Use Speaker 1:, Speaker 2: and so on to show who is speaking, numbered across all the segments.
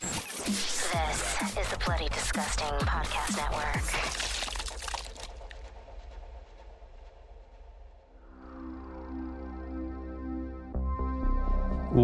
Speaker 1: This is the Bloody Disgusting Podcast Network.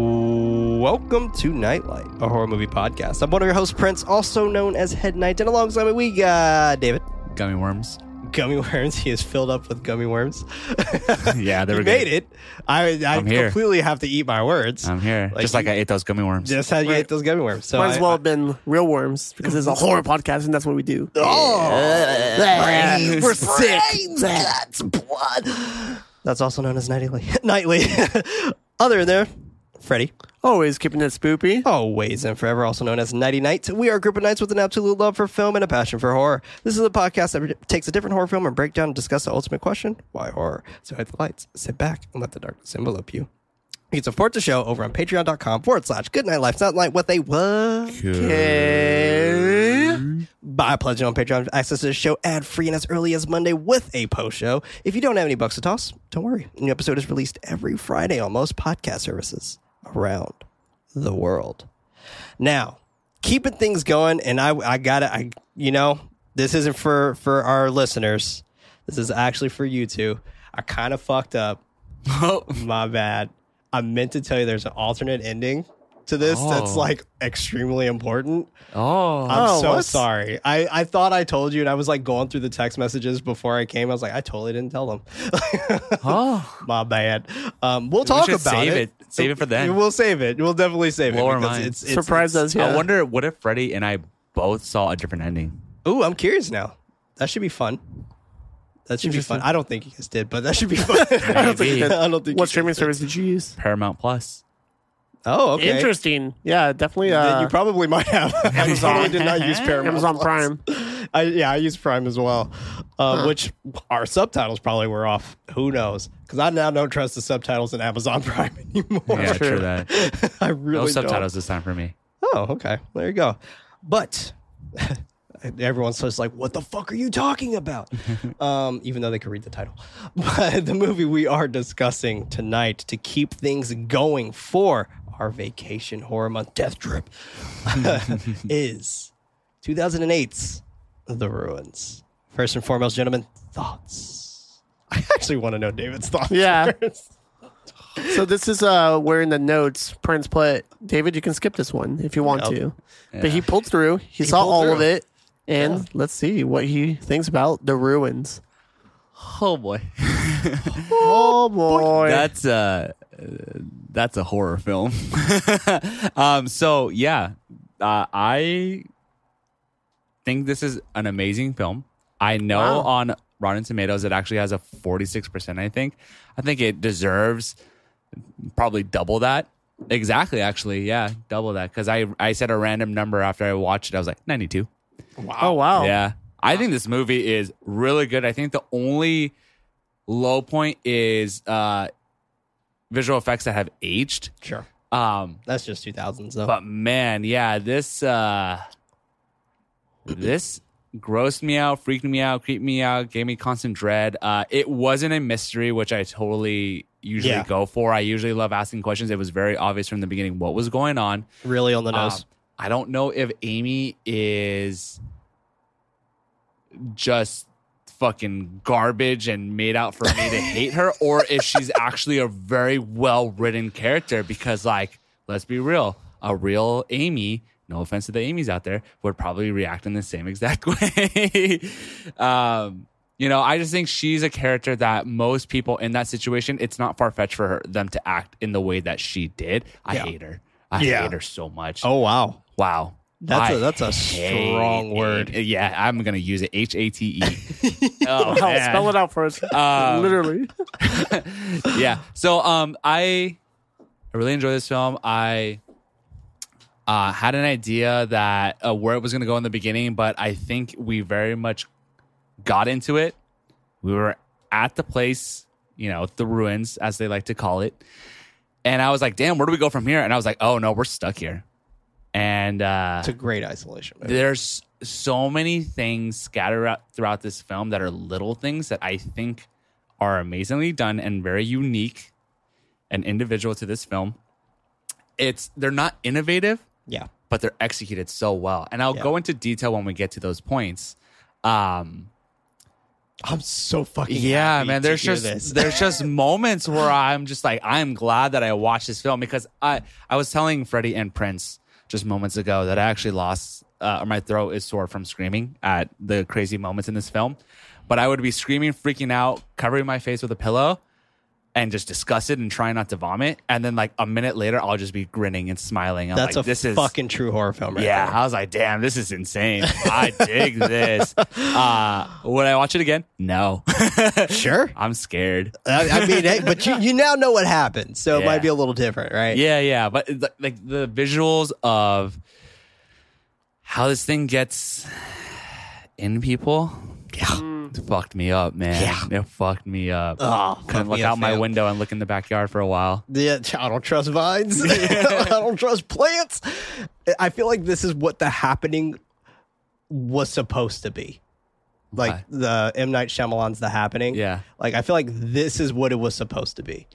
Speaker 2: Welcome to Nightlight, a horror movie podcast. I'm one of your hosts, Prince, also known as Head Knight, and alongside me we got David.
Speaker 3: Gummy worms.
Speaker 2: Gummy worms. He is filled up with gummy worms.
Speaker 3: Yeah, there
Speaker 2: you
Speaker 3: we go.
Speaker 2: made it. I, I
Speaker 3: I'm here.
Speaker 2: completely have to eat my words.
Speaker 3: I'm here.
Speaker 2: Like
Speaker 3: just like
Speaker 2: you-
Speaker 3: I ate those gummy worms.
Speaker 2: Just how you ate those gummy worms. So
Speaker 4: Might as
Speaker 2: I-
Speaker 4: well have been real worms because it's a horror podcast and that's what we do.
Speaker 2: Oh, we're sick. That's blood. That's also known as nightly. nightly. Other than there, Freddy.
Speaker 4: Always keeping it spoopy.
Speaker 2: Always and forever, also known as Nighty Nights. We are a group of knights with an absolute love for film and a passion for horror. This is a podcast that takes a different horror film and break down and discuss the ultimate question why horror? So hit the lights, sit back, and let the darkness envelope you. You can support the show over on patreon.com forward slash good night life. Not like what they were. By pledging on Patreon, access to the show ad free and as early as Monday with a post show. If you don't have any bucks to toss, don't worry. A new episode is released every Friday on most podcast services around the world. Now, keeping things going, and I, I gotta, I, you know, this isn't for for our listeners. This is actually for you two. I kind of fucked up.
Speaker 3: Oh.
Speaker 2: My bad. I meant to tell you there's an alternate ending to this that's
Speaker 3: Oh.
Speaker 2: like extremely important.
Speaker 3: Oh.
Speaker 2: I'm
Speaker 4: Oh,
Speaker 2: so
Speaker 4: what?
Speaker 2: sorry. I, I thought I told you, and I was like going through the text messages before I came. I was like, I totally didn't tell them.
Speaker 3: Oh.
Speaker 2: My bad. Um, we'll talk
Speaker 3: should
Speaker 2: about
Speaker 3: save it. Save it for then.
Speaker 2: We'll save it. We'll definitely save
Speaker 3: Blow
Speaker 2: it
Speaker 3: our
Speaker 2: because
Speaker 3: minds.
Speaker 2: it's, it's
Speaker 4: Surprised
Speaker 2: it's-
Speaker 4: us. Yeah.
Speaker 3: I wonder what if Freddie and I both saw a different ending.
Speaker 2: Ooh, I'm curious now. That should be fun. That should be fun. I don't think you guys did, but that should be fun. I don't think.
Speaker 3: Maybe.
Speaker 2: you did. I don't think.
Speaker 4: What
Speaker 2: you
Speaker 4: streaming service did you use?
Speaker 3: Paramount Plus.
Speaker 2: Oh, okay.
Speaker 4: Interesting. Yeah, definitely. Uh,
Speaker 2: Then you probably might have. Amazon. I did not use Paramount.
Speaker 4: Amazon
Speaker 2: Plus.
Speaker 4: Prime.
Speaker 2: I, yeah, I use Prime as well, uh, which our subtitles probably were off. Who knows? Because I now don't trust the subtitles in Amazon Prime anymore.
Speaker 3: yeah, true.
Speaker 4: true.
Speaker 3: that.
Speaker 2: I
Speaker 3: No
Speaker 2: really don't.
Speaker 3: subtitles this time for me.
Speaker 2: Oh, okay. There you go. But everyone's just like, what the fuck are you talking about? um, even though they could read the title. But the movie we are discussing tonight to keep things going for our vacation horror month death trip is 2008's The Ruins. First and foremost, gentlemen, thoughts. I actually want to know David's thoughts.
Speaker 4: Yeah.
Speaker 2: first.
Speaker 4: So this is uh where in the notes Prince put David. You can skip this one if you want
Speaker 2: Yep.
Speaker 4: to, but he pulled through. He, saw
Speaker 2: pulled
Speaker 4: all
Speaker 2: through.
Speaker 4: of it, and let's see what he thinks about the ruins.
Speaker 3: Oh boy.
Speaker 4: Oh boy,
Speaker 3: That's uh, uh, that's a horror film. um, so yeah, uh, I think this is an amazing film. I know
Speaker 4: Wow.
Speaker 3: on Rotten Tomatoes it actually has a forty six percent. I think I think it deserves probably double that. Exactly, actually, yeah, double that because I I said a random number after I watched it. I was like ninety two.
Speaker 4: oh wow,
Speaker 3: Yeah. I think this movie is really good. I think the only low point is uh visual effects that have aged.
Speaker 2: Sure.
Speaker 3: Um
Speaker 2: That's just 2000s, though.
Speaker 3: but man, yeah, this uh this grossed me out, freaked me out, creeped me out, gave me constant dread. Uh it wasn't a mystery, which I totally usually
Speaker 2: Yeah.
Speaker 3: go for. I usually love asking questions. It was very obvious from the beginning what was going on.
Speaker 2: really on the
Speaker 3: Um,
Speaker 4: Ah.
Speaker 2: nose.
Speaker 3: I don't know if Amy is just fucking garbage and made out for me to hate her, or if she's actually a very well written character. Because, like, let's be real, a real Amy. No offense to the Amy's out there, would probably react in the same exact way. um, you know, I just think she's a character that most people in that situation, it's not far fetched for her, them to act in the way that she did. I
Speaker 2: Yeah.
Speaker 3: hate her. I
Speaker 2: Yeah.
Speaker 3: hate her so much.
Speaker 2: oh, wow.
Speaker 3: Wow.
Speaker 2: That's a-
Speaker 3: I
Speaker 2: that's a
Speaker 3: hate
Speaker 2: strong word.
Speaker 3: it. Yeah, I'm gonna use it. H A T E. Oh,
Speaker 4: Wow,
Speaker 3: man.
Speaker 4: spell it out for us.
Speaker 3: Um,
Speaker 4: Literally,
Speaker 3: yeah. So um I I really enjoy this film. I Uh, had an idea that uh, where it was going to go in the beginning, but I think we very much got into it. We were at the place, you know, the ruins, as they like to call it. And I was like, damn, where do we go from here? And I was like, oh no, we're stuck here. And uh,
Speaker 2: It's a great isolation movie.
Speaker 3: there's so many things scattered out throughout this film that are little things that I think are amazingly done and very unique and individual to this film. It's they're not innovative,
Speaker 2: Yeah.
Speaker 3: but they're executed so well. And I'll
Speaker 2: Yeah.
Speaker 3: go into detail when we get to those points. Um,
Speaker 2: I'm so fucking
Speaker 3: yeah,
Speaker 2: happy
Speaker 3: man.
Speaker 2: to
Speaker 3: There's
Speaker 2: hear
Speaker 3: just
Speaker 2: this.
Speaker 3: there's just moments where I'm just like, I'm glad that I watched this film because I I was telling Freddie and Prince just moments ago that I actually lost uh, or my throat is sore from screaming at the crazy moments in this film, but I would be screaming, freaking out, covering my face with a pillow, and just disgusted and trying not to vomit, and then like a minute later, I'll just be grinning and smiling. I'm
Speaker 2: That's a
Speaker 3: like, this is
Speaker 2: fucking true horror film, right?
Speaker 3: yeah,
Speaker 2: there.
Speaker 3: I was like, damn, this is insane. I dig this. Uh, would I watch it again? No.
Speaker 2: Sure.
Speaker 3: I'm scared.
Speaker 2: I, I mean, hey, but you, you now know what happened, so it
Speaker 3: Yeah.
Speaker 2: might be a little different, right?
Speaker 3: Yeah, yeah. But it's like- like the visuals of how this thing gets in people. Yeah. It fucked me up, man. Yeah. It fucked me up.
Speaker 2: Oh, fuck
Speaker 3: Couldn't look
Speaker 2: me
Speaker 3: out
Speaker 2: up,
Speaker 3: my
Speaker 2: man.
Speaker 3: window and look in the backyard for a while.
Speaker 2: Yeah, I don't trust vines. I don't trust plants. I feel like this is what the happening was supposed to be. Like
Speaker 3: Why?
Speaker 2: the M Night Shyamalan's The Happening.
Speaker 3: Yeah.
Speaker 2: Like I feel like this is what it was supposed to be,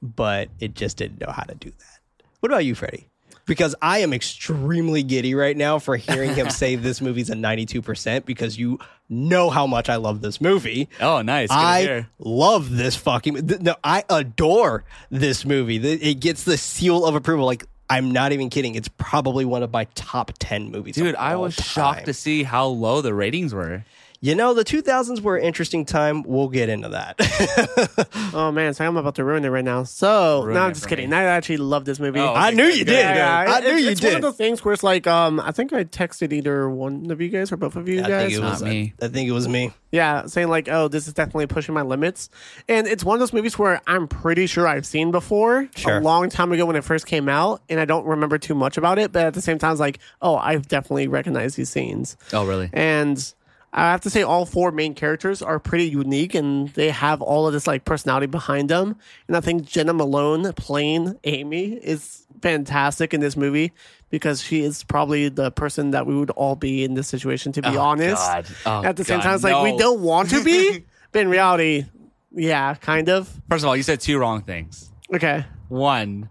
Speaker 2: but it just didn't know how to do that. What about you, Freddie? Because I am extremely giddy right now for hearing him say this movie's a 92% because you know how much I love this movie.
Speaker 3: Oh, nice. Good to
Speaker 2: I
Speaker 3: hear.
Speaker 2: love this fucking. th- No, I adore this movie. Th- It gets the seal of approval. Like I'm not even kidding. It's probably one of my top ten movies.
Speaker 3: Dude,
Speaker 2: of
Speaker 3: I
Speaker 2: all
Speaker 3: was
Speaker 2: time.
Speaker 3: shocked to see how low the ratings were.
Speaker 2: You know, the 2000s were an interesting time. We'll get into that.
Speaker 4: Oh man, so I'm about to ruin it right now. So
Speaker 3: Ruin
Speaker 4: no,
Speaker 3: it
Speaker 4: I'm just
Speaker 3: for
Speaker 4: kidding.
Speaker 3: me.
Speaker 4: I actually love this movie.
Speaker 3: Oh,
Speaker 2: I knew you did.
Speaker 4: Yeah, yeah,
Speaker 2: I
Speaker 4: it's-
Speaker 2: knew you
Speaker 4: it's
Speaker 2: did.
Speaker 4: one of those things where it's like, um, I think I texted either one of you guys or both of you
Speaker 2: I
Speaker 4: guys.
Speaker 2: think it
Speaker 3: not
Speaker 2: was
Speaker 3: me.
Speaker 2: I think it was me.
Speaker 4: Yeah, saying like, "Oh, this is definitely pushing my limits," and it's one of those movies where I'm pretty sure I've seen before
Speaker 2: Sure.
Speaker 4: a long time ago when it first came out, and I don't remember too much about it. But at the same time, it's like, "Oh, I've definitely recognized these scenes."
Speaker 3: Oh, really?
Speaker 4: And I have to say, all four main characters are pretty unique, and they have all of this like personality behind them. And I think Jenna Malone playing Amy is fantastic in this movie because she is probably the person that we would all be in this situation. To be
Speaker 3: Oh,
Speaker 4: honest,
Speaker 3: God. Oh,
Speaker 4: at the same
Speaker 3: God,
Speaker 4: time, it's like
Speaker 3: no.
Speaker 4: we don't want to be, but in reality, yeah, kind of.
Speaker 3: First of all, you said two wrong things.
Speaker 4: Okay,
Speaker 3: one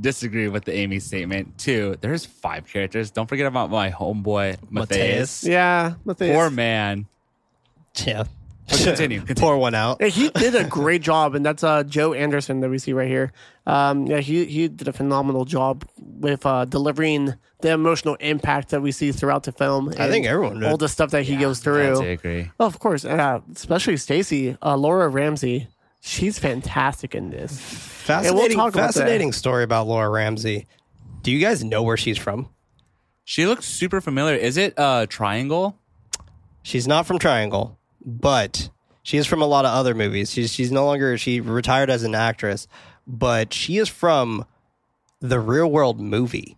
Speaker 3: disagree with the amy statement two there's five characters don't forget about my homeboy matthias
Speaker 4: yeah, Matthias.
Speaker 3: poor man
Speaker 2: Yeah.
Speaker 3: But Oh, continue, continue.
Speaker 2: Pour one out.
Speaker 4: Yeah, he did a great job, and that's uh, Joe Anderson that we see right here. Um, yeah, he he did a phenomenal job with uh, delivering the emotional impact that we see throughout the film. and
Speaker 2: think everyone did.
Speaker 4: all the stuff that he goes
Speaker 3: I
Speaker 4: through.
Speaker 3: agree
Speaker 4: Oh, of course, uh, especially Stacy, uh, Laura Ramsey. She's fantastic in this.
Speaker 2: Fascinating,
Speaker 4: talk about that.
Speaker 2: fascinating story about Laura Ramsey. Do you guys know where she's from?
Speaker 3: she looks super familiar is it uh triangle
Speaker 2: She's not from Triangle, but she is from a lot of other movies. She's she's no longer she retired as an actress, but she is from the Real World movie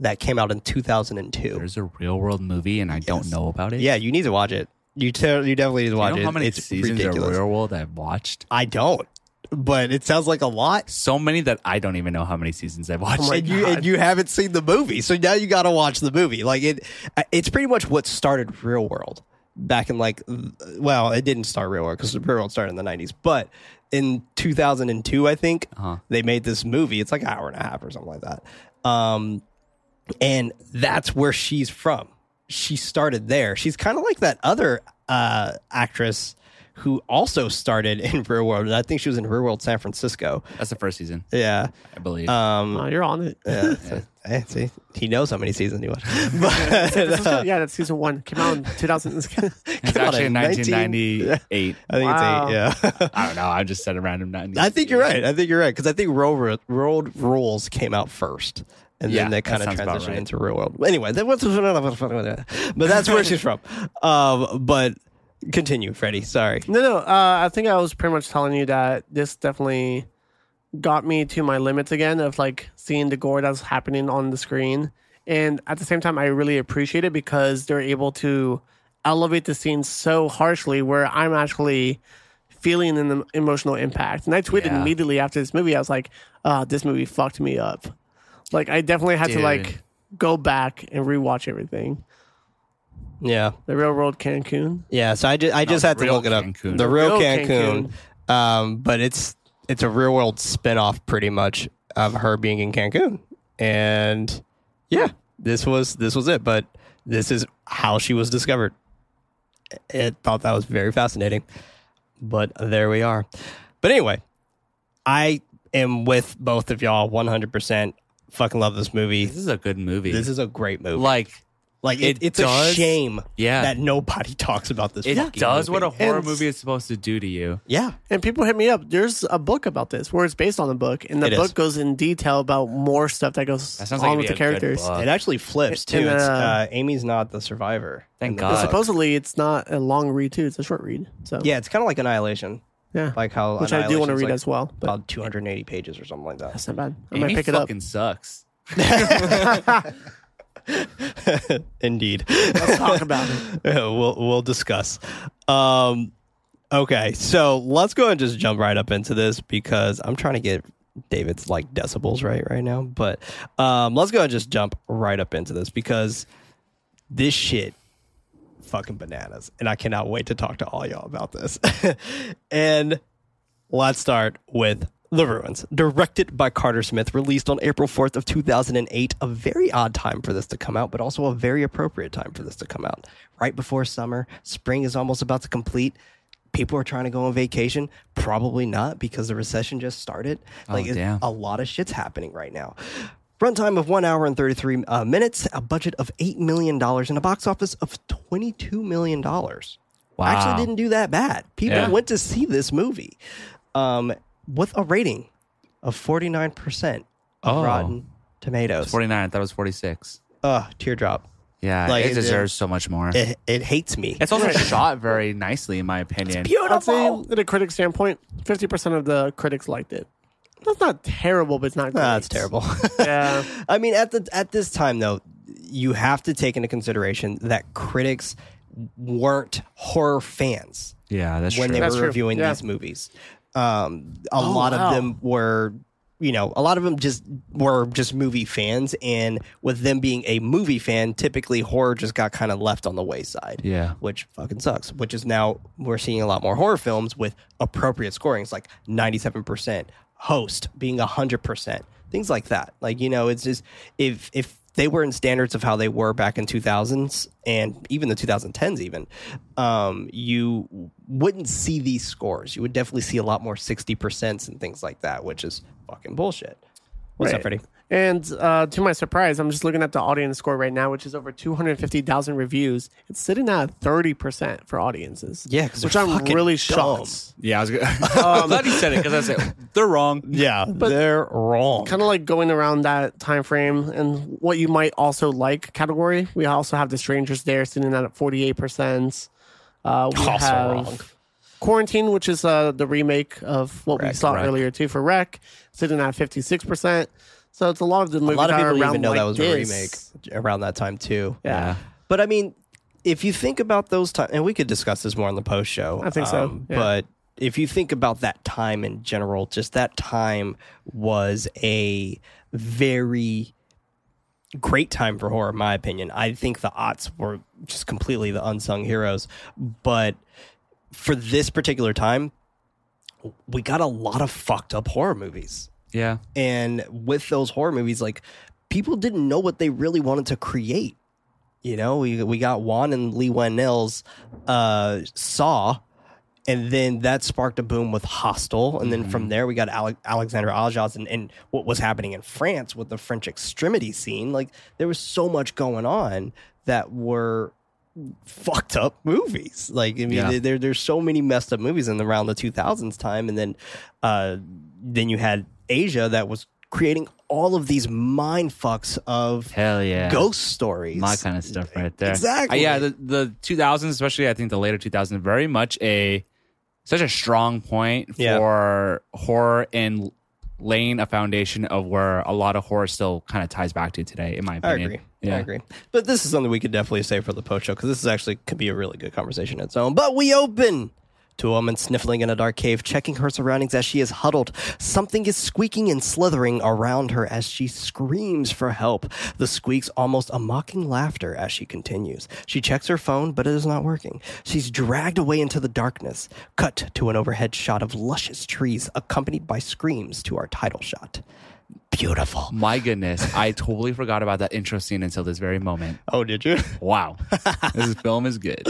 Speaker 2: that came out in 2002.
Speaker 3: there's a real world movie and i don't know about it
Speaker 2: Yeah, you need to watch it. You te- you definitely need to
Speaker 3: Do
Speaker 2: watch
Speaker 3: you know
Speaker 2: it.
Speaker 3: how many
Speaker 2: it's
Speaker 3: seasons
Speaker 2: ridiculous.
Speaker 3: of real world i've watched
Speaker 2: I don't, but it sounds like a lot.
Speaker 3: so many that i don't even know how many seasons i've watched
Speaker 2: and you and you haven't seen the movie, so now you got to watch the movie. Like it, uh, it's pretty much what started Real World back in like, well, it didn't start Real World because Real World started in the nineties, but in two thousand and two, I think they made this movie. It's like an hour and a half or something like that, um, and that's where she's from. She started there. She's kind of like that other uh, actress. Who also started in Real World? and I think she was in Real World San Francisco.
Speaker 3: that's the first season
Speaker 2: Yeah,
Speaker 3: i believe
Speaker 2: Uh,
Speaker 4: Oh, you're on it. Yeah,
Speaker 2: Hey, see, he knows how many seasons he watched.
Speaker 4: that's season one. Came out in 2000.
Speaker 3: it's
Speaker 2: out
Speaker 3: actually
Speaker 2: in
Speaker 3: 1998
Speaker 2: I think
Speaker 4: Wow.
Speaker 2: it's eight. Yeah,
Speaker 3: i don't know i just said a random 90
Speaker 2: I think you're right. I think you're right because I think Road, Road Rules came out first, and
Speaker 3: Yeah,
Speaker 2: then they
Speaker 3: that
Speaker 2: kind of
Speaker 3: sounds about
Speaker 2: transitioned
Speaker 3: right.
Speaker 2: into Real World. Anyway, that was but that's where she's from. Um, but continue, Freddie. Sorry.
Speaker 4: No, no. Uh, I think I was pretty much telling you that this definitely got me to my limits again of like seeing the gore that's happening on the screen. And at the same time, I really appreciate it because they're able to elevate the scene so harshly where I'm actually feeling an emotional impact. And I tweeted
Speaker 3: Yeah.
Speaker 4: immediately after this movie, I was like, oh, this movie fucked me up. Like, I definitely had
Speaker 3: Dude.
Speaker 4: to like go back and rewatch everything.
Speaker 2: Yeah.
Speaker 4: The Real World Cancun.
Speaker 2: Yeah, so I just I just had to
Speaker 3: real
Speaker 2: look it up.
Speaker 3: Cancun.
Speaker 2: The real,
Speaker 4: Real
Speaker 2: Cancun, um, but it's it's a real world spinoff, pretty much, of her being in Cancun, and yeah, this was this was it. But this is how she was discovered. I thought that was very fascinating, but there we are. But anyway, I am with both of y'all one hundred percent. Fucking love this movie.
Speaker 3: This is a good movie.
Speaker 2: This is a great movie. Like,
Speaker 3: like
Speaker 2: it,
Speaker 3: it
Speaker 2: it's a
Speaker 3: does-
Speaker 2: shame,
Speaker 3: Yeah.
Speaker 2: that nobody talks about this.
Speaker 3: it
Speaker 2: fucking
Speaker 3: does
Speaker 2: movie.
Speaker 3: what a horror
Speaker 4: And-
Speaker 3: movie is supposed to do to you.
Speaker 2: yeah.
Speaker 4: And people hit me up. There's a book about this where it's based on the book, and the
Speaker 2: It is.
Speaker 4: book goes in detail about more stuff that goes
Speaker 3: That sounds
Speaker 4: on
Speaker 3: like
Speaker 4: with the characters.
Speaker 2: It actually flips too.
Speaker 4: And,
Speaker 2: it's,
Speaker 4: uh,
Speaker 2: uh, Amy's not the survivor.
Speaker 3: Thank
Speaker 2: in the
Speaker 3: God.
Speaker 4: But
Speaker 2: book.
Speaker 4: supposedly, it's not a long read too; it's a short read. So
Speaker 2: Yeah, it's kind of like Annihilation,
Speaker 4: yeah,
Speaker 2: like how
Speaker 4: which I do want to read as well. But
Speaker 2: About 280 pages or something like that.
Speaker 4: that's not bad. I
Speaker 3: Amy
Speaker 4: might pick it up.
Speaker 3: fucking sucks.
Speaker 2: Indeed.
Speaker 4: Let's talk about it.
Speaker 2: we'll we'll discuss. Um, okay, so let's go and just jump right up into this because I'm trying to get David's like decibels right right now. But um, let's go and just jump right up into this because this shit fucking bananas, and I cannot wait to talk to all y'all about this. and Let's start with The Ruins, directed by Carter Smith, released on April 4th of 2008. A very odd time for this to come out, but also a very appropriate time for this to come out. Right before summer, spring is almost about to complete. People are trying to go on vacation, probably not because the recession just started. Like it-
Speaker 3: damn.
Speaker 2: a lot of shit's happening right now. Runtime of one hour and 33 uh, minutes, a budget of $8 million, and a box office of $22 million.
Speaker 3: Wow.
Speaker 2: Actually, didn't do that bad. People
Speaker 3: Yeah.
Speaker 2: went to see this movie um, with a rating of 49% of
Speaker 3: Oh.
Speaker 2: Rotten Tomatoes.
Speaker 3: Forty nine. I thought it was forty six.
Speaker 2: Ugh, teardrop.
Speaker 3: Yeah,
Speaker 2: Like,
Speaker 3: it
Speaker 2: it-
Speaker 3: deserves so much more.
Speaker 2: It, it hates me.
Speaker 3: it's also shot very nicely, in my opinion.
Speaker 4: I'd say, at a critic standpoint, fifty percent of the critics liked it. That's not terrible, but it's not. Great.
Speaker 2: Ah, That's terrible.
Speaker 4: Yeah,
Speaker 2: I mean, at the at this time though, you have to take into consideration that critics weren't horror fans
Speaker 3: Yeah, that's
Speaker 2: when
Speaker 3: true.
Speaker 2: they
Speaker 4: That's
Speaker 2: were
Speaker 4: true.
Speaker 2: reviewing
Speaker 4: Yeah. Oh,
Speaker 2: these movies. Um, a lot
Speaker 4: wow.
Speaker 2: of them were, you know, a lot of them just were just movie fans, and with them being a movie fan, typically horror just got kind of left on the wayside.
Speaker 3: Yeah.
Speaker 2: which fucking sucks. Which is now we're seeing a lot more horror films with appropriate scoring. It's like ninety-seven percent, Host being hundred percent, things like that. Like you know, it's just if if they were in standards of how they were back in 2000s and even the 2010s even um, you wouldn't see these scores you would definitely see a lot more 60% and things like that which is fucking bullshit what's up
Speaker 4: Right.
Speaker 2: freddie
Speaker 4: And uh, to my surprise, I'm just looking at the audience score right now, which is over 250,000 reviews. It's sitting at 30% for audiences.
Speaker 2: Yeah, 'cause
Speaker 4: which
Speaker 2: they're
Speaker 4: I'm
Speaker 2: fucking
Speaker 4: really
Speaker 2: dumb.
Speaker 4: shocked.
Speaker 3: yeah, I was gonna, I'm glad you said it because I said they're wrong.
Speaker 2: yeah but they're wrong
Speaker 4: Kind of like going around that time frame and what you might also like category. We also have The Strangers there sitting at 48%. Uh, we
Speaker 2: Also
Speaker 4: have
Speaker 2: wrong.
Speaker 4: Quarantine, which is uh, the remake of what we
Speaker 2: Wreck,
Speaker 4: saw
Speaker 3: Wreck.
Speaker 4: earlier too for Wreck, sitting at 56%. So it's a lot of the movies
Speaker 2: a lot of
Speaker 4: that are
Speaker 2: people didn't
Speaker 4: around
Speaker 2: even know
Speaker 4: like
Speaker 2: that was
Speaker 4: this.
Speaker 2: a remake around that time too
Speaker 4: Yeah.
Speaker 2: But I mean, if you think about those times, and we could discuss this more on the post show. um,
Speaker 4: I think so, yeah.
Speaker 2: But if you think about that time in general, just that time was a very great time for horror, in my opinion. I think the aughts were just completely the unsung heroes. But for this particular time, we got a lot of fucked up horror movies
Speaker 3: Yeah,
Speaker 2: and with those horror movies like people didn't know what they really wanted to create you know we, we got juan and lee wan nils uh, saw and then that sparked a boom with hostel and then from there we got Ale- alexander Ajas and, and what was happening in france with the french extremity scene like there was so much going on that were fucked up movies like i mean
Speaker 3: Yeah.
Speaker 2: there, there's so many messed up movies in the around the 2000s time and then uh, then you had Asia that was creating all of these mind fucks of
Speaker 3: hell yeah.
Speaker 2: ghost stories.
Speaker 3: my kind of stuff right there.
Speaker 2: Exactly.
Speaker 3: Uh, yeah, the, the 2000s, especially I think the later 2000s, very much a such a strong point
Speaker 2: Yeah.
Speaker 3: for horror in laying a foundation of where a lot of horror still kind of ties back to today, in my
Speaker 2: I
Speaker 3: opinion.
Speaker 2: agree. I agree. But this is something we could definitely say for the post show because this is actually could be a really good conversation in its own. But we open to a woman sniffling in a dark cave, checking her surroundings as she is huddled. Something is squeaking and slithering around her as she screams for help. The squeaks almost a mocking laughter as she continues. She checks her phone, but it is not working. She's dragged away into the darkness. Cut to an overhead shot of luscious trees, accompanied by screams to our title shot. Beautiful.
Speaker 3: My goodness, I totally forgot about that intro scene until this very moment.
Speaker 2: Oh, did you?
Speaker 3: Wow, this film is good.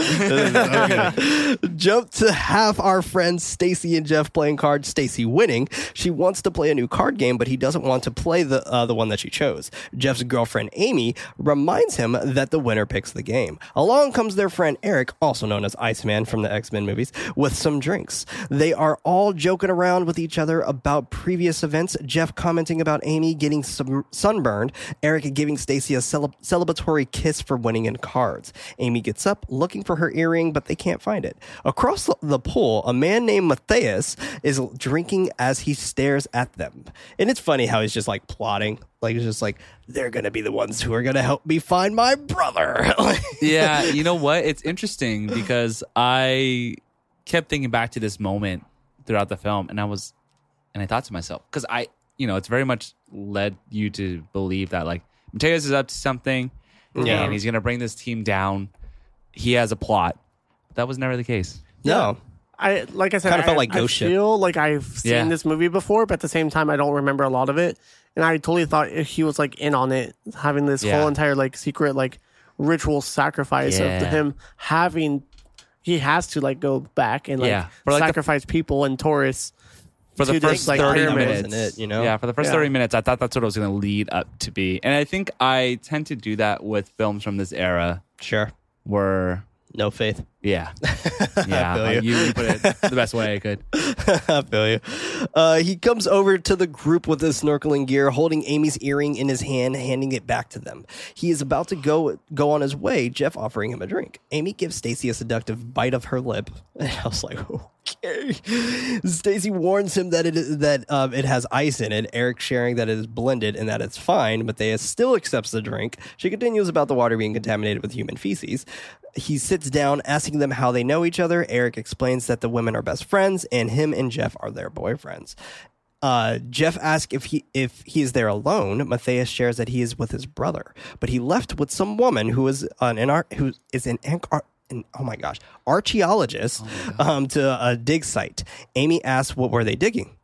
Speaker 2: Jump to half our friends Stacy and Jeff playing cards. Stacy winning. She wants to play a new card game, but he doesn't want to play the uh, the one that she chose. Jeff's girlfriend Amy reminds him that the winner picks the game. Along comes their friend Eric, also known as Iceman from the X Men movies, with some drinks. They are all joking around with each other about previous events. Jeff commenting about Amy getting sub- sunburned. Eric giving Stacy a cele- celebratory kiss for winning in cards. Amy gets up looking for her earring, but they can't find it. Across the- the pool, a man named Matthias is l- drinking as he stares at them. And it's funny how he's just like plotting. Like, he's just like, they're going to be the ones who are going to help me find my brother. Like,
Speaker 3: yeah, you know what? It's interesting because I kept thinking back to this moment throughout the film, and I was, and I thought to myself, because I, you know, it's very much led you to believe that like Mateus is up to something,
Speaker 2: Yeah.
Speaker 3: and he's gonna bring this team down. He has a plot. That was never the case.
Speaker 2: no.
Speaker 4: I like I said,
Speaker 2: Kinda felt
Speaker 4: I-
Speaker 2: like Ghost
Speaker 4: I
Speaker 2: Ship.
Speaker 4: feel like I've seen
Speaker 3: Yeah.
Speaker 4: this movie before, but at the same time, I don't remember a lot of it. And I totally thought he was like in on it, having this
Speaker 3: Yeah.
Speaker 4: whole entire like secret like ritual sacrifice
Speaker 3: Yeah.
Speaker 4: of him having. He has to like go back and like
Speaker 3: Yeah. For, like, the-
Speaker 4: sacrifice people and Taurus.
Speaker 3: For the
Speaker 4: To this,
Speaker 3: first
Speaker 4: like,
Speaker 3: thirty
Speaker 4: pyramid.
Speaker 3: minutes,
Speaker 2: Wasn't it, you know?
Speaker 3: yeah. For the first
Speaker 4: Yeah.
Speaker 3: thirty minutes, I thought that's what it was gonna lead up to be, and I think I tend to do that with films from this era
Speaker 2: Sure.
Speaker 3: where
Speaker 2: No faith.
Speaker 3: Yeah. Yeah.
Speaker 2: feel
Speaker 3: you. you put it the best way I could.
Speaker 2: I feel you. Uh, he comes over to the group with his snorkeling gear, holding Amy's earring in his hand, handing it back to them. He is about to go go on his way. Jeff offering him a drink. Amy gives Stacy a seductive bite of her lip, and I was like, okay. Stacy warns him that it is, that um, it has ice in it. Eric sharing that it is blended and that it's fine. Matthias still accepts the drink. She continues about the water being contaminated with human feces. He sits down, asking them how they know each other. Eric explains that the women are best friends, and him and Jeff are their boyfriends. Uh, Jeff asks if he if he is there alone. Matthias shares that he is with his brother, but he left with some woman who is an, an ar- who is an, anch- an oh my gosh archaeologist um, to a dig site. Amy asks, "What were they digging?"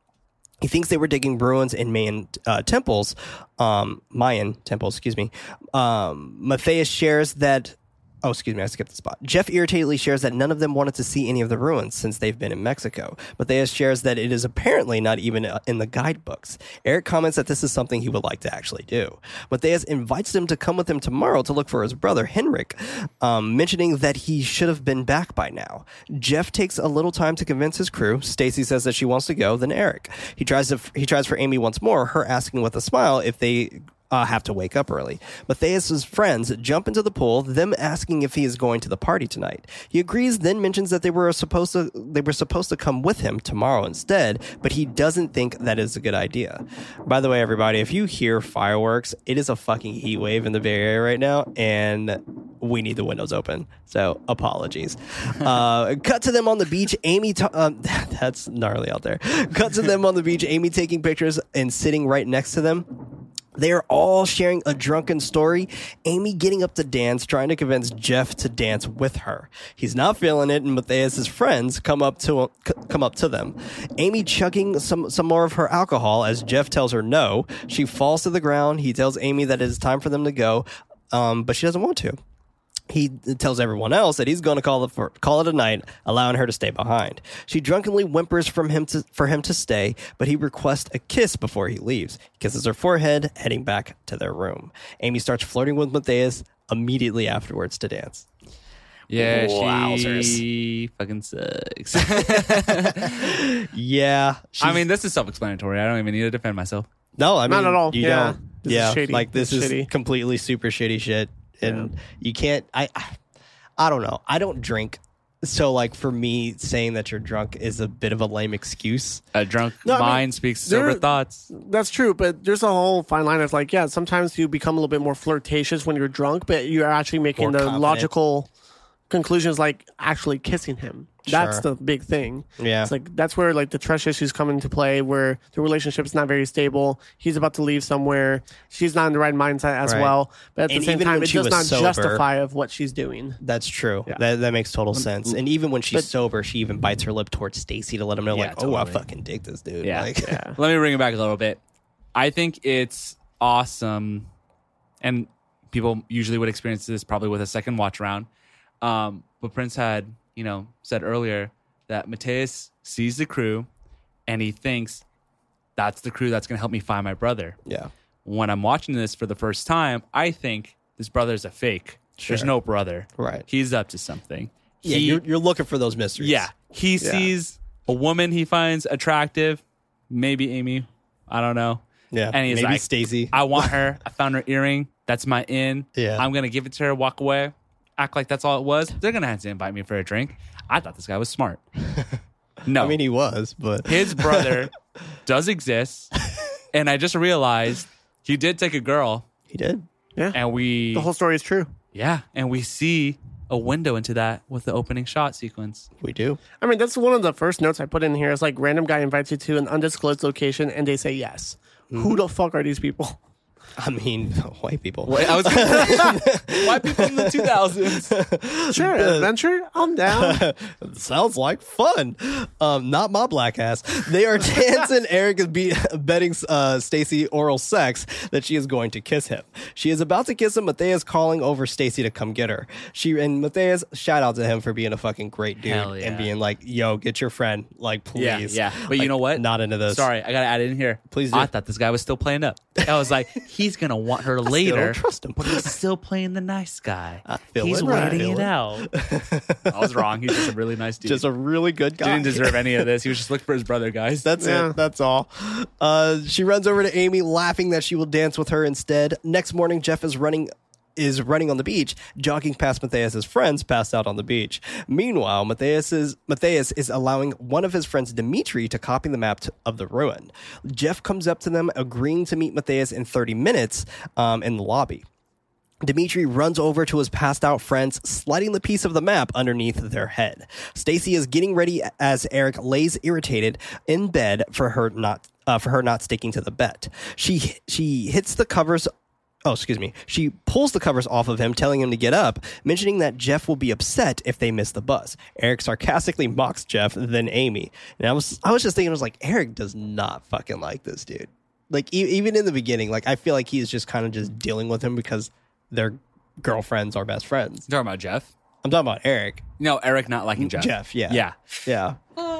Speaker 2: He thinks they were digging ruins in Mayan uh, temples, um, Mayan temples, excuse me. Um, Matthias shares that. Oh, excuse me, I skipped the spot. Jeff irritatedly shares that none of them wanted to see any of the ruins since they've been in Mexico. Matthias shares that it is apparently not even uh, in the guidebooks. Eric comments that this is something he would like to actually do. Matthias invites him to come with him tomorrow to look for his brother, Henrik, um, mentioning that he should have been back by now. Jeff takes a little time to convince his crew. Stacy says that she wants to go, then Eric. He tries to he tries for Amy once more, her asking with a smile if they uh, have to wake up early. Matthias's friends jump into the pool, them asking if he is going to the party tonight. He agrees, then mentions that they were supposed to they were supposed to come with him tomorrow instead, but he doesn't think that is a good idea. By the way, everybody, if you hear fireworks, it is a fucking heat wave in the Bay Area right now, and we need the windows open. So apologies. Uh, cut to them on the beach. Amy, t- um, that's gnarly out there. Cut to them on the beach. Amy taking pictures and sitting right next to them. They are all sharing a drunken story. Amy getting up to dance, trying to convince Jeff to dance with her. He's not feeling it, and Matthias's friends come up to c- come up to them. Amy chugging some some more of her alcohol as Jeff tells her no. She falls to the ground. He tells Amy that it is time for them to go, um, but she doesn't want to he tells everyone else that he's going to call the for, call it a night, allowing her to stay behind. She drunkenly whimpers from him to, for him to stay, but he requests a kiss before he leaves. He kisses her forehead, heading back to their room. Amy starts flirting with Matthias immediately afterwards to dance.
Speaker 3: Yeah, she
Speaker 2: Wowzers.
Speaker 3: fucking sucks.
Speaker 2: Yeah,
Speaker 3: I
Speaker 2: she's-
Speaker 3: mean, this is self-explanatory. I don't even need to defend myself.
Speaker 2: no, I mean,
Speaker 4: Not at all.
Speaker 2: You
Speaker 4: Yeah.
Speaker 2: don't.
Speaker 4: This is
Speaker 2: yeah,
Speaker 4: shady.
Speaker 2: like this
Speaker 4: It's
Speaker 2: is
Speaker 4: shitty.
Speaker 2: completely super shitty shit, and you can't. I, I, I don't know. I don't drink. So, like, for me, saying that you're drunk is a bit of a lame excuse.
Speaker 3: A drunk
Speaker 4: No, I mean,
Speaker 3: mind speaks
Speaker 4: there-
Speaker 3: sober thoughts.
Speaker 4: That's true, but there's a whole fine line of like, yeah, sometimes you become a little bit more flirtatious when you're drunk, but you're actually making
Speaker 2: More
Speaker 4: the
Speaker 2: confident.
Speaker 4: logical conclusions like actually kissing him. That's
Speaker 2: Sure.
Speaker 4: the big thing.
Speaker 2: Yeah.
Speaker 4: It's like that's where like the trust issues come into play where the relationship's not very stable. He's about to leave somewhere. She's not in the right mindset as
Speaker 2: Right.
Speaker 4: well. But at
Speaker 2: And
Speaker 4: the same
Speaker 2: even
Speaker 4: time
Speaker 2: when
Speaker 4: it
Speaker 2: she
Speaker 4: does
Speaker 2: was
Speaker 4: not
Speaker 2: sober-
Speaker 4: justify of what she's doing.
Speaker 2: That's true. That, that makes total sense. And even when she's sober, she even bites her lip towards Stacy to let him know, like, oh, I
Speaker 3: totally.
Speaker 2: fucking dig this dude.
Speaker 3: Yeah.
Speaker 2: Like,
Speaker 3: Let me bring it back a little bit. I think it's awesome, and people usually would experience this probably with a second watch round. Um, but Prince had, you know, said earlier that Mateus sees the crew, and he thinks that's the crew that's going to help me find my brother.
Speaker 2: yeah.
Speaker 3: When I'm watching this for the first time, I think this brother's a fake. There's no brother.
Speaker 2: Right.
Speaker 3: He's up to something.
Speaker 2: Yeah,
Speaker 3: He-
Speaker 2: you're, you're looking for those mysteries.
Speaker 3: yeah. He sees a woman he finds attractive, maybe Amy, I don't know.
Speaker 2: Yeah.
Speaker 3: And he's
Speaker 2: Maybe
Speaker 3: like,
Speaker 2: Stacey.
Speaker 3: I want her. I found her earring. That's my in.
Speaker 2: Yeah.
Speaker 3: I'm going to give it to her, walk away, act like that's all it was. They're going to have to invite me for a drink. I thought this guy was smart. No.
Speaker 2: I mean, he was, but
Speaker 3: his brother does exist. And I just realized he did take a girl.
Speaker 2: he did.
Speaker 3: And we,
Speaker 4: The whole story is true.
Speaker 3: yeah. And we see a window into that with the opening shot sequence.
Speaker 2: We do.
Speaker 4: I mean, that's one of the first notes I put in here. It's like random guy invites you to an undisclosed location and they say yes. Who the fuck are these people?
Speaker 2: I mean, white people.
Speaker 3: Wait, I was white people in the 2000s.
Speaker 4: Sure, adventure. I'm down.
Speaker 2: Sounds like fun. Um, not my black ass. They are Tance and Eric is be- betting uh, Stacy oral sex that she is going to kiss him. She is about to kiss him. Matthias calling over Stacy to come get her. She and Matthias shout out to him for being a fucking great dude
Speaker 3: Hell yeah.
Speaker 2: and being like, "Yo, get your friend." Like,
Speaker 3: Yeah,
Speaker 2: please.
Speaker 3: yeah. But you
Speaker 2: Like,
Speaker 3: know what?
Speaker 2: Not into this.
Speaker 3: Sorry, I gotta add it in here.
Speaker 2: Please do.
Speaker 3: I thought this guy was still playing up. I was like, he's gonna want her later.
Speaker 2: don't trust him.
Speaker 3: but he's still playing the nice guy.
Speaker 2: feel
Speaker 3: he's
Speaker 2: it, I
Speaker 3: waiting
Speaker 2: feel
Speaker 3: it,
Speaker 2: it.
Speaker 3: out. I was wrong. He's just a really nice dude.
Speaker 2: Just a really good guy.
Speaker 3: didn't deserve any of this. He was just looking for his brother, guys.
Speaker 2: That's
Speaker 4: Yeah.
Speaker 2: it. That's all. Uh, she runs over to Amy, laughing that she will dance with her instead. Next morning, Jeff is running is running on the beach, jogging past Matthias's friends passed out on the beach. Meanwhile, Matthias is, Matthias is allowing one of his friends, Dimitri, to copy the map t of the ruin. Jeff comes up to them, agreeing to meet Matthias in 30 minutes um, in the lobby. Dimitri runs over to his passed out friends, sliding the piece of the map underneath their head. Stacy is getting ready as Eric lays irritated in bed for her not uh, for her not sticking to the bet. She she hits the covers Oh, excuse me. She pulls the covers off of him, telling him to get up, mentioning that Jeff will be upset if they miss the bus. Eric sarcastically mocks Jeff, then Amy. And I was, I was just thinking, I was like, Eric does not fucking like this dude. Like e- even in the beginning, like I feel like he's just kind of just dealing with him because their girlfriends are best friends.
Speaker 3: You talking about Jeff.
Speaker 2: I'm talking about Eric.
Speaker 3: No, Eric not liking Jeff.
Speaker 2: Jeff, yeah.
Speaker 3: yeah.
Speaker 2: Yeah. Uh,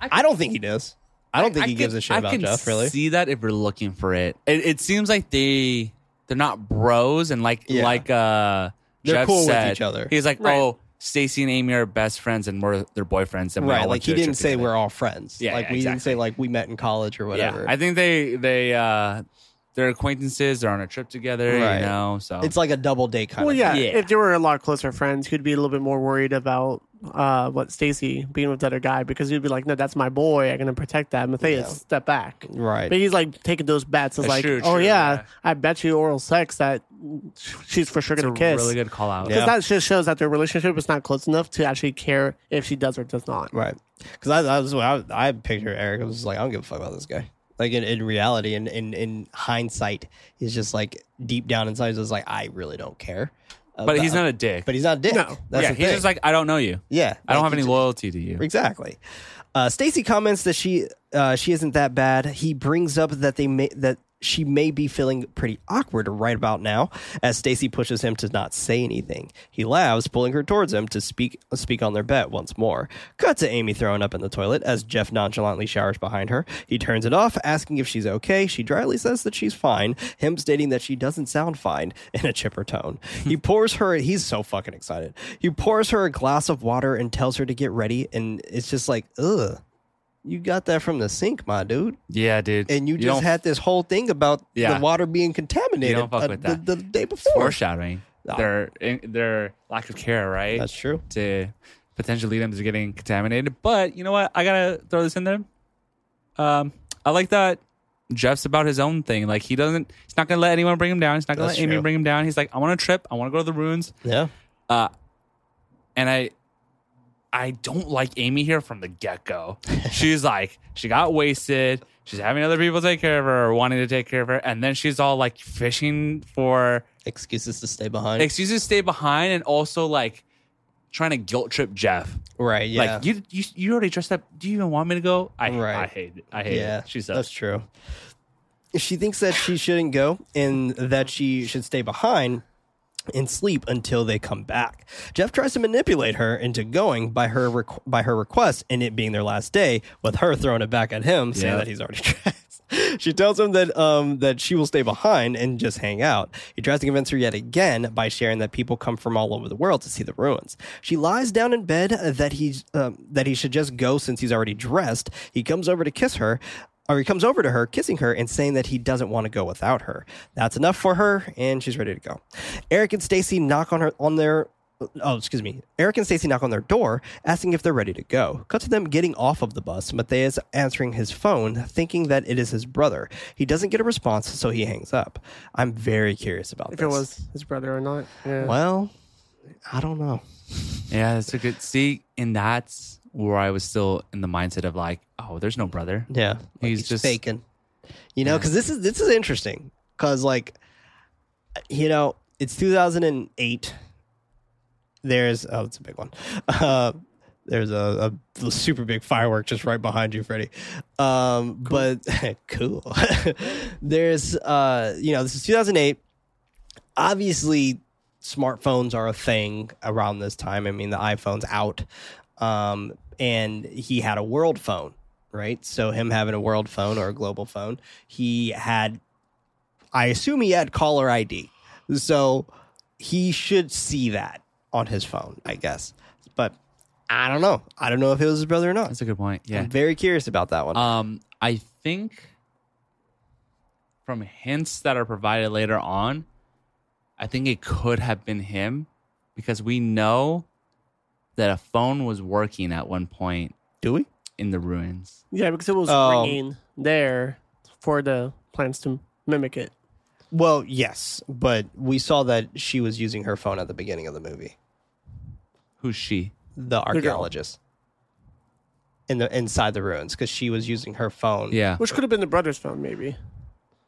Speaker 2: I, don't think he does. I don't think he
Speaker 3: can-
Speaker 2: gives a shit
Speaker 3: I
Speaker 2: about
Speaker 3: can
Speaker 2: Jeff. Really.
Speaker 3: See that if we're looking for it. It, it seems like they they're not bros and like
Speaker 2: Yeah.
Speaker 3: like uh
Speaker 2: They're
Speaker 3: Jeff
Speaker 2: cool with
Speaker 3: said,
Speaker 2: each other.
Speaker 3: He's like, oh, Stacy and Amy are best friends and we're their boyfriends and we all
Speaker 2: Right,
Speaker 3: went
Speaker 2: like
Speaker 3: to
Speaker 2: he
Speaker 3: a
Speaker 2: didn't
Speaker 3: trip
Speaker 2: say
Speaker 3: together.
Speaker 2: we're all friends.
Speaker 3: Yeah,
Speaker 2: like
Speaker 3: yeah,
Speaker 2: we didn't say
Speaker 3: exactly.
Speaker 2: like we met in college or whatever.
Speaker 3: Yeah, I think they they uh they're acquaintances. They're on a trip together.
Speaker 2: Right.
Speaker 3: You know, so
Speaker 2: it's like a double date kind
Speaker 4: well,
Speaker 2: of.
Speaker 4: yeah,
Speaker 3: Yeah.
Speaker 4: If they were a lot closer friends, you'd be a little bit more worried about uh, what Stacy being with the other guy because you'd be like, no, that's my boy. I'm gonna protect that. Matthias, step back.
Speaker 2: Right.
Speaker 4: But he's like taking those bets. It's
Speaker 3: That's
Speaker 4: like,
Speaker 3: true,
Speaker 4: oh
Speaker 3: true,
Speaker 4: yeah,
Speaker 3: yeah.
Speaker 4: I bet you oral sex that she's for sure
Speaker 3: it's a
Speaker 4: gonna kiss.
Speaker 3: really good call out.
Speaker 4: Because
Speaker 2: Yeah.
Speaker 4: that just shows that their relationship is not close enough to actually care if she does or does not.
Speaker 2: Right. Because I, I was, I, I picture Eric. I was just like, I don't give a fuck about this guy. Like in, in reality, and in, in hindsight, he's just like deep down inside, he's just like, I really don't care.
Speaker 3: But he's
Speaker 2: about-
Speaker 3: not a dick.
Speaker 2: But he's not a dick.
Speaker 4: No.
Speaker 2: That's
Speaker 3: yeah,
Speaker 2: the
Speaker 3: he's
Speaker 2: thing.
Speaker 3: just like, I don't know you.
Speaker 2: yeah.
Speaker 3: I don't
Speaker 2: Like,
Speaker 3: have any
Speaker 2: he-
Speaker 3: loyalty to you.
Speaker 2: Exactly. Uh, Stacy comments that she uh, she isn't that bad. He brings up that they may that she may be feeling pretty awkward right about now as Stacy pushes him to not say anything. He laughs, pulling her towards him to speak speak on their bet once more. Cut to Amy throwing up in the toilet as Jeff nonchalantly showers behind her. He turns it off, asking if she's okay. She dryly says that she's fine, him stating that she doesn't sound fine in a chipper tone. He pours her, he's so fucking excited. He pours her a glass of water and tells her to get ready. And it's just like, ugh, you got that from the sink, my dude.
Speaker 3: Yeah, dude.
Speaker 2: And you just
Speaker 3: don't-
Speaker 2: had this whole thing about
Speaker 3: Yeah.
Speaker 2: the water being contaminated
Speaker 3: You don't fuck
Speaker 2: uh,
Speaker 3: with
Speaker 2: the-
Speaker 3: that.
Speaker 2: The, day before.
Speaker 3: foreshadowing
Speaker 2: No.
Speaker 3: their their lack of care, right?
Speaker 2: That's true.
Speaker 3: to potentially lead them to getting contaminated. But you know what? I gotta throw this in there. Um, I like that Jeff's about his own thing. Like he doesn't. He's not gonna let anyone bring him down. He's not gonna
Speaker 2: That's
Speaker 3: let Amy
Speaker 2: true.
Speaker 3: bring him down. He's like, I want to trip. I want to go to the ruins.
Speaker 2: Yeah.
Speaker 3: And I, I don't like Amy here from the get go. she's like, she got wasted. She's having other people take care of her or wanting to take care of her, and then she's all like fishing for
Speaker 2: Excuses to stay behind.
Speaker 3: excuses to stay behind, and also like trying to guilt trip Jeff.
Speaker 2: right. Yeah.
Speaker 3: Like you, you, you already dressed up. Do you even want me to go? I,
Speaker 2: Right.
Speaker 3: I hate it. I hate
Speaker 2: yeah.
Speaker 3: it. She
Speaker 2: that's
Speaker 3: says,
Speaker 2: true. She thinks that she shouldn't go and that she should stay behind and sleep until they come back. Jeff tries to manipulate her into going by her requ- by her request and it being their last day with her throwing it back at him saying
Speaker 3: Yeah.
Speaker 2: that he's already dressed. She tells him that um, that she will stay behind and just hang out. He tries to convince her yet again by sharing that people come from all over the world to see the ruins. She lies down in bed uh, that he's um, that he should just go since he's already dressed. He comes over to kiss her, or he comes over to her, kissing her and saying that he doesn't want to go without her. That's enough for her, and she's ready to go. Eric and Stacy knock on her on their. Oh, excuse me. Eric and Stacy knock on their door, asking if they're ready to go. Cut to them getting off of the bus. Matthias answering his phone, thinking that it is his brother. He doesn't get a response, so he hangs up. I'm very curious about
Speaker 4: If
Speaker 2: this.
Speaker 4: it was his brother or not. Yeah.
Speaker 2: well, I don't know.
Speaker 3: "Yeah, that's a good see." And that's where I was still in the mindset of like, "Oh, there's no brother."
Speaker 2: Yeah, like
Speaker 3: He's just-
Speaker 2: faking. You know, because this is this is interesting. Because like, you know, it's 2008. There's oh, it's a big one. Uh, there's a, a super big firework just right behind you, Freddie. Um, But cool. there's uh, you know, this is 2008. Obviously, smartphones are a thing around this time. I mean, the iPhone's out. Um, and he had a world phone, right? So, him having a world phone or a global phone, he had, I assume he had caller ID. So, he should see that on his phone, I guess. But I don't know. I don't know if it was his brother or not.
Speaker 3: That's a good point. Yeah,
Speaker 2: I'm very curious about that one.
Speaker 3: Um, I think from hints that are provided later on, I think it could have been him because we know that a phone was working at one point
Speaker 2: Do we?
Speaker 3: in the ruins.
Speaker 4: Yeah, because it was
Speaker 2: Oh.
Speaker 4: ringing there for the plants to mimic it.
Speaker 2: Well, yes, but we saw that she was using her phone at the beginning of the movie.
Speaker 3: Who's she?
Speaker 2: the archaeologist in the inside the ruins because she was using her phone.
Speaker 3: Yeah.
Speaker 4: Which could have been the brother's phone, maybe.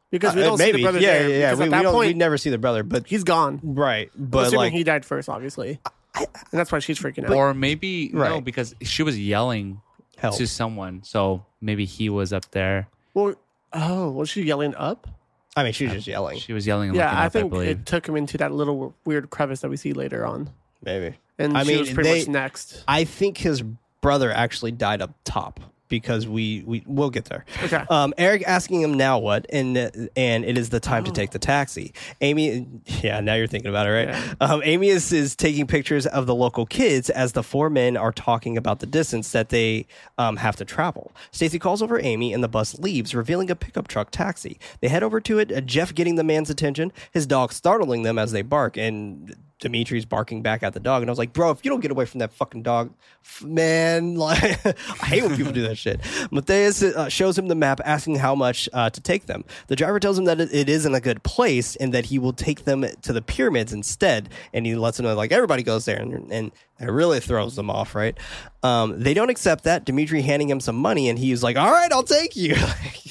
Speaker 4: Because
Speaker 2: Uh,
Speaker 4: we don't see
Speaker 2: maybe.
Speaker 4: the brother
Speaker 2: yeah,
Speaker 4: there.
Speaker 2: yeah, yeah.
Speaker 4: because
Speaker 2: We,
Speaker 4: at
Speaker 2: we
Speaker 4: that
Speaker 2: don't.
Speaker 4: point,
Speaker 2: we never see the brother, but
Speaker 4: he's gone.
Speaker 2: right. But
Speaker 4: Assuming
Speaker 2: like,
Speaker 4: he died first, obviously. and that's why she's freaking out.
Speaker 3: Or maybe no,
Speaker 2: Right.
Speaker 3: because she was yelling
Speaker 2: help.
Speaker 3: to someone, so maybe he was up there.
Speaker 4: Well, oh, was she yelling up?
Speaker 2: I mean, she was just yelling.
Speaker 3: She was yelling. And
Speaker 4: Yeah,
Speaker 3: looking
Speaker 4: I
Speaker 3: up, I
Speaker 4: think
Speaker 3: believe.
Speaker 4: it took him into that little weird crevice that we see later on.
Speaker 2: Maybe.
Speaker 4: And
Speaker 2: I
Speaker 4: she
Speaker 2: mean,
Speaker 4: was pretty
Speaker 2: they-
Speaker 4: much next.
Speaker 2: I think his brother actually died up top because we we will get there.
Speaker 4: Okay.
Speaker 2: Um, Eric asking him now what, and and it is the time to take the taxi. Amy, yeah, now you're thinking about it, right? Um, Amy is is taking pictures of the local kids as the four men are talking about the distance that they um, have to travel. Stacy calls over Amy, and the bus leaves, revealing a pickup truck taxi. They head over to it. uh, Jeff getting the man's attention, his dog startling them as they bark, and Dimitri's barking back at the dog, and I was like, "Bro, if you don't get away from that fucking dog, f- man, like, I hate when people do that shit." Matthias uh, shows him the map, asking how much uh, to take them. The driver tells him that it, it isn't a good place, and that he will take them to the pyramids instead. And he lets them know, like, everybody goes there, and, and it really throws them off, right? Um, they don't accept that. Dimitri handing him some money, and he's like, "All right, I'll take you.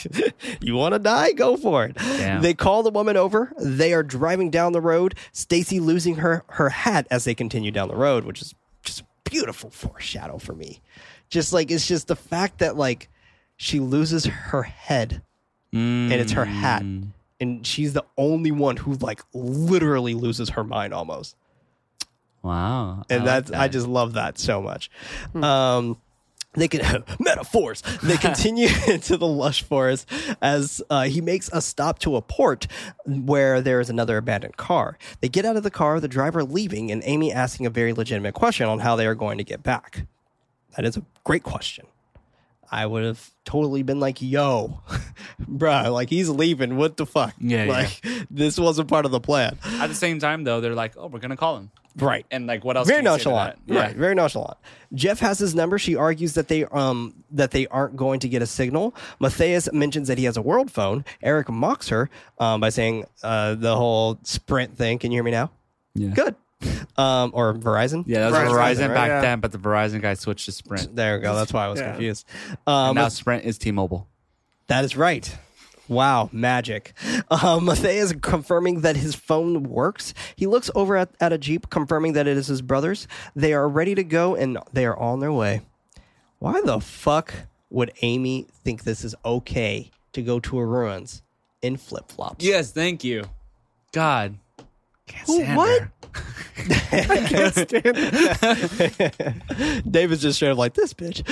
Speaker 2: you want to die? Go for it."
Speaker 3: Damn.
Speaker 2: They call the woman over. They are driving down the road. Stacy losing her her hat as they continue down the road, which is just a beautiful foreshadow for me. Just like it's just the fact that like she loses her head and it's her hat, and she's the only one who like literally loses her mind almost
Speaker 3: wow, Uh,
Speaker 2: and
Speaker 3: like
Speaker 2: that's I
Speaker 3: that. Hmm.
Speaker 2: just love that so much. Um, they can metaphors. They continue into the lush forest as uh, he makes a stop to a port where there is another abandoned car. They get out of the car, the driver leaving, and Amy asking a very legitimate question on how they are going to get back. That is a great question. I would have totally been like, "Yo, bruh, like he's leaving. What the fuck?
Speaker 3: Yeah, yeah.
Speaker 2: like this wasn't part of the plan."
Speaker 3: at the same time though, they're like, oh, we're gonna call him.
Speaker 2: Right.
Speaker 3: And like, what else?
Speaker 2: Very
Speaker 3: can you say to
Speaker 2: nonchalant.
Speaker 3: that? Yeah.
Speaker 2: Right. Very nonchalant. Jeff has his number. She argues that they um that they aren't going to get a signal. Matthias mentions that he has a world phone. Eric mocks her um, by saying uh, the whole Sprint thing. Can you hear me now?
Speaker 3: Yeah.
Speaker 2: Good. Um, or Verizon.
Speaker 3: Yeah, that was
Speaker 4: Verizon,
Speaker 3: Verizon,
Speaker 4: right?
Speaker 3: back
Speaker 4: Yeah.
Speaker 3: then, but the Verizon guy switched to Sprint.
Speaker 2: There we go. That's why I was
Speaker 4: Yeah.
Speaker 2: confused. Um,
Speaker 3: now Sprint is T-Mobile.
Speaker 2: That is right. Wow, magic. Um, Matthias confirming that his phone works. He looks over at, at a Jeep, confirming that it is his brother's. They are ready to go and they are on their way. Why the fuck would Amy think this is okay to go to a ruins in flip flops?
Speaker 3: Yes, thank you. God. Can't
Speaker 2: Who-
Speaker 3: stand
Speaker 2: what?
Speaker 3: her.
Speaker 2: David's just straight up like, this bitch.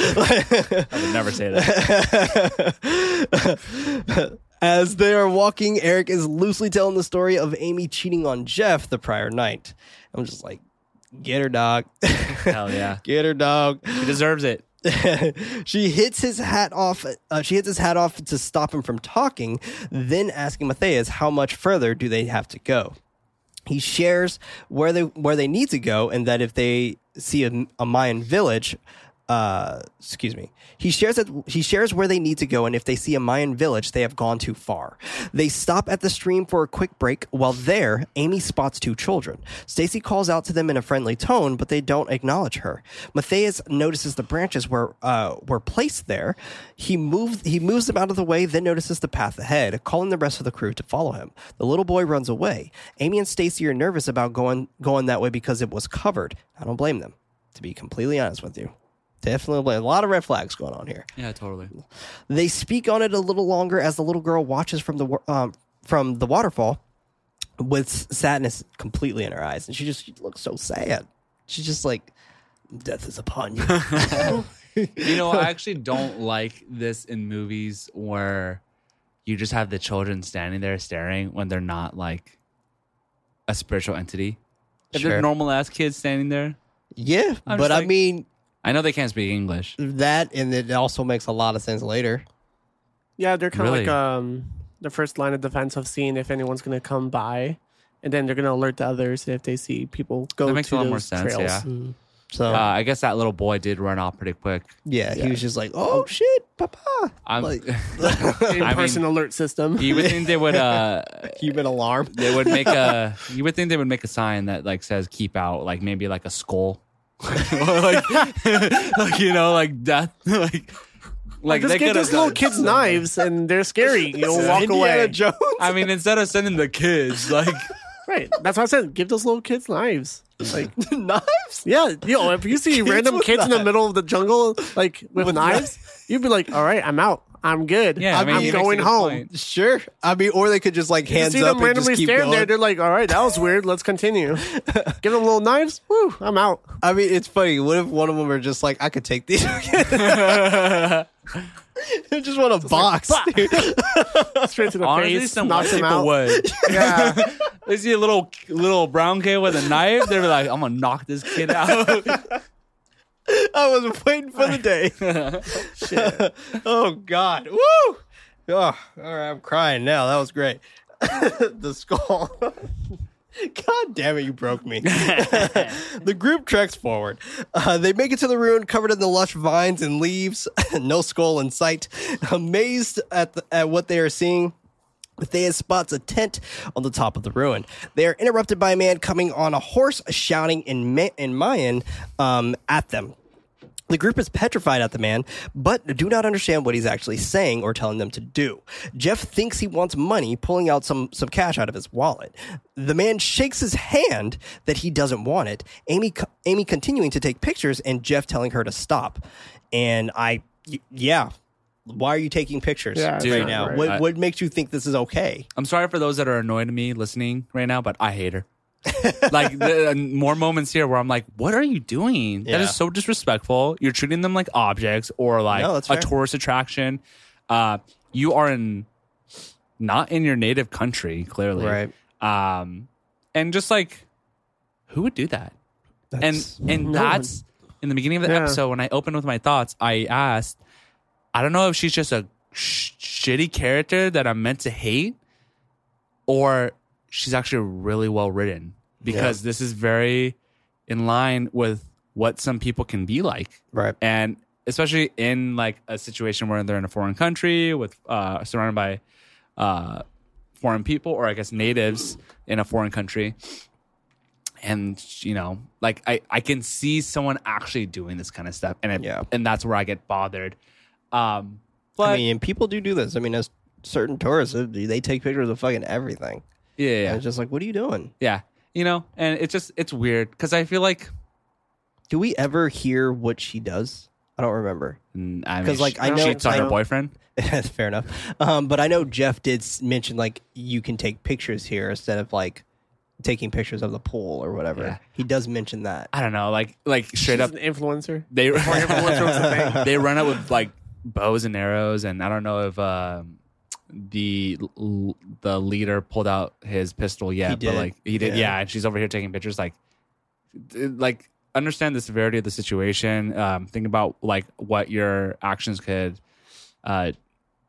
Speaker 3: I would never say that.
Speaker 2: As they are walking, Eric is loosely telling the story of Amy cheating on Jeff the prior night. I'm just like, get her, dog.
Speaker 3: Hell yeah.
Speaker 2: get her, dog.
Speaker 3: He deserves it.
Speaker 2: she hits his hat off. Uh, she hits his hat off to stop him from talking, then asking Matthias how much further do they have to go. He shares where they where they need to go, and that if they see a, a Mayan village, uh, excuse me, he shares that he shares where they need to go, and if they see a Mayan village, they have gone too far. They stop at the stream for a quick break. While there, Amy spots two children. Stacy calls out to them in a friendly tone, but they don't acknowledge her. Matthias notices the branches were uh, were placed there. He moves he moves them out of the way, then notices the path ahead, calling the rest of the crew to follow him. The little boy runs away. Amy and Stacy are nervous about going going that way because it was covered. I don't blame them, to be completely honest with you. Definitely blame. a lot of red flags going on here.
Speaker 3: Yeah, totally.
Speaker 2: They speak on it a little longer as the little girl watches from the wa- um, from the waterfall with s- sadness completely in her eyes, and she just she looks so sad. She's just like, "Death is upon you."
Speaker 3: You know, I actually don't like this in movies where you just have the children standing there staring when they're not like a spiritual entity. If
Speaker 2: Sure.
Speaker 3: they're normal ass kids standing there,
Speaker 2: yeah,
Speaker 3: I'm
Speaker 2: but
Speaker 3: just
Speaker 2: I
Speaker 3: like-
Speaker 2: mean
Speaker 3: I know they can't speak English.
Speaker 2: that, and it also makes a lot of sense later.
Speaker 4: Yeah, they're kind of
Speaker 3: Really?
Speaker 4: like um, the first line of defense of seeing if anyone's going to come by, and then they're going to alert the others if they see people go
Speaker 3: That makes
Speaker 4: to
Speaker 3: a lot
Speaker 4: those
Speaker 3: more sense.
Speaker 4: trails. Mm.
Speaker 3: Yeah.
Speaker 2: So
Speaker 3: Uh, I guess that little boy did run off pretty quick.
Speaker 2: yeah, he was just like, "Oh shit, papa!"
Speaker 3: I'm,
Speaker 2: Like-
Speaker 3: I
Speaker 4: In-person
Speaker 3: mean,
Speaker 4: alert system.
Speaker 3: you would think they would uh,
Speaker 2: Human alarm.
Speaker 3: they would make a you would think they would make a sign that like says keep out like maybe like a skull or like, like you know like death like like
Speaker 4: Just
Speaker 3: they
Speaker 4: give
Speaker 3: could
Speaker 4: those
Speaker 3: have
Speaker 4: little
Speaker 3: done-
Speaker 4: kids knives, and they're scary. You'll walk away.
Speaker 2: Jones.
Speaker 3: I mean instead of sending the kids like
Speaker 4: Right. That's what I said. Give those little kids knives. Like,
Speaker 2: Knives.
Speaker 4: yeah, yo, if you see random
Speaker 2: with
Speaker 4: kids in the
Speaker 2: knives.
Speaker 4: middle of the jungle, like with, knives, you'd be like, all right, I'm out. I'm good.
Speaker 3: yeah I
Speaker 4: I'm,
Speaker 3: mean,
Speaker 4: I'm
Speaker 3: he makes a
Speaker 4: going
Speaker 3: good
Speaker 4: home.
Speaker 3: point.
Speaker 2: Sure. I mean, or they could just like
Speaker 4: You
Speaker 2: hands
Speaker 4: see
Speaker 2: up
Speaker 4: them
Speaker 2: and
Speaker 4: randomly
Speaker 2: just keep
Speaker 4: staring
Speaker 2: going.
Speaker 4: there. They're like, all right, that was weird. Let's continue. Give them little knives. Woo, I'm out.
Speaker 2: I mean, it's funny. What if one of them are just like, I could take these? I just want a box. dude.
Speaker 4: Straight to the
Speaker 3: honestly
Speaker 4: face.
Speaker 3: some white
Speaker 4: knocks them
Speaker 3: people
Speaker 4: out.
Speaker 3: would
Speaker 4: Yeah.
Speaker 3: they see a little little brown kid with a knife they're like I'm gonna knock this kid out
Speaker 2: I was waiting for the day. oh God. Woo. Oh, all right. I'm crying now. That was great. the skull. God damn it, you broke me. the group treks forward. Uh, they make it to the ruin covered in the lush vines and leaves, no skull in sight. Amazed at, the, at what they are seeing, Matthias spots a tent on the top of the ruin. They are interrupted by a man coming on a horse shouting in, Ma- in Mayan um, at them. The group is petrified at the man, but do not understand what he's actually saying or telling them to do. Jeff thinks he wants money, pulling out some, some cash out of his wallet. The man shakes his hand that he doesn't want it. Amy, co- Amy continuing to take pictures and Jeff telling her to stop. And I, y- yeah, why are you taking pictures
Speaker 4: Yeah, it's
Speaker 2: right
Speaker 3: not
Speaker 2: now?
Speaker 3: right.
Speaker 2: What,
Speaker 3: I-
Speaker 2: what makes you think this is okay?
Speaker 3: I'm sorry for those that are annoyed at me listening right now, but I hate her. like the, uh, more moments here where I'm like, what are you doing? That
Speaker 2: Yeah.
Speaker 3: is so disrespectful. You're treating them like objects or like
Speaker 2: No,
Speaker 3: a
Speaker 2: that's fair.
Speaker 3: tourist attraction. Uh, you are in not in your native country, clearly. Um, and just like, who would do that? and and that's in the beginning of the
Speaker 4: Yeah.
Speaker 3: episode when I opened with my thoughts. I asked, I don't know if she's just a sh- shitty character that I'm meant to hate, or she's actually really well written because this is very in line with what some people can be like.
Speaker 2: Right.
Speaker 3: And especially in like a situation where they're in a foreign country with uh, surrounded by uh, foreign people or I guess natives in a foreign country. And you know, like I, I can see someone actually doing this kind of stuff, and it,
Speaker 2: Yeah.
Speaker 3: and that's where I get bothered. Um, but
Speaker 2: I mean, people do do this. I mean, as certain tourists, uh, they take pictures of fucking everything.
Speaker 3: yeah, yeah,
Speaker 2: And
Speaker 3: yeah,
Speaker 2: it's just like, what are you doing?
Speaker 3: yeah, you know, and it's just it's weird because I feel like
Speaker 2: Do we ever hear what she does? I don't remember.
Speaker 3: Mm, I mean,
Speaker 2: 'Cause, like,
Speaker 3: she
Speaker 2: I know-
Speaker 3: cheats on
Speaker 2: I
Speaker 3: her
Speaker 2: know-
Speaker 3: boyfriend.
Speaker 2: That's fair enough. Um, but I know Jeff did s- mention like you can take pictures here instead of like taking pictures of the pool or whatever.
Speaker 3: Yeah.
Speaker 2: He does mention that.
Speaker 3: I don't know, like like straight
Speaker 4: She's
Speaker 3: up
Speaker 4: an influencer.
Speaker 3: they
Speaker 4: influencer was a
Speaker 3: they run out with like bows and arrows, and I don't know if um the l- the leader pulled out his pistol yet,
Speaker 2: He
Speaker 3: but
Speaker 2: did.
Speaker 3: like he did,
Speaker 2: Yeah.
Speaker 3: yeah. And she's over here taking pictures, like d- like understand the severity of the situation. Um, think about like what your actions could uh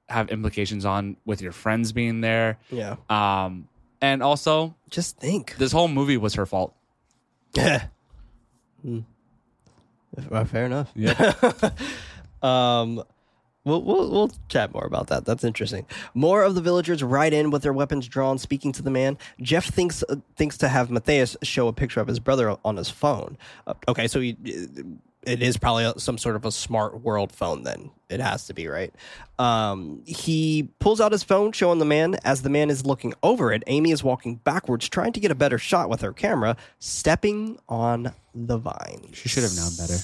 Speaker 3: have implications on with your friends being there.
Speaker 2: Yeah.
Speaker 3: Um, and also
Speaker 2: Just think.
Speaker 3: this whole movie was her fault.
Speaker 2: Well, Hmm. uh, fair enough. Yeah. um, we'll, we'll we'll chat more about that. That's interesting. More of the villagers ride in with their weapons drawn, speaking to the man. Jeff thinks uh, thinks to have Matthias show a picture of his brother on his phone. Uh, okay, so he. It is probably a- some sort of a smart world phone, then. It has to be, right? Um, he pulls out his phone, showing the man. As the man is looking over it, Amy is walking backwards, trying to get a better shot with her camera, stepping on the vine
Speaker 3: She should have known better.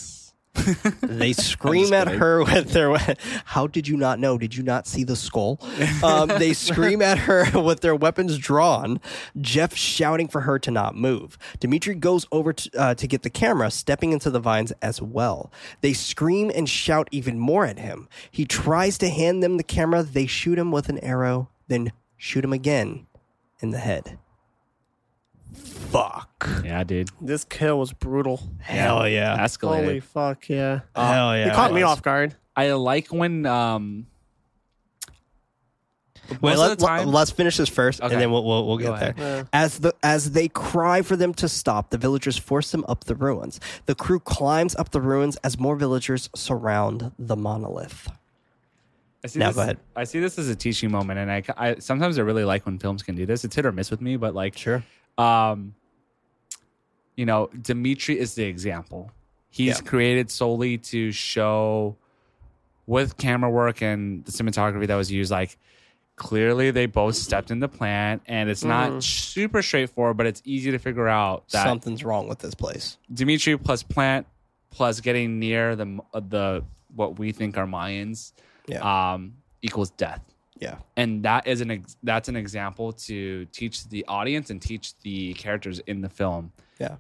Speaker 2: they scream at her with their we- how did you not know did you not see the skull um, they scream at her with their weapons drawn jeff shouting for her to not move dimitri goes over to, uh, to get the camera stepping into the vines as well they scream and shout even more at him he tries to hand them the camera they shoot him with an arrow then shoot him again in the head fuck
Speaker 3: Yeah, dude.
Speaker 4: This kill was brutal.
Speaker 2: hell yeah Uh,
Speaker 3: Escalated.
Speaker 4: Holy fuck, yeah.
Speaker 2: hell yeah
Speaker 4: it caught me
Speaker 2: was.
Speaker 4: off guard.
Speaker 3: I like when um
Speaker 2: Wait,
Speaker 3: most
Speaker 2: let,
Speaker 3: of the time
Speaker 2: us finish this first,
Speaker 3: Okay.
Speaker 2: and then we'll we'll, we'll get there.
Speaker 3: ahead.
Speaker 2: As the as they cry for them to stop, the villagers force them up the ruins. The crew climbs up the ruins as more villagers surround the monolith.
Speaker 3: I see
Speaker 2: No,
Speaker 3: this,
Speaker 2: go ahead.
Speaker 3: I see this as a teaching moment, and I, I sometimes I really like when films can do this. It's hit or miss with me, but like
Speaker 2: Sure.
Speaker 3: um, you know, Dimitri is the example. He's created solely to show with camera work and the cinematography that was used, like clearly they both stepped in the plan and it's
Speaker 2: Mm-hmm.
Speaker 3: not super straightforward, but it's easy to figure out that
Speaker 2: Something's wrong with this place.
Speaker 3: Dimitri plus plant plus getting near the uh, the what we think are Mayans
Speaker 2: Yeah.
Speaker 3: um, equals death,
Speaker 2: Yeah.
Speaker 3: and that is an ex- that's an example to teach the audience and teach the characters in the film
Speaker 2: Yeah.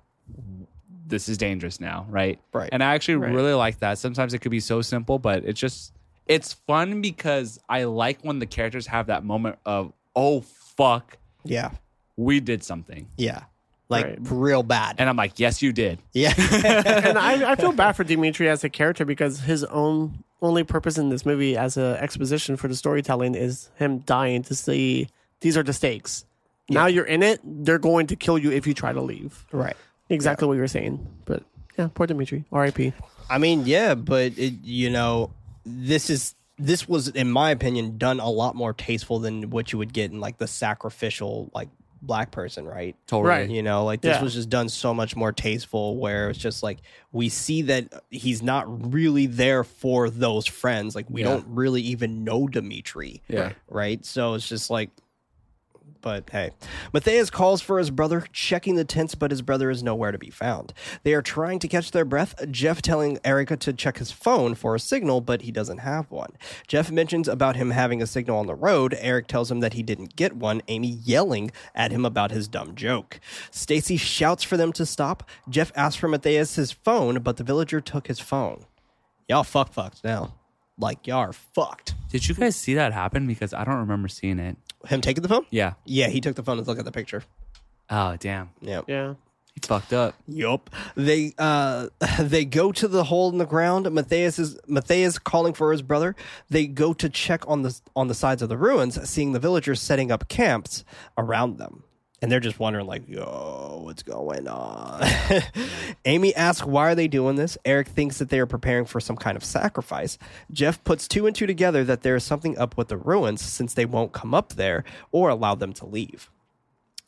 Speaker 3: this is dangerous now, right?
Speaker 2: Right.
Speaker 3: And I actually
Speaker 4: Right.
Speaker 3: really like that. Sometimes it could be so simple, but it's just it's fun because I like when the characters have that moment of oh fuck,
Speaker 2: Yeah.
Speaker 3: we did something,
Speaker 2: Yeah. Like
Speaker 4: Right.
Speaker 2: real bad.
Speaker 3: and I'm like yes, you did.
Speaker 2: yeah.
Speaker 4: and I, I feel bad for Dimitri as a character because his own only purpose in this movie as an exposition for the storytelling is him dying to see these are the stakes. Now you're in it, they're going to kill you if you try to leave.
Speaker 2: right.
Speaker 4: Exactly what you were saying. But yeah, poor Dimitri. R.I.P.
Speaker 2: I mean, yeah, but it, you know, this is this was, in my opinion, done a lot more tasteful than what you would get in like the sacrificial like black person, right?
Speaker 3: Totally.
Speaker 4: Right.
Speaker 2: You know, like this
Speaker 4: Yeah.
Speaker 2: was just done so much more tasteful where it's just like we see that he's not really there for those friends. Like we
Speaker 3: Yeah.
Speaker 2: don't really even know Dimitri.
Speaker 3: Yeah.
Speaker 2: Right. So it's just like but hey, Matthias calls for his brother, checking the tents, but his brother is nowhere to be found. They are trying to catch their breath, Jeff telling Erica to check his phone for a signal, but he doesn't have one. Jeff mentions about him having a signal on the road. Eric tells him that he didn't get one, Amy yelling at him about his dumb joke. Stacy shouts for them to stop. Jeff asks for Matthias his phone, but the villager took his phone. Y'all fuck fucked now. Like, y'all are fucked.
Speaker 3: Did you guys see that happen? Because I don't remember seeing it.
Speaker 2: Him taking the phone?
Speaker 3: Yeah.
Speaker 2: Yeah, he took the phone to look at the picture.
Speaker 3: Oh damn.
Speaker 2: Yeah.
Speaker 4: Yeah.
Speaker 3: He fucked up.
Speaker 2: Yup. They uh they go to the hole in the ground. Matthias is Matthias calling for his brother. They go to check on the on the sides of the ruins, seeing the villagers setting up camps around them. and they're just wondering like yo what's going on amy asks why are they doing this eric thinks that they are preparing for some kind of sacrifice jeff puts two and two together that there is something up with the ruins since they won't come up there or allow them to leave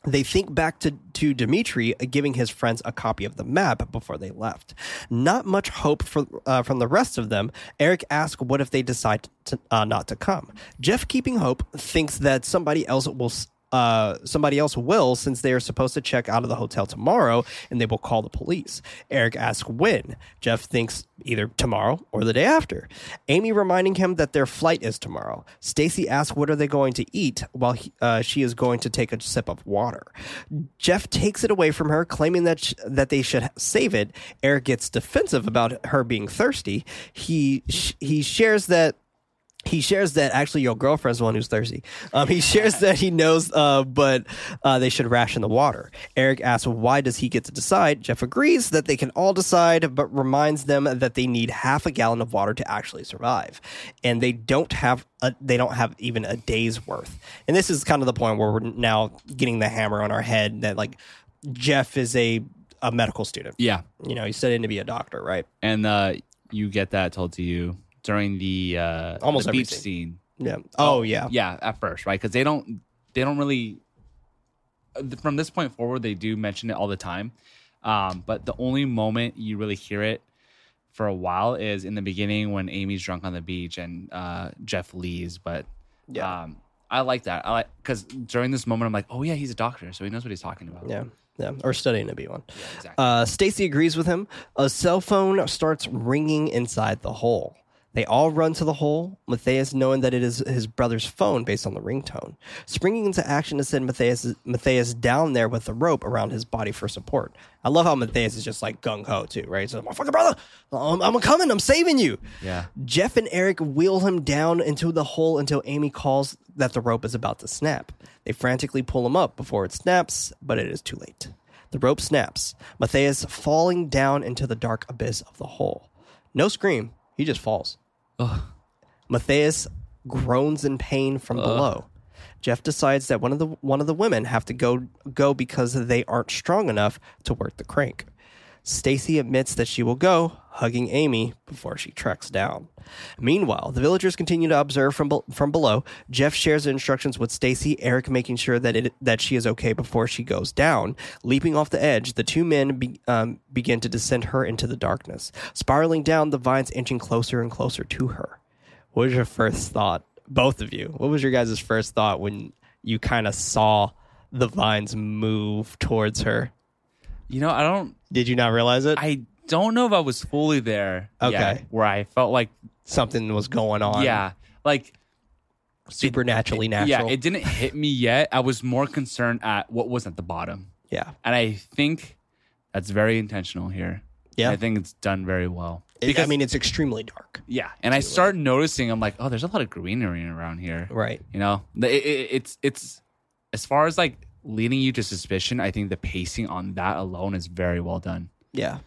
Speaker 2: they think back to, to Dimitri giving his friends a copy of the map before they left. Not much hope for, uh, from the rest of them. Eric asks, What if they decide to, uh, not to come? Jeff, keeping hope, thinks that somebody else will. s- Uh, somebody else will, since they are supposed to check out of the hotel tomorrow and they will call the police. Eric asks when. Jeff thinks either tomorrow or the day after. Amy reminding him that their flight is tomorrow. Stacy asks what are they going to eat while he, uh, she is going to take a sip of water. Jeff takes it away from her, claiming that sh- that they should save it. Eric gets defensive about her being thirsty. He sh- he shares that he shares that actually your girlfriend's the one who's thirsty. Um, he shares that he knows, uh, but uh, they should ration the water. Eric asks, why does he get to decide? Jeff agrees that they can all decide, but reminds them that they need half a gallon of water to actually survive, and they don't have a, they don't have even a day's worth. And this is kind of the point where we're now getting the hammer on our head that like Jeff is a a medical student.
Speaker 3: Yeah.
Speaker 2: You know, he studied to be a doctor, right?
Speaker 3: And uh, you get that told to you during the uh,
Speaker 2: Almost
Speaker 3: the
Speaker 2: every
Speaker 3: beach
Speaker 2: scene.
Speaker 3: scene.
Speaker 2: Yeah. Oh yeah.
Speaker 3: Yeah, at first, right? Because they don't they don't really from this point forward they do mention it all the time. Um, but the only moment you really hear it for a while is in the beginning when Amy's drunk on the beach and uh, Jeff leaves. But
Speaker 2: Yeah.
Speaker 3: um, I like that. I like because during this moment I'm like, oh yeah, he's a doctor, so he knows what he's talking about.
Speaker 2: Yeah. Yeah. Or studying to be one.
Speaker 3: exactly.
Speaker 2: Uh, Stacy agrees with him. A cell phone starts ringing inside the hole. They all run to the hole, Matthias knowing that it is his brother's phone based on the ringtone. Springing into action to send Matthias, Matthias down there with a rope around his body for support. I love how Matthias is just like gung ho, too, right? So, my fucking brother, I'm, I'm coming, I'm saving you.
Speaker 3: Yeah.
Speaker 2: Jeff and Eric wheel him down into the hole until Amy calls that the rope is about to snap. They frantically pull him up before it snaps, but it is too late. The rope snaps, Matthias falling down into the dark abyss of the hole. No scream, he just falls. Matthias groans in pain from below. Jeff decides that one of the one of the women have to go go because they aren't strong enough to work the crank. Stacy admits that she will go, hugging Amy before she treks down. Meanwhile, the villagers continue to observe from bel from below. Jeff shares the instructions with Stacy, Eric making sure that it that she is okay before she goes down. Leaping off the edge, the two men be, um, begin to descend her into the darkness, spiraling down. The vines inching closer and closer to her. What was your first thought, both of you? What was your guys' first thought when you kind of saw the vines move towards her?
Speaker 3: You know, I don't
Speaker 2: Did you not realize it?
Speaker 3: I don't know if I was fully there. yet,
Speaker 2: Okay.
Speaker 3: where I felt like
Speaker 2: Something was going on.
Speaker 3: yeah, like
Speaker 2: Supernaturally natural.
Speaker 3: Yeah, it didn't hit me yet. I was more concerned at what was at the bottom.
Speaker 2: yeah.
Speaker 3: And I think that's very intentional here.
Speaker 2: Yeah.
Speaker 3: I think it's done very well.
Speaker 2: It- I mean, it's extremely dark.
Speaker 3: Yeah. And I start noticing, I'm like, oh, there's a lot of greenery around here.
Speaker 2: Right.
Speaker 3: You know, The- it, it, it's, it's, as far as like leading you to suspicion, I think the pacing on that alone is very well done.
Speaker 2: Yeah.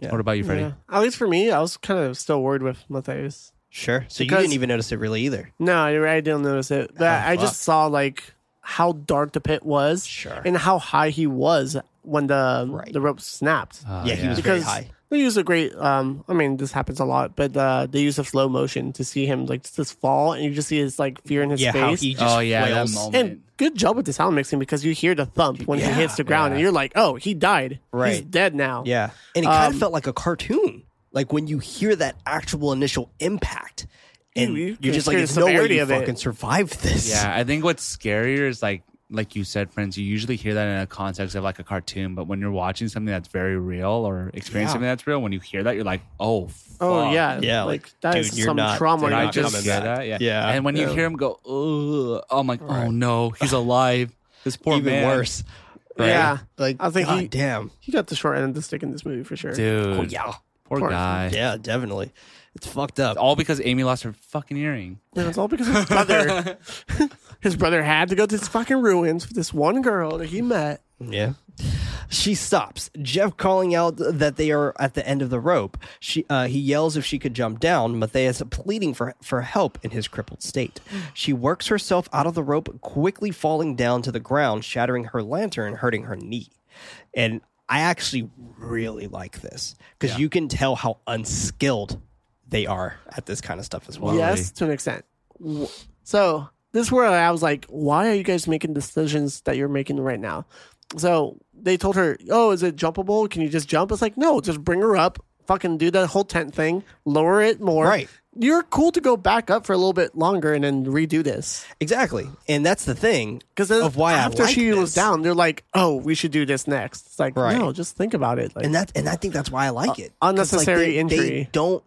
Speaker 2: Yeah.
Speaker 3: What about you, Freddie?
Speaker 4: Yeah. At least for me, I was kind of still worried with Matthias.
Speaker 2: Sure. So you
Speaker 4: Because-
Speaker 2: didn't even notice it really either.
Speaker 4: No, you're right, I didn't notice it. But
Speaker 2: Oh,
Speaker 4: I just saw like how dark the pit was,
Speaker 2: Sure.
Speaker 4: and how high he was when the
Speaker 2: Right.
Speaker 4: the rope snapped.
Speaker 3: Oh,
Speaker 2: yeah, he was very
Speaker 4: because
Speaker 2: high.
Speaker 4: they use a great. Um, I mean, this happens a lot, but uh, they use a slow motion to see him like just fall, and you just see his like fear in his
Speaker 2: Yeah. How
Speaker 4: face.
Speaker 2: he just
Speaker 3: Oh, yeah. That
Speaker 2: flails.
Speaker 3: moment.
Speaker 4: and good job with the sound mixing because you hear the thump when
Speaker 2: Yeah,
Speaker 4: he hits the ground, and you're like, "Oh, he died. He's
Speaker 2: Right.
Speaker 4: dead now."
Speaker 2: Yeah. And it kind
Speaker 4: Um,
Speaker 2: of felt like a cartoon. Like when you hear that actual initial impact and
Speaker 4: You- you
Speaker 2: you,
Speaker 4: can
Speaker 2: are just like,
Speaker 4: hear the
Speaker 2: there's no way
Speaker 4: severity
Speaker 2: you
Speaker 4: of it.
Speaker 2: fucking survived this.
Speaker 3: Yeah, I think what's scarier is like like you said, friends, you usually hear that in a context of like a cartoon, but when you're watching something that's very real or experience
Speaker 2: Yeah.
Speaker 3: something that's real, when you hear that, you're like, oh,
Speaker 4: Oh
Speaker 3: fuck.
Speaker 4: yeah.
Speaker 2: Yeah,
Speaker 4: Like,
Speaker 2: like,
Speaker 4: that
Speaker 2: dude,
Speaker 4: is
Speaker 2: you're
Speaker 4: some
Speaker 2: not-
Speaker 4: trauma.
Speaker 2: you're
Speaker 3: Did
Speaker 2: not
Speaker 3: I
Speaker 4: you're
Speaker 3: just
Speaker 2: coming
Speaker 3: hear
Speaker 2: back.
Speaker 3: that? Yeah.
Speaker 2: Yeah.
Speaker 3: And when you
Speaker 4: Yeah.
Speaker 3: hear him go, Ugh, I'm like, oh no, he's alive. This poor
Speaker 2: Even
Speaker 3: man.
Speaker 2: worse.
Speaker 3: Right?
Speaker 4: Yeah.
Speaker 2: Like,
Speaker 4: I think
Speaker 2: God
Speaker 4: he-
Speaker 2: damn.
Speaker 4: He got the short end of the stick in this movie for sure.
Speaker 3: Dude.
Speaker 2: Oh, yeah.
Speaker 3: Poor,
Speaker 4: Poor-
Speaker 3: guy.
Speaker 2: Yeah, definitely. It's fucked up.
Speaker 3: All because Amy lost her fucking earring.
Speaker 4: And it's all because his brother, his brother had to go to this fucking ruins with this one girl that he met.
Speaker 2: Yeah. She stops. Jeff calling out that they are at the end of the rope. She, uh, he yells if she could jump down. Matthias pleading for, for help in his crippled state. She works herself out of the rope, quickly falling down to the ground, shattering her lantern, hurting her knee. And I actually really like this because you can tell how unskilled they are at this kind of stuff as well.
Speaker 4: Yes, to an extent. W- So this is where I was like, why are you guys making decisions that you're making right now? So they told her, oh, is it jumpable? Can you just jump? It's like, no, just bring her up, fucking do that whole tent thing, lower it more.
Speaker 2: Right.
Speaker 4: You're cool to go back up for a little bit longer and then redo this.
Speaker 2: Exactly. And that's the thing
Speaker 4: Because
Speaker 2: of why
Speaker 4: after
Speaker 2: I like
Speaker 4: she
Speaker 2: this.
Speaker 4: was down, they're like, oh, we should do this next. It's like,
Speaker 2: Right.
Speaker 4: no, just think about it. Like,
Speaker 2: and that and I think that's why I like it. 'Cause, like,
Speaker 4: unnecessary
Speaker 2: they- They
Speaker 4: injury.
Speaker 2: don't.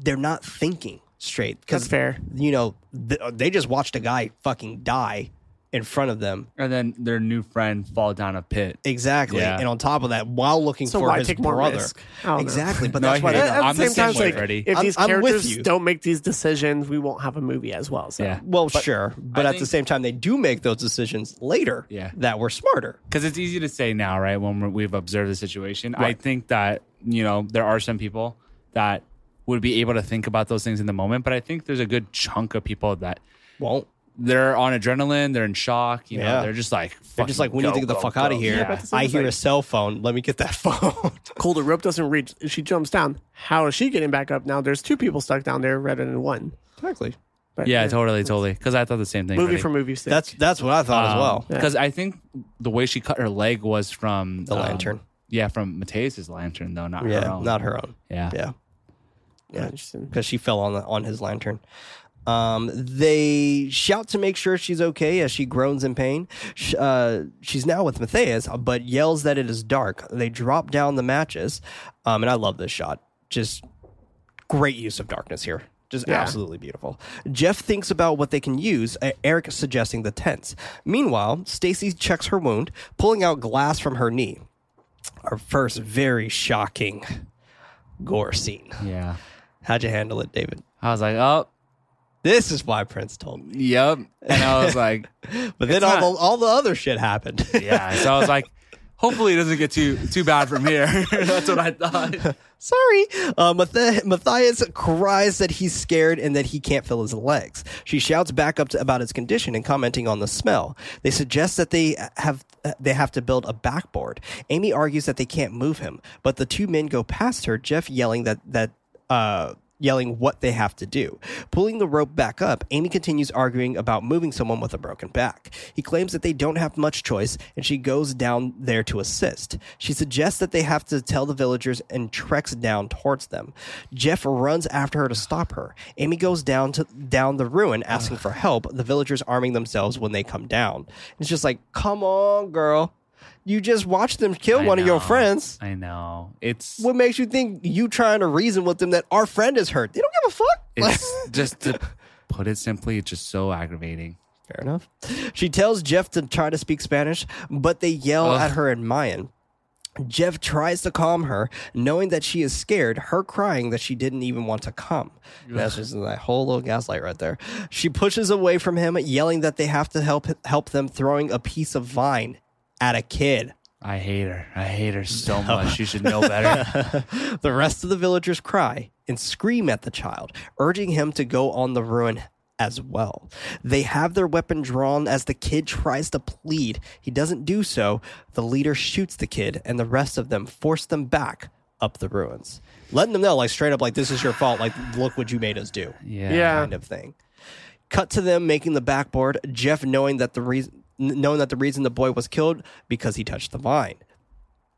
Speaker 2: They're not thinking straight. 'Cause,
Speaker 4: That's fair.
Speaker 2: You know, th- they just watched a guy fucking die in front of them.
Speaker 3: and then their new friend fall down a pit.
Speaker 2: Exactly.
Speaker 3: Yeah.
Speaker 2: And on top of that, while looking
Speaker 4: So
Speaker 2: for
Speaker 4: why
Speaker 2: his
Speaker 4: take more
Speaker 2: brother.
Speaker 4: risk? I don't know.
Speaker 2: Exactly. But
Speaker 3: No,
Speaker 2: that's
Speaker 3: I
Speaker 2: why
Speaker 3: hear
Speaker 2: they're
Speaker 3: that.
Speaker 2: not
Speaker 3: I'm
Speaker 4: at
Speaker 3: the
Speaker 4: the same
Speaker 3: same
Speaker 4: time, it's
Speaker 3: way,
Speaker 4: like,
Speaker 3: Freddie.
Speaker 4: if
Speaker 2: I'm-
Speaker 4: these
Speaker 2: I'm with
Speaker 4: characters
Speaker 2: you.
Speaker 4: don't make these decisions, we won't have a movie as well. So
Speaker 3: Yeah.
Speaker 2: Well, sure, but
Speaker 3: I
Speaker 2: at the
Speaker 3: think-
Speaker 2: same time, they do make those decisions later
Speaker 3: Yeah.
Speaker 2: that were smarter.
Speaker 3: because it's easy to say now, right? When we're, we've observed the situation, I think that you know there are some people that would be able to think about those things in the moment, but I think there's a good chunk of people that
Speaker 2: Won't
Speaker 3: they're on adrenaline, they're in shock, you know,
Speaker 2: Yeah.
Speaker 3: they're just like
Speaker 2: they're just like we need to get the fuck out of here.
Speaker 4: Yeah, but it's
Speaker 2: I hear
Speaker 4: like-
Speaker 2: a cell phone. Let me get that phone.
Speaker 4: cool, the rope doesn't reach. If she jumps down, how is she getting back up now? There's two people stuck down there rather than one.
Speaker 2: exactly.
Speaker 4: But,
Speaker 3: Yeah, totally, totally. Because I thought the same thing.
Speaker 4: Movie
Speaker 3: Freddie.
Speaker 4: for movie sake.
Speaker 2: That's that's what I thought
Speaker 3: Um,
Speaker 2: as well.
Speaker 3: Because I think the way she cut her leg was from um,
Speaker 2: The lantern.
Speaker 3: Yeah, from Mateus's lantern though, not
Speaker 2: Yeah,
Speaker 3: her own.
Speaker 2: not her own.
Speaker 3: Yeah.
Speaker 2: Yeah.
Speaker 4: yeah, interesting.
Speaker 2: because she fell on the, on his lantern. Um, they shout to make sure she's okay as she groans in pain. Sh- uh, she's now with Matthias, but yells that it is dark. They drop down the matches, um, and I love this shot. Just great use of darkness here. Just absolutely beautiful. Jeff thinks about what they can use. E- Eric suggesting the tents. Meanwhile, Stacy checks her wound, pulling out glass from her knee. Our first very shocking gore scene.
Speaker 3: Yeah.
Speaker 2: How'd you handle it, David?
Speaker 3: I was like, oh,
Speaker 2: This is why Prince told me.
Speaker 3: yep. And I was like,
Speaker 2: But then
Speaker 3: It's
Speaker 2: all the
Speaker 3: not-
Speaker 2: all the other shit happened.
Speaker 3: yeah. So I was like, hopefully it doesn't get too too bad from here. That's what I thought.
Speaker 2: Sorry. Uh, Math- Matthias cries that he's scared and that he can't feel his legs. She shouts back up to, about his condition and commenting on the smell. They suggest that they have uh, they have to build a backboard. Amy argues that they can't move him, but the two men go past her. Jeff yelling that that. Uh, yelling what they have to do. Pulling the rope back up, Amy continues arguing about moving someone with a broken back. He claims that they don't have much choice, and she goes down there to assist. She suggests that they have to tell the villagers and treks down towards them. Jeff runs after her to stop her. Amy goes down to down the ruin asking for help, the villagers arming themselves when they come down. It's just like, come on, girl. You just watched them kill
Speaker 3: I
Speaker 2: one of your
Speaker 3: know.
Speaker 2: friends.
Speaker 3: I know. It's
Speaker 2: What makes you think you trying to reason with them that our friend is hurt? They don't give a fuck.
Speaker 3: it's just to put it simply, it's just so aggravating.
Speaker 2: Fair enough. She tells Jeff to try to speak Spanish, but they yell
Speaker 3: Ugh.
Speaker 2: at her in Mayan. Jeff tries to calm her, knowing that she is scared, her crying that she didn't even want to come. That's just that whole little gaslight right there. She pushes away from him, yelling that they have to help help them throwing a piece of vine at a kid.
Speaker 3: I hate her. I hate her so much. She should know better.
Speaker 2: the rest of the villagers cry and scream at the child, urging him to go on the ruin as well. They have their weapon drawn as the kid tries to plead. He doesn't do so. The leader shoots the kid, and the rest of them force them back up the ruins, letting them know, like, straight up, like, this is your fault. Like, look what you made us do
Speaker 3: Yeah.
Speaker 4: Yeah.
Speaker 2: kind of thing. Cut to them making the backboard. Jeff knowing that the reason knowing that the reason the boy was killed because he touched the vine.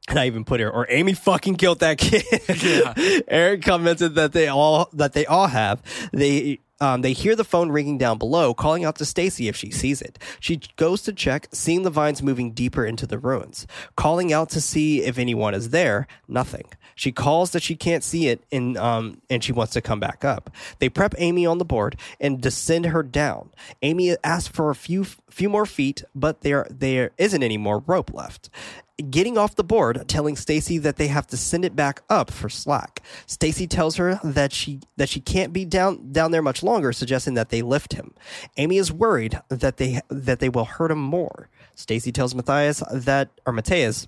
Speaker 2: And I even put here, or Amy fucking killed that kid. Eric commented that they all that they all have. They um, they hear the phone ringing down below, calling out to Stacy if she sees it. She goes to check, seeing the vines moving deeper into the ruins, calling out to see if anyone is there. Nothing. She calls that she can't see it, and um, and she wants to come back up. They prep Amy on the board and descend her down. Amy asks for a few few more feet, but there there isn't any more rope left. Getting off the board, telling Stacy that they have to send it back up for slack. Stacy tells her that she that she can't be down down there much longer, suggesting that they lift him. Amy is worried that they that they will hurt him more. Stacy tells Matthias that or Matthias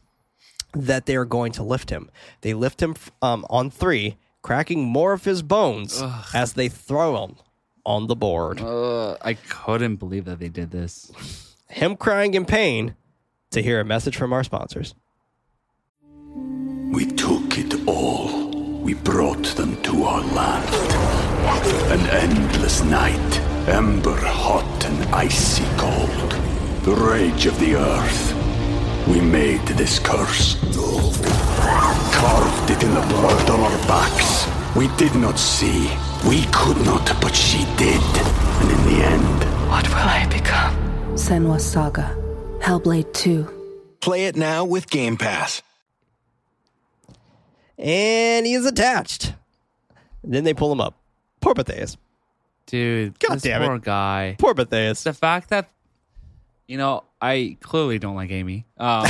Speaker 2: that they are going to lift him. They lift him f- um, on three, cracking more of his bones as they throw him on the board.
Speaker 3: Uh, I couldn't believe that they did this.
Speaker 2: Him crying in pain to hear a message from our sponsors.
Speaker 5: We took it all. We brought them to our land. An endless night, ember hot and icy cold. The rage of the earth. We made this curse. Carved it in the blood on our backs. We did not see. We could not, but she did. And in the end,
Speaker 6: What will I become? Senwa Saga, Hellblade 2.
Speaker 7: Play it now with Game Pass.
Speaker 2: And he is attached. then they pull him up. Poor Bathaeus.
Speaker 3: Dude,
Speaker 2: God
Speaker 3: this
Speaker 2: damn it.
Speaker 3: poor guy.
Speaker 2: Poor Bathaeus.
Speaker 3: The fact that, you know, I clearly don't like Amy. Um,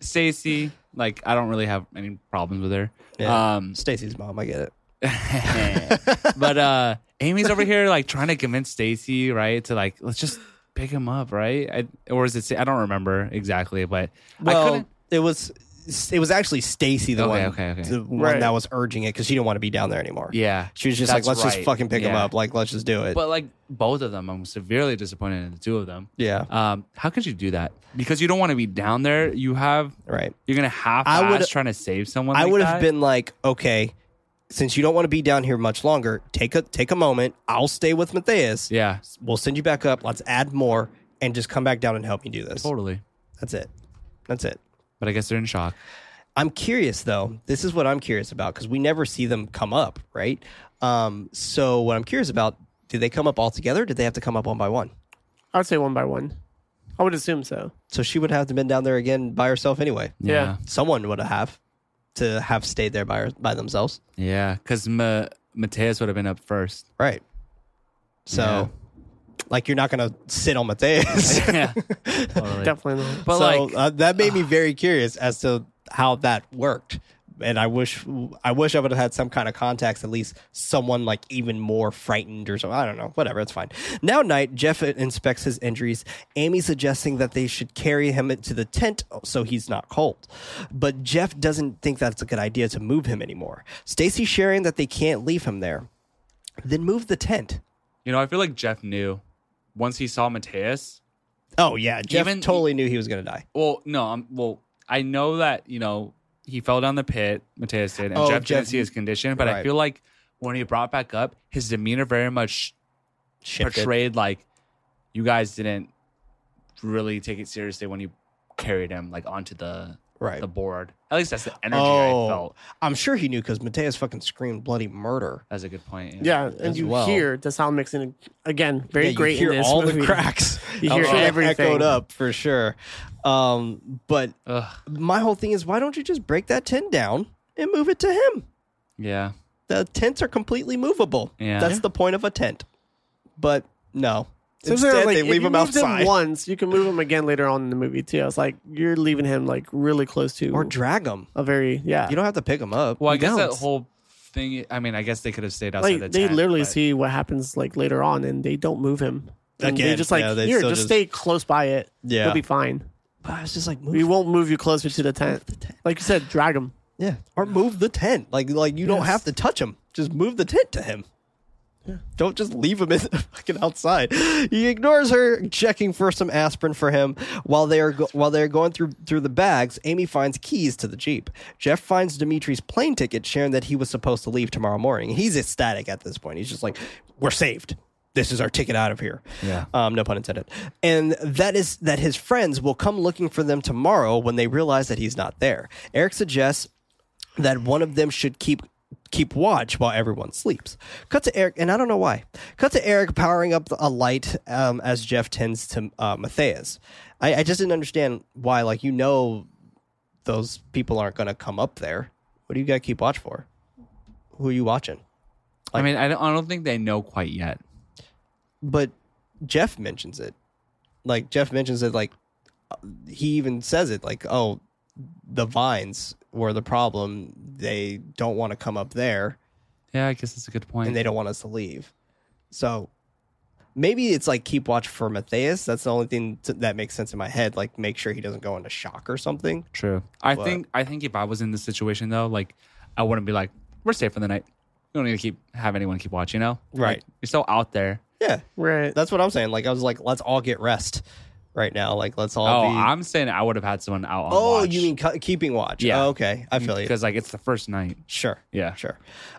Speaker 3: Stacy, like, I don't really have any problems with her.
Speaker 2: Yeah.
Speaker 3: Um,
Speaker 2: Stacy's mom, I get it.
Speaker 3: but uh Amy's over here like trying to convince Stacy, right, to like let's just pick him up, right? I, or is it? Sta- I don't remember exactly, but I
Speaker 2: Well,
Speaker 3: couldn't.
Speaker 2: it was it was actually Stacy the
Speaker 3: Okay,
Speaker 2: one,
Speaker 3: okay, okay.
Speaker 2: the one
Speaker 4: Right.
Speaker 2: that was urging it because she didn't want to be down there anymore.
Speaker 3: Yeah,
Speaker 2: she was just
Speaker 3: that's
Speaker 2: like, let's
Speaker 3: right.
Speaker 2: just fucking pick him
Speaker 3: Yeah.
Speaker 2: up, like let's just do it.
Speaker 3: But like both of them, I'm severely disappointed in the two of them.
Speaker 2: yeah,
Speaker 3: Um, how could you do that? Because you don't want to be down there. You have
Speaker 2: right.
Speaker 3: you're gonna half
Speaker 2: I would-
Speaker 3: ass trying to save someone.
Speaker 2: I
Speaker 3: like
Speaker 2: would have
Speaker 3: that?
Speaker 2: been like, okay, since you don't want to be down here much longer, take a take a moment. I'll stay with Matthias.
Speaker 3: Yeah,
Speaker 2: we'll send you back up. Let's add more and just come back down and help me do this.
Speaker 3: totally.
Speaker 2: That's it. That's it.
Speaker 3: But I guess they're in shock.
Speaker 2: I'm curious though. This is what I'm curious about because we never see them come up, right? Um, so what I'm curious about: do they come up all together? Or did they have to come up one by one?
Speaker 4: I would say one by one. I would assume so.
Speaker 2: So she would have to been down there again by herself anyway.
Speaker 3: Yeah,
Speaker 2: Someone would have to have stayed there by her, by themselves,
Speaker 3: yeah. Because Ma- Mateus would have been up first.
Speaker 2: right? So,
Speaker 3: Oh.
Speaker 2: like, you're not gonna sit on Mateus.
Speaker 3: yeah, totally.
Speaker 4: Definitely not.
Speaker 3: But
Speaker 2: so
Speaker 3: like,
Speaker 2: uh, that made me very curious as to how that worked. And I wish, I wish I would have had some kind of contacts, at least someone like even more frightened or something. I don't know, whatever, it's fine. Now, at night, Jeff inspects his injuries. Amy suggesting that they should carry him into the tent so he's not cold, but Jeff doesn't think that's a good idea to move him anymore. Stacy sharing that they can't leave him there. Then move the tent.
Speaker 3: You know, I feel like Jeff knew once he saw Mateus.
Speaker 2: Oh yeah, Jeff
Speaker 3: Even- e
Speaker 2: totally knew he was gonna die.
Speaker 3: Well, no, I'm well. I know that you know he fell down the pit. Mateus did, and
Speaker 2: Oh,
Speaker 3: Jeff,
Speaker 2: Jeff-
Speaker 3: didn't see his condition. But I
Speaker 2: right.
Speaker 3: feel like when he brought back up, his demeanor very much
Speaker 2: Shifted.
Speaker 3: portrayed like you guys didn't really take it seriously when you carried him like onto the
Speaker 2: Right. Oh.
Speaker 3: the board. At least that's the energy
Speaker 4: Oh.
Speaker 3: I felt.
Speaker 2: I'm sure he knew because Mateus fucking screamed bloody murder.
Speaker 3: That's a good point.
Speaker 4: Yeah, and
Speaker 2: As
Speaker 4: you
Speaker 2: well.
Speaker 4: hear the sound mixing again. Very
Speaker 2: Yeah, you
Speaker 4: great.
Speaker 2: hear
Speaker 4: in this
Speaker 2: all the
Speaker 4: movie.
Speaker 2: cracks.
Speaker 4: You
Speaker 2: I'm
Speaker 4: hear
Speaker 2: sure it
Speaker 4: everything.
Speaker 2: echoed up for sure. Um, but
Speaker 3: Ugh.
Speaker 2: my whole thing is, why don't you just break that tent down and move it to him?
Speaker 3: Yeah.
Speaker 2: The tents are completely movable.
Speaker 3: Yeah.
Speaker 2: That's the point of a tent. But no,
Speaker 4: So it's
Speaker 2: instead
Speaker 4: like,
Speaker 2: they
Speaker 4: if
Speaker 2: leave
Speaker 4: you
Speaker 2: him
Speaker 4: moved
Speaker 2: outside
Speaker 4: once, you can move him again later on in the movie too. I was like, you're leaving him like really close to
Speaker 2: or drag him.
Speaker 4: a very yeah.
Speaker 2: You don't have to pick him up.
Speaker 3: Well, I
Speaker 2: You
Speaker 3: guess
Speaker 2: don't.
Speaker 3: that whole thing. I mean, I guess they could have stayed outside
Speaker 4: like
Speaker 3: the
Speaker 4: they
Speaker 3: tent,
Speaker 4: literally
Speaker 3: but-
Speaker 4: see what happens like later on, and they don't move him. And they
Speaker 2: Again,
Speaker 4: just like
Speaker 2: yeah, they
Speaker 4: here,
Speaker 2: still
Speaker 4: just,
Speaker 2: just-
Speaker 4: stay close by it.
Speaker 2: Yeah.
Speaker 4: you'll be fine.
Speaker 2: But I was just like,
Speaker 4: We
Speaker 2: move,
Speaker 4: won't move you closer to the tent. Like you said, drag him.
Speaker 2: yeah, or move the tent. Like, like you don't
Speaker 4: Yes.
Speaker 2: have to touch him. Just move the tent to him. Don't just leave him in the fucking outside. He ignores her, checking for some aspirin for him. While they are go- while they are going through through the bags, Amy finds keys to the jeep. Jeff finds Dimitri's plane ticket, sharing that he was supposed to leave tomorrow morning. He's ecstatic at this point. He's just like, "We're saved. This is our ticket out of here."
Speaker 3: Yeah.
Speaker 2: Um, no pun intended. And that is that his friends will come looking for them tomorrow when they realize that he's not there. Eric suggests that one of them should keep keep watch while everyone sleeps. Cut to Eric, and I don't know why. Cut to Eric powering up a light um, as Jeff tends to uh, Matthias. I, I just didn't understand why. Like you know, those people aren't going to come up there. What do you got to keep watch for? Who are you watching?
Speaker 3: I mean, I don't, I don't think they know quite yet.
Speaker 2: But Jeff mentions it. Like Jeff mentions it. Like uh, he even says it. Like oh, the vines were the problem. They don't want to come up there.
Speaker 3: Yeah, I guess that's a good point.
Speaker 2: and they don't want us to leave. So Maybe it's like keep watch for Matthias. That's the only thing t- that makes sense in my head. Like make sure he doesn't go into shock or something.
Speaker 3: True. I think I think if I was in this situation though, like I wouldn't be like, we're safe for the night. You don't need to keep have anyone keep watch. You know,
Speaker 2: Right.
Speaker 3: Like, you're still out there.
Speaker 2: Yeah,
Speaker 4: Right.
Speaker 2: that's what I'm saying. Like I was like, let's all get rest right now. Like let's all.
Speaker 3: Oh,
Speaker 2: be,
Speaker 3: I'm saying I would have had someone out. On
Speaker 2: Oh,
Speaker 3: watch.
Speaker 2: you mean cu- keeping watch?
Speaker 3: Yeah.
Speaker 2: Oh, okay, I feel you.
Speaker 3: because like it's the first night.
Speaker 2: Sure.
Speaker 3: Yeah.
Speaker 2: Sure.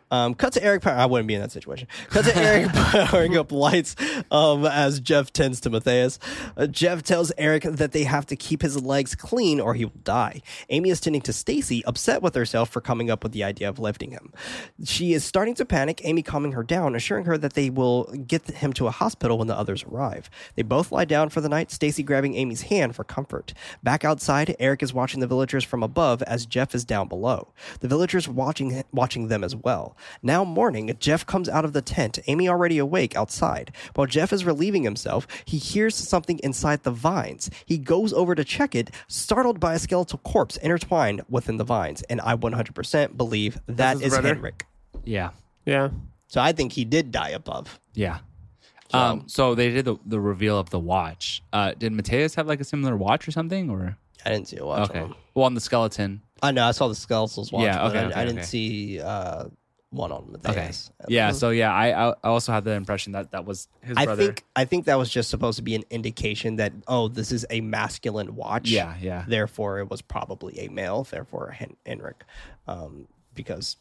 Speaker 2: Um, cut to Eric. Power- I wouldn't be in that situation. Cut to Eric powering up lights um, as Jeff tends to Matthias. Uh, Jeff tells Eric that they have to keep his legs clean or he will die. Amy is tending to Stacy, upset with herself for coming up with the idea of lifting him. She is starting to panic. Amy calming her down, assuring her that they will get him to a hospital when the others arrive. They both lie down for the night. Stacy grabbing Amy's hand for comfort. Back outside, Eric is watching the villagers from above as Jeff is down below. The villagers watching watching them as well. Now morning, Jeff comes out of the tent, Amy already awake outside. While Jeff is relieving himself, he hears something inside the vines. He goes over to check it, startled by a skeletal corpse intertwined within the vines, and I 100% believe that
Speaker 4: his
Speaker 2: is
Speaker 4: brother?
Speaker 2: Henrik.
Speaker 3: Yeah.
Speaker 4: Yeah.
Speaker 2: So I think he did die above.
Speaker 3: Yeah. Um, so they did the, the reveal of the watch. Uh, did Mateus have like a similar watch or something? Or
Speaker 2: I didn't see a watch.
Speaker 3: okay,
Speaker 2: on him.
Speaker 3: well, on the skeleton.
Speaker 2: I know I saw the skeletals watch,
Speaker 3: Yeah, okay,
Speaker 2: but I,
Speaker 3: okay,
Speaker 2: I didn't
Speaker 3: okay.
Speaker 2: see uh, one on
Speaker 3: Okay.
Speaker 2: Matthias.
Speaker 3: Yeah. So yeah, I I I also had the impression that that was his
Speaker 2: I
Speaker 3: brother.
Speaker 2: think I think that was just supposed to be an indication that oh, this is a masculine watch.
Speaker 3: Yeah, yeah.
Speaker 2: Therefore, it was probably a male. Therefore, Hen- Henrik, um, because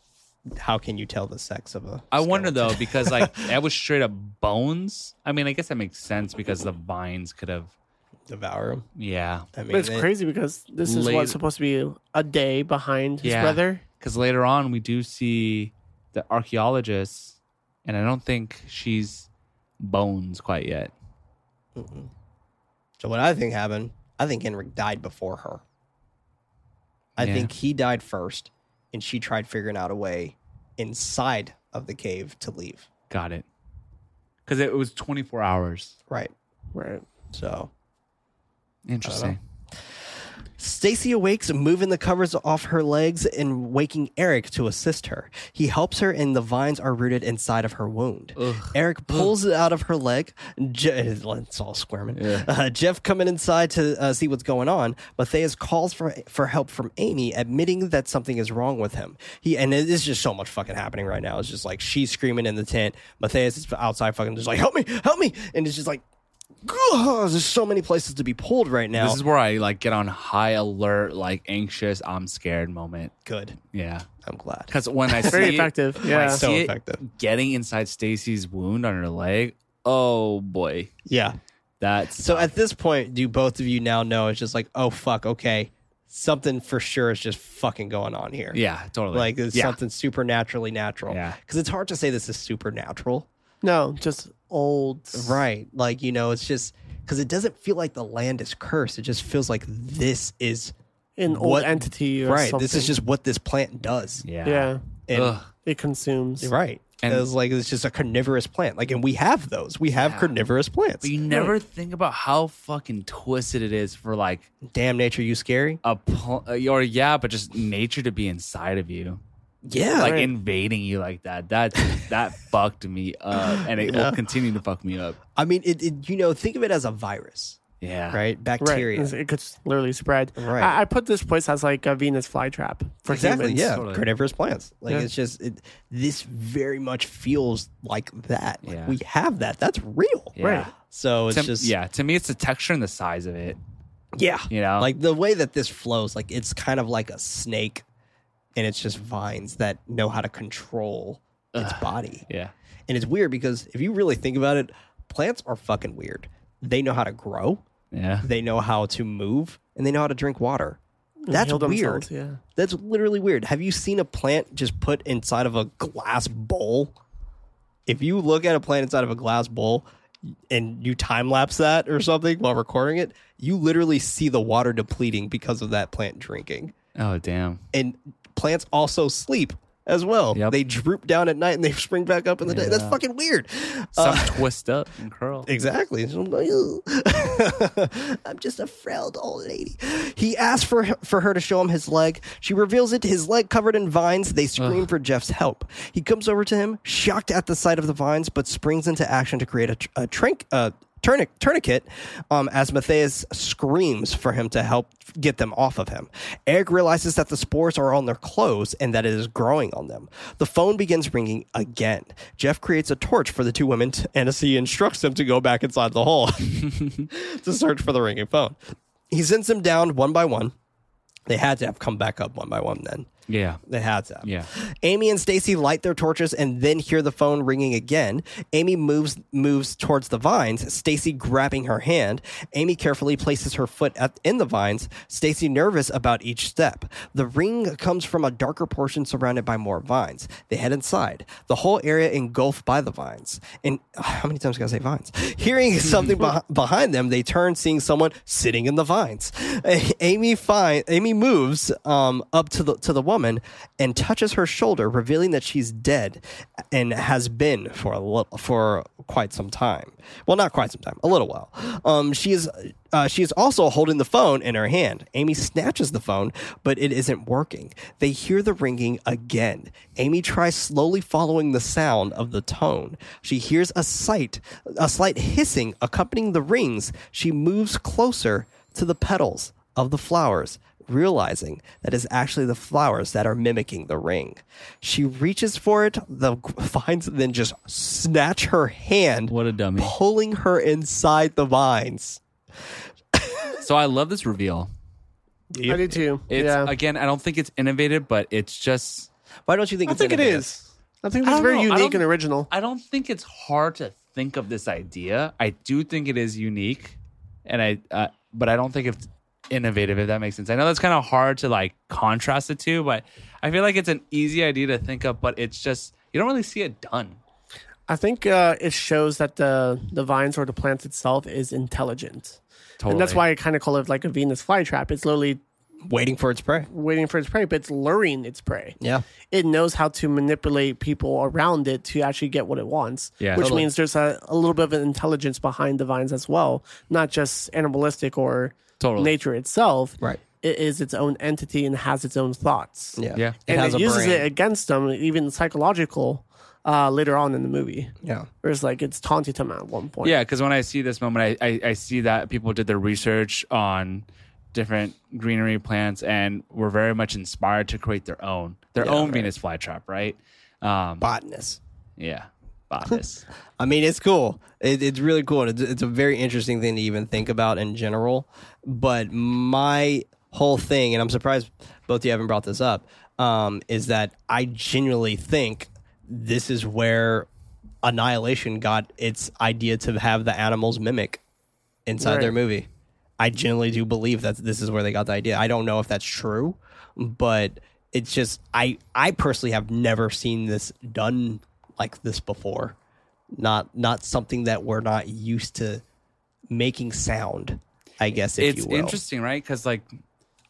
Speaker 2: how can you tell the sex of a?
Speaker 3: I wonder though because like that was straight up bones. I mean, I guess that makes sense because the vines could have.
Speaker 2: devour him?
Speaker 3: Yeah.
Speaker 2: I mean,
Speaker 4: But it's
Speaker 2: it-
Speaker 4: crazy because this is
Speaker 3: Late-
Speaker 4: what's supposed to be a day behind his
Speaker 3: Yeah.
Speaker 4: brother.
Speaker 3: Because later on we do see the archaeologist, and I don't think she's bones quite yet.
Speaker 2: So what I think happened, I think Henrik died before her. I
Speaker 3: Yeah.
Speaker 2: think he died first, and she tried figuring out a way inside of the cave to leave.
Speaker 3: Got it. Because it was 24 hours.
Speaker 2: Right.
Speaker 4: Right.
Speaker 2: So
Speaker 3: Interesting.
Speaker 2: Stacy awakes, moving the covers off her legs and waking Eric to assist her. He helps her, and the vines are rooted inside of her wound. Eric pulls it out of her leg. Je- it's all squirming. Uh, Jeff coming inside to uh, see what's going on. Matthias calls for for help from Amy, admitting that something is wrong with him. He and it is just so much fucking happening right now. It's just like she's screaming in the tent. Matthias is outside, fucking just like help me, help me, and it's just like. there's so many places to be pulled right now.
Speaker 3: This is where I like get on high alert, like anxious, I'm scared moment.
Speaker 2: good.
Speaker 3: Yeah.
Speaker 2: I'm glad.
Speaker 3: Because when I
Speaker 4: Very
Speaker 3: see
Speaker 4: effective.
Speaker 3: when I
Speaker 4: Yeah.
Speaker 2: So
Speaker 3: see it
Speaker 2: effective.
Speaker 3: getting inside Stacy's wound on her leg, oh boy.
Speaker 2: Yeah.
Speaker 3: That's
Speaker 2: So at this point, do both of you now know it's just like, oh fuck, okay, something for sure is just fucking going on here.
Speaker 3: yeah, totally.
Speaker 2: Like it's
Speaker 3: yeah.
Speaker 2: something supernaturally natural.
Speaker 3: Yeah.
Speaker 2: Because it's hard to say this is supernatural.
Speaker 4: No, just old.
Speaker 2: Right. Like, you know, it's just because it doesn't feel like the land is cursed. It just feels like this is
Speaker 4: An old
Speaker 2: What-
Speaker 4: entity or
Speaker 2: right.
Speaker 4: something.
Speaker 2: This is just what this plant does.
Speaker 3: Yeah.
Speaker 4: Yeah.
Speaker 2: And
Speaker 3: Ugh.
Speaker 4: It consumes.
Speaker 2: right.
Speaker 3: And-
Speaker 2: And it's like it's just a carnivorous plant. Like, and we have those. We have carnivorous plants.
Speaker 3: But you never think about how fucking twisted it is for like
Speaker 2: Damn nature, you scary.
Speaker 3: a pl- uh, or yeah, but just nature to be inside of you.
Speaker 2: Yeah.
Speaker 3: like invading you like that. That that fucked me up, and it will continue to fuck me up.
Speaker 2: I mean, it, it. You know, think of it as a virus.
Speaker 3: Yeah.
Speaker 2: right?
Speaker 4: Right.
Speaker 2: Bacteria.
Speaker 4: It's- It could s- literally spread.
Speaker 2: Right.
Speaker 4: I, I put this place as like a Venus flytrap for
Speaker 2: Exactly.
Speaker 4: humans.
Speaker 2: Yeah.
Speaker 3: Totally.
Speaker 2: Carnivorous plants. Like
Speaker 4: Yeah.
Speaker 2: it's just it, this very much feels like that. Like
Speaker 3: Yeah.
Speaker 2: we have that. That's real.
Speaker 3: Yeah. Right.
Speaker 2: So it's
Speaker 3: To,
Speaker 2: just
Speaker 3: yeah. To me, it's the texture and the size of it.
Speaker 2: yeah.
Speaker 3: You know?
Speaker 2: like the way that this flows, like it's kind of like a snake, and it's just vines that know how to control its body.
Speaker 3: Yeah.
Speaker 2: And it's weird because if you really think about it, plants are fucking weird. They know how to grow.
Speaker 3: Yeah.
Speaker 2: They know how to move, and they know how to drink water. That's
Speaker 4: heal
Speaker 2: weird.
Speaker 4: themselves, yeah.
Speaker 2: That's literally weird. Have you seen a plant just put inside of a glass bowl? If you look at a plant inside of a glass bowl and you time lapse that or something while recording it, you literally see the water depleting because of that plant drinking.
Speaker 3: Oh damn.
Speaker 2: And plants also sleep as well.
Speaker 3: Yep.
Speaker 2: They droop down at night and they spring back up in the day. That's
Speaker 3: Yeah.
Speaker 2: fucking weird.
Speaker 3: Some twist up and curl.
Speaker 2: Exactly. So I'm like, "Ugh." I'm just a frailed old lady. He asked for for her to show him his leg. She reveals it, his leg covered in vines. They scream for Jeff's help. He comes over to him, shocked at the sight of the vines, but springs into action to create a, tr- a trink. Uh, Tourniquet, tourniquet um, as Matthias screams for him to help get them off of him. Eric realizes that the spores are on their clothes and that it is growing on them. The phone begins ringing again. Jeff creates a torch for the two women t- and as he instructs them to go back inside the hole to search for the ringing phone. He sends them down one by one. They had to have come back up one by one then.
Speaker 3: Yeah.
Speaker 2: They had to.
Speaker 3: Yeah.
Speaker 2: Amy and Stacy light their torches and then hear the phone ringing again. Amy moves moves towards the vines, Stacy grabbing her hand. Amy carefully places her foot at, in the vines, Stacy nervous about each step. The ring comes from a darker portion surrounded by more vines. They head inside. The whole area engulfed by the vines. And how many times can I say vines? Hearing something beh- behind them, they turn, seeing someone sitting in the vines. Amy find Amy moves um, up to the to the woman and touches her shoulder, revealing that she's dead and has been for a li- for quite some time. Well, not quite some time, a little while. Um, she is uh, she is also holding the phone in her hand. Amy snatches the phone, but it isn't working. They hear the ringing again. Amy tries slowly following the sound of the tone. She hears a sight, a slight hissing accompanying the rings. She moves closer to the petals of the flowers, realizing that it's actually the flowers that are mimicking the ring. She reaches for it, the finds then just snatch her hand,
Speaker 3: What a dummy.
Speaker 2: pulling her inside the vines.
Speaker 3: So I love this reveal.
Speaker 4: I do too.
Speaker 3: It's
Speaker 4: yeah.
Speaker 3: again, I don't think it's innovative, but it's just
Speaker 2: Why don't you think?
Speaker 4: I
Speaker 2: it's
Speaker 4: think it
Speaker 2: innovative?
Speaker 4: is. I think
Speaker 3: I
Speaker 4: it's
Speaker 3: don't
Speaker 4: very
Speaker 3: know. I
Speaker 4: unique
Speaker 3: don't-
Speaker 4: and original.
Speaker 3: I don't think it's hard to think of this idea. I do think it is unique, and I, uh, but I don't think it's innovative. If that makes sense, I know that's kind of hard to like contrast the two, but I feel like it's an easy idea to think of. But it's just you don't really see it done.
Speaker 4: I think uh, it shows that the the vines or the plants itself is intelligent, and that's why I kind of call it like a Venus flytrap. It's literally
Speaker 2: Waiting for its prey.
Speaker 4: waiting for its prey, but it's luring its prey.
Speaker 2: Yeah.
Speaker 4: It knows how to manipulate people around it to actually get what it wants.
Speaker 3: Yeah.
Speaker 4: which
Speaker 3: Totally.
Speaker 4: means there's a, a little bit of an intelligence behind the vines as well, not just animalistic or
Speaker 3: Totally.
Speaker 4: nature itself.
Speaker 2: Right.
Speaker 4: It is its own entity and has its own thoughts.
Speaker 2: Yeah.
Speaker 3: Yeah.
Speaker 4: and it uses
Speaker 2: brain.
Speaker 4: it against them, even psychological, uh, later on in the movie.
Speaker 2: Yeah.
Speaker 4: Where it's like it's taunting him at one point.
Speaker 3: Yeah, because when I see this moment, I, I, I see that people did their research on different greenery plants and were very much inspired to create their own their own Venus flytrap, right? Um,
Speaker 2: Botanist.
Speaker 3: yeah, botanist.
Speaker 2: I mean, it's cool. It, it's really cool. and It's, it's a very interesting thing to even think about in general. But my whole thing, and I'm surprised both of you haven't brought this up, um, is that I genuinely think this is where Annihilation got its idea to have the animals mimic inside their
Speaker 4: Right.
Speaker 2: movie. I genuinely do believe that this is where they got the idea. I don't know if that's true, but it's just I I personally have never seen this done like this before. Not not something that we're not used to making sound. I guess if
Speaker 3: it's
Speaker 2: you will.
Speaker 3: interesting, right? Because like,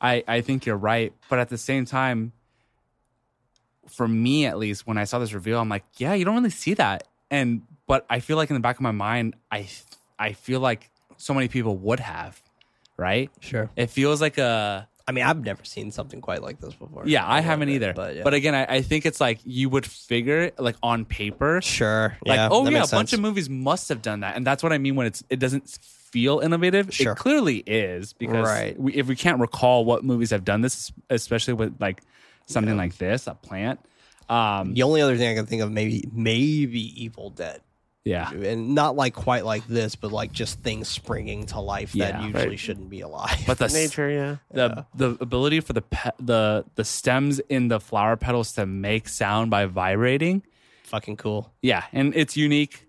Speaker 3: I I think you're right, but at the same time, for me at least, when I saw this reveal, I'm like, yeah, you don't really see that, and but I feel like in the back of my mind, I I feel like so many people would have, right?
Speaker 2: Sure.
Speaker 3: It feels like a
Speaker 2: I mean, I've never seen something quite like this before.
Speaker 3: yeah, I
Speaker 2: love
Speaker 3: haven't
Speaker 2: it,
Speaker 3: either.
Speaker 2: But, yeah.
Speaker 3: But again, I, I think it's like you would figure like on paper,
Speaker 2: sure,
Speaker 3: like
Speaker 2: yeah,
Speaker 3: oh
Speaker 2: that
Speaker 3: yeah, a
Speaker 2: makes
Speaker 3: bunch
Speaker 2: sense.
Speaker 3: of movies must have done that, and that's what I mean when it's it doesn't feel innovative.
Speaker 2: Sure.
Speaker 3: It clearly is because
Speaker 2: Right.
Speaker 3: we, if we can't recall what movies have done this, especially with like something like this, a plant. Um,
Speaker 2: The only other thing I can think of maybe maybe Evil Dead.
Speaker 3: yeah,
Speaker 2: and not like quite like this, but like just things springing to life that
Speaker 3: Yeah.
Speaker 2: usually
Speaker 3: Right.
Speaker 2: shouldn't be alive.
Speaker 3: but the
Speaker 4: Nature, yeah.
Speaker 3: the the ability for the pe- the the stems in the flower petals to make sound by vibrating.
Speaker 2: fucking cool.
Speaker 3: Yeah, and it's unique.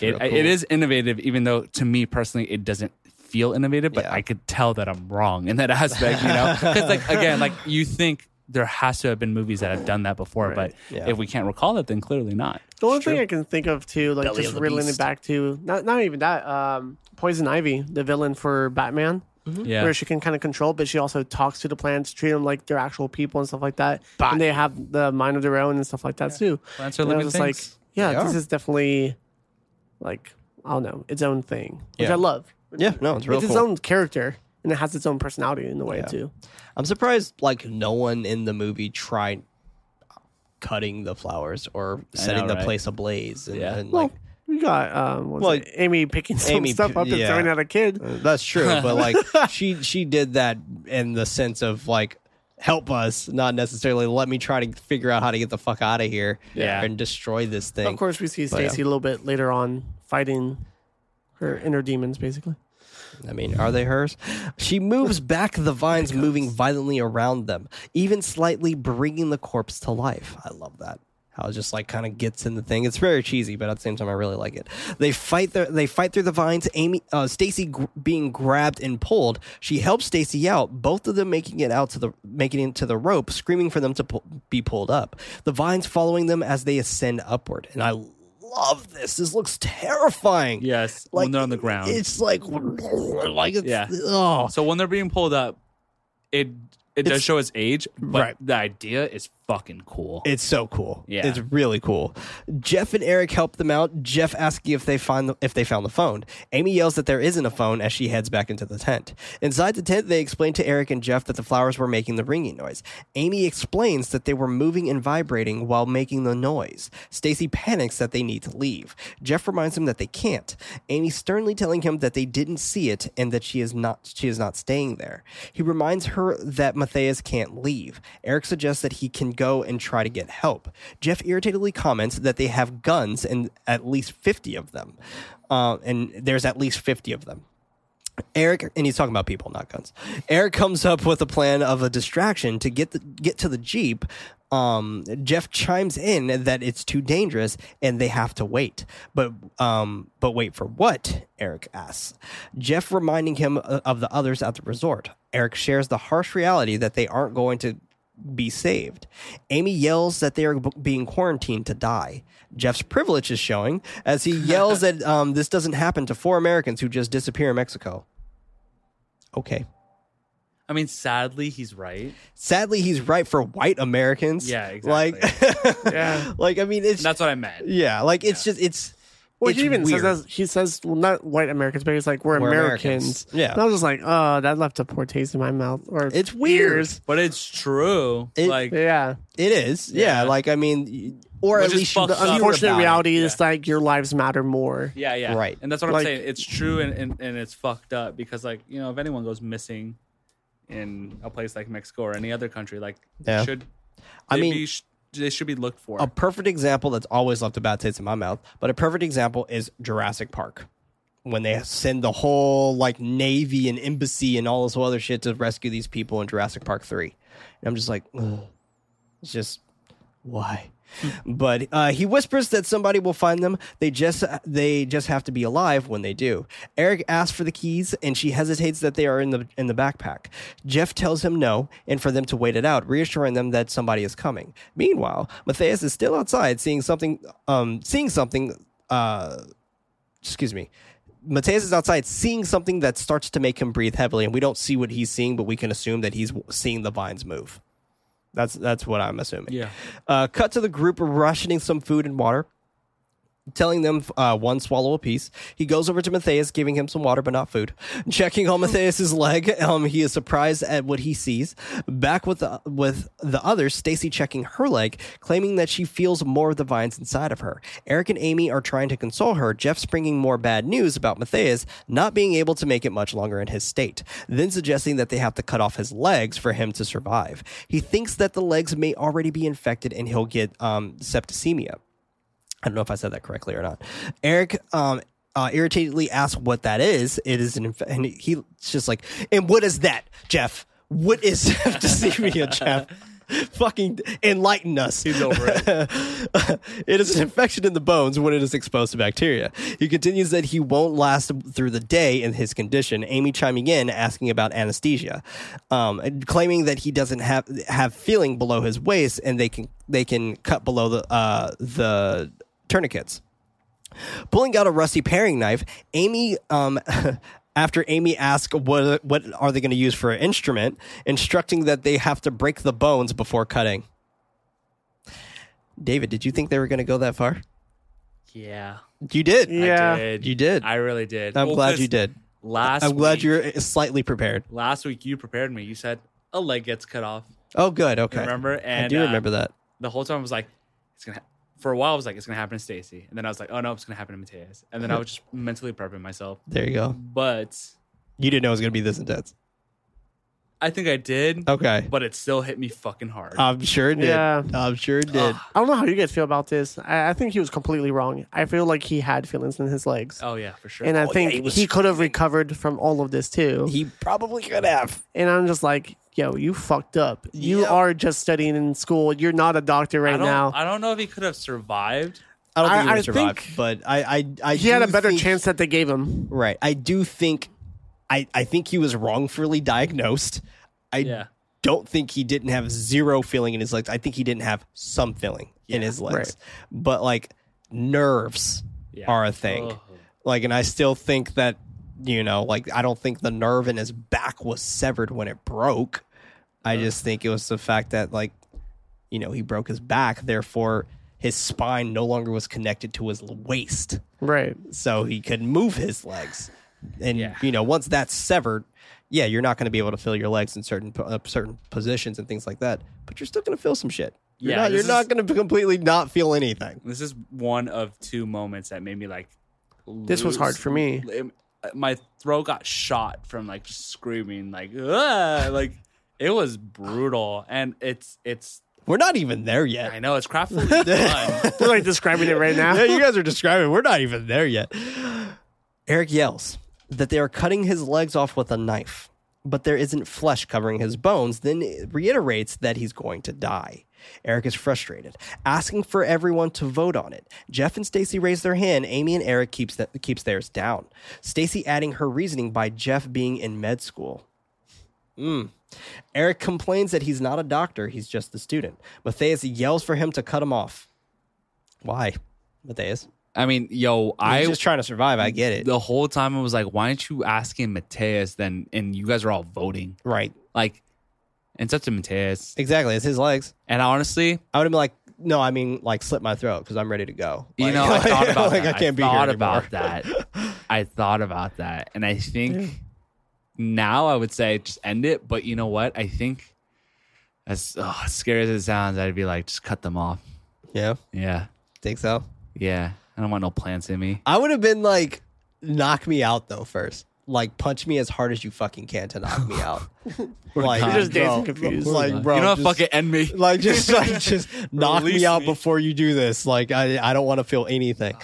Speaker 3: It,
Speaker 2: Real cool.
Speaker 3: it is innovative, even though to me personally, it doesn't feel innovative. But
Speaker 2: Yeah.
Speaker 3: I could tell that I'm wrong in that aspect, you know. Because like again, like you think there has to have been movies that have done that before, but
Speaker 2: Yeah.
Speaker 3: if we can't recall it, then clearly not.
Speaker 4: The only thing I can think of too, like
Speaker 2: Belly
Speaker 4: just
Speaker 2: of the
Speaker 4: reeling
Speaker 2: beast.
Speaker 4: it back to not not even that. Um, Poison Ivy, the villain for Batman.
Speaker 2: Mm-hmm.
Speaker 3: Yeah.
Speaker 4: where she can kind of control, but she also talks to the plants, treat them like they're actual people and stuff like that.
Speaker 2: But-
Speaker 4: and they have the mind of their own and stuff like that too.
Speaker 3: Plants are
Speaker 4: And I
Speaker 3: living
Speaker 4: was just like,
Speaker 3: things.
Speaker 4: yeah,
Speaker 2: They
Speaker 4: this
Speaker 2: are.
Speaker 4: is definitely like I don't know, its own thing, which
Speaker 2: Yeah.
Speaker 4: I love.
Speaker 2: Yeah, no, it's real
Speaker 4: it's
Speaker 2: cool.
Speaker 4: its own character and it has its own personality in a way
Speaker 2: Yeah.
Speaker 4: too.
Speaker 2: I'm surprised like no one in the movie tried cutting the flowers or setting
Speaker 3: know,
Speaker 2: the
Speaker 3: right?
Speaker 2: place ablaze. And,
Speaker 3: Yeah.
Speaker 2: and,
Speaker 4: Well,
Speaker 2: like
Speaker 4: we got um, what was
Speaker 2: Well,
Speaker 4: it? Amy picking some
Speaker 2: Amy
Speaker 4: stuff
Speaker 2: pi-
Speaker 4: up and
Speaker 2: yeah.
Speaker 4: throwing at a kid.
Speaker 2: that's true, but like she she did that in the sense of like help us, not necessarily let me try to figure out how to get the fuck out of here
Speaker 3: Yeah.
Speaker 2: and destroy this thing.
Speaker 4: Of course, we see
Speaker 2: But, yeah.
Speaker 4: Stacy a little bit later on fighting her inner demons, basically.
Speaker 2: I mean, are they hers? She moves back the vines, moving violently around them, even slightly bringing the corpse to life. I love that. How it just like kind of gets in the thing. It's very cheesy, but at the same time, I really like it. They fight. Their, they fight through the vines. Amy, uh, Stacy gr- being grabbed and pulled. She helps Stacy out. Both of them making it out to the making it to the rope, screaming for them to pu- be pulled up. The vines following them as they ascend upward. And I love this. This looks terrifying.
Speaker 3: Yes, when they're on the ground.
Speaker 2: It's like, like it's,
Speaker 3: Yeah.
Speaker 2: oh,
Speaker 3: So when they're being pulled up, it it does
Speaker 2: It's-
Speaker 3: show its age, but
Speaker 2: Right.
Speaker 3: the idea is fucking cool.
Speaker 2: it's so cool.
Speaker 3: Yeah.
Speaker 2: it's really cool. Jeff and Eric help them out. Jeff asking if they find the, if they found the phone. Amy yells that there isn't a phone as she heads back into the tent. Inside the tent, they explain to Eric and Jeff that the flowers were making the ringing noise. Amy explains that they were moving and vibrating while making the noise. Stacy panics that they need to leave. Jeff reminds him that they can't. Amy sternly telling him that they didn't see it and that she is not she is not staying there. He reminds her that Matthias can't leave. Eric suggests that he can go and try to get help. Jeff irritatedly comments that they have guns and at least 50 of them. Uh, and there's at least 50 of them. Eric, and he's talking about people, not guns. Eric comes up with a plan of a distraction to get the, get to the jeep. Um, Jeff chimes in that it's too dangerous and they have to wait. But um, but wait for what? Eric asks. Jeff reminding him uh, of the others at the resort. Eric shares the harsh reality that they aren't going to be saved. Amy yells that they are b- being quarantined to die. Jeff's privilege is showing as he yells that um, this doesn't happen to four Americans who just disappear in Mexico. Okay.
Speaker 3: I mean, sadly, he's right.
Speaker 2: Sadly, he's right for white Americans.
Speaker 3: Yeah, exactly.
Speaker 2: Like,
Speaker 4: Yeah.
Speaker 2: like I mean, it's
Speaker 3: That's what I meant.
Speaker 2: yeah, like it's just it's.
Speaker 4: Well,
Speaker 2: it's
Speaker 4: he even
Speaker 2: weird.
Speaker 4: says that, he says well, not white Americans, but he's like we're,
Speaker 2: We're
Speaker 4: Americans.
Speaker 2: Americans. Yeah.
Speaker 4: and I was just like, oh, that left a poor taste in my mouth. Or
Speaker 2: It's weird.
Speaker 4: ears.
Speaker 3: But it's true.
Speaker 2: It-
Speaker 3: like,
Speaker 4: Yeah,
Speaker 2: it is. Yeah,
Speaker 3: Yeah.
Speaker 2: like I mean, or
Speaker 3: Which
Speaker 2: at
Speaker 3: is
Speaker 2: least you
Speaker 3: fucked up.
Speaker 2: hear
Speaker 4: unfortunate
Speaker 2: about it.
Speaker 4: reality is like your lives matter more.
Speaker 3: yeah, yeah.
Speaker 2: Right.
Speaker 3: And that's what
Speaker 4: Like-
Speaker 3: I'm saying. It's true and, and, and it's fucked up because, like, you know, if anyone goes missing in a place like Mexico or any other country, like,
Speaker 2: Yeah.
Speaker 3: they should,
Speaker 2: I
Speaker 3: they
Speaker 2: mean-
Speaker 3: be, sh- they should be looked for.
Speaker 2: a perfect example that's always left a bad taste in my mouth, but a perfect example is Jurassic Park. When they send the whole like navy and embassy and all this whole other shit to rescue these people in Jurassic Park 3. And I'm just like, ugh. it's just why? but uh, he whispers that somebody will find them. They just they just have to be alive when they do. Eric asks for the keys, and she hesitates that they are in the in the backpack. Jeff tells him no, and for them to wait it out, reassuring them that somebody is coming. Meanwhile, Matthias is still outside, seeing something. Um, seeing something. Uh, excuse me. Mateus is outside seeing something that starts to make him breathe heavily, and we don't see what he's seeing, but we can assume that he's w- seeing the vines move. That's that's what I'm assuming.
Speaker 3: Yeah.
Speaker 2: Uh, cut to the group rationing some food and water, telling them uh, one swallow apiece. He goes over to Matthias, giving him some water but not food. Checking on Matthias's leg, um, he is surprised at what he sees. Back with the, with the others, Stacy checking her leg, claiming that she feels more of the vines inside of her. Eric and Amy are trying to console her. Jeff's bringing more bad news about Matthias not being able to make it much longer in his state, then suggesting that they have to cut off his legs for him to survive. He thinks that the legs may already be infected and he'll get um, septicemia. I don't know if I said that correctly or not. Eric um, uh, irritatedly asks what that is. It is an inf- and he's just like, and what is that, Jeff? What is septicemia, Jeff? Fucking enlighten us.
Speaker 3: He's over it.
Speaker 2: it is an infection in the bones when it is exposed to bacteria. He continues that he won't last through the day in his condition. Amy chiming in, asking about anesthesia, um, and claiming that he doesn't have have feeling below his waist, and they can they can cut below the uh, the tourniquets. Pulling out a rusty paring knife, Amy um, after Amy asks what what are they going to use for an instrument, instructing that they have to break the bones before cutting. David, did you think they were going to go that far?
Speaker 3: Yeah.
Speaker 2: You did.
Speaker 4: Yeah.
Speaker 3: I did.
Speaker 2: You did.
Speaker 3: I really did.
Speaker 2: I'm
Speaker 3: Well,
Speaker 2: glad
Speaker 3: 'cause
Speaker 2: you did.
Speaker 3: Last
Speaker 2: I'm glad
Speaker 3: week-
Speaker 2: you're slightly prepared.
Speaker 3: last week you prepared me. You said a leg gets cut off.
Speaker 2: Oh, good. Okay.
Speaker 3: remember?
Speaker 2: I
Speaker 3: And,
Speaker 2: do
Speaker 3: uh,
Speaker 2: remember that.
Speaker 3: The whole time I was like, it's gonna. Ha-. For a while, I was like, it's gonna happen to Stacy, and then I was like, oh no, it's gonna happen to Mateus, and then I was just mentally prepping myself.
Speaker 2: There you go.
Speaker 3: But
Speaker 2: You didn't know it was going to be this intense.
Speaker 3: I think I did.
Speaker 2: Okay.
Speaker 3: But it still hit me fucking hard.
Speaker 2: I'm sure it did.
Speaker 4: Yeah.
Speaker 2: I'm sure it did.
Speaker 4: I don't know how you guys feel about this. I, I think he was completely wrong. I feel like he had feelings in his legs.
Speaker 3: oh yeah, for sure.
Speaker 4: And I
Speaker 2: yeah,
Speaker 4: think
Speaker 2: he
Speaker 4: he,
Speaker 2: was
Speaker 4: could have recovered from all of this too.
Speaker 2: he probably could have.
Speaker 4: and I'm just like, yo, you fucked up. You
Speaker 2: Yeah.
Speaker 4: are just studying in school. You're not a doctor
Speaker 3: I
Speaker 4: right
Speaker 3: don't,
Speaker 4: now.
Speaker 3: I don't know if he could have survived.
Speaker 2: I don't think
Speaker 4: I-
Speaker 2: he would
Speaker 4: I
Speaker 2: have survived,
Speaker 4: think
Speaker 2: but I, I, I
Speaker 4: he had
Speaker 2: do
Speaker 4: a better
Speaker 2: think-
Speaker 4: chance that they gave him.
Speaker 2: Right. I do think, I, I think he was wrongfully diagnosed. I
Speaker 3: Yeah.
Speaker 2: don't think he didn't have zero feeling in his legs. I think he didn't have some feeling in his legs,
Speaker 4: right.
Speaker 2: but like nerves
Speaker 3: Yeah.
Speaker 2: are a thing.
Speaker 3: Oh.
Speaker 2: Like, and I still think that you know, like I don't think the nerve in his back was severed when it broke. I just think it was the fact that like you know he broke his back, therefore his spine no longer was connected to his waist
Speaker 4: Right.
Speaker 2: so he could move his legs. And
Speaker 3: Yeah.
Speaker 2: you know, once that's severed, yeah, you're not going to be able to feel your legs in certain po- uh, certain positions and things like that. But you're still going to feel some shit. You're
Speaker 3: Yeah,
Speaker 2: not, you're
Speaker 3: this
Speaker 2: not
Speaker 3: is-
Speaker 2: going to completely not feel anything.
Speaker 3: This is one of two moments that made me like.
Speaker 4: This was hard for me.
Speaker 3: My throat got shot from like screaming, like "Ah!" like it was brutal, and it's it's.
Speaker 2: We're not even there yet.
Speaker 3: I know it's craftily done.
Speaker 4: We're like describing it right
Speaker 2: yeah,
Speaker 4: now.
Speaker 2: you guys are describing. We're not even there yet. Eric yells that they are cutting his legs off with a knife, but there isn't flesh covering his bones, then reiterates that he's going to die. Eric is frustrated, asking for everyone to vote on it. Jeff and Stacy raise their hand. Amy and Eric keeps, th- keeps theirs down. Stacy adding her reasoning by Jeff being in med school. Hmm. Eric complains that he's not a doctor, he's just a student. Matthias yells for him to cut him off. Why, Matthias?
Speaker 3: I mean, yo,
Speaker 2: I
Speaker 3: I
Speaker 2: was just trying to survive. I get it.
Speaker 3: the whole time I was like, why aren't you asking Mateus then? And you guys are all voting,
Speaker 2: Right.
Speaker 3: like, and it's up to Mateus.
Speaker 2: Exactly. It's his legs.
Speaker 3: And honestly,
Speaker 2: I would have been like, no, I mean, like, slit my throat because I'm ready to go.
Speaker 3: You
Speaker 2: Like-
Speaker 3: know, I thought about
Speaker 2: like,
Speaker 3: that.
Speaker 2: I can't be
Speaker 3: thought
Speaker 2: here anymore.
Speaker 3: about that. I thought about that, and I think now I would say just end it. But you know what? I think as oh, as scary as it sounds, I'd be like, just cut them off.
Speaker 2: Yeah.
Speaker 3: Yeah,
Speaker 2: Think so.
Speaker 3: yeah. I don't want no plants in me.
Speaker 2: I would have been like, knock me out though first. Like, punch me as hard as you fucking can to knock me out. like,
Speaker 3: You're just
Speaker 4: dancing
Speaker 2: bro,
Speaker 4: confused.
Speaker 2: Like, bro,
Speaker 3: you know, what?
Speaker 2: just-
Speaker 3: fuck it, end me.
Speaker 2: like just like just knock
Speaker 3: Release
Speaker 2: me out
Speaker 3: me.
Speaker 2: before you do this like i i don't want to feel anything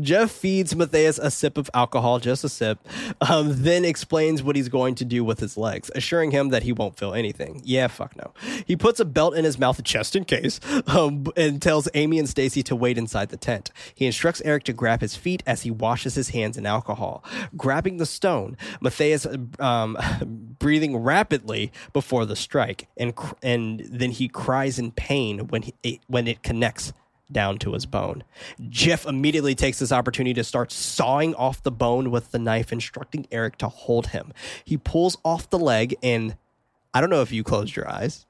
Speaker 2: jeff feeds matthias a sip of alcohol just a sip um, then explains what he's going to do with his legs assuring him that he won't feel anything yeah fuck no he puts a belt in his mouth just in case um, and tells amy and stacy to wait inside the tent he instructs eric to grab his feet as he washes his hands in alcohol grabbing the stone matthias um, breathing rapidly before the strike, and cr- and then he cries in pain when he, when it connects down to his bone. Jeff immediately takes this opportunity to start sawing off the bone with the knife, instructing Eric to hold him. He pulls off the leg, and I don't know if you closed your eyes.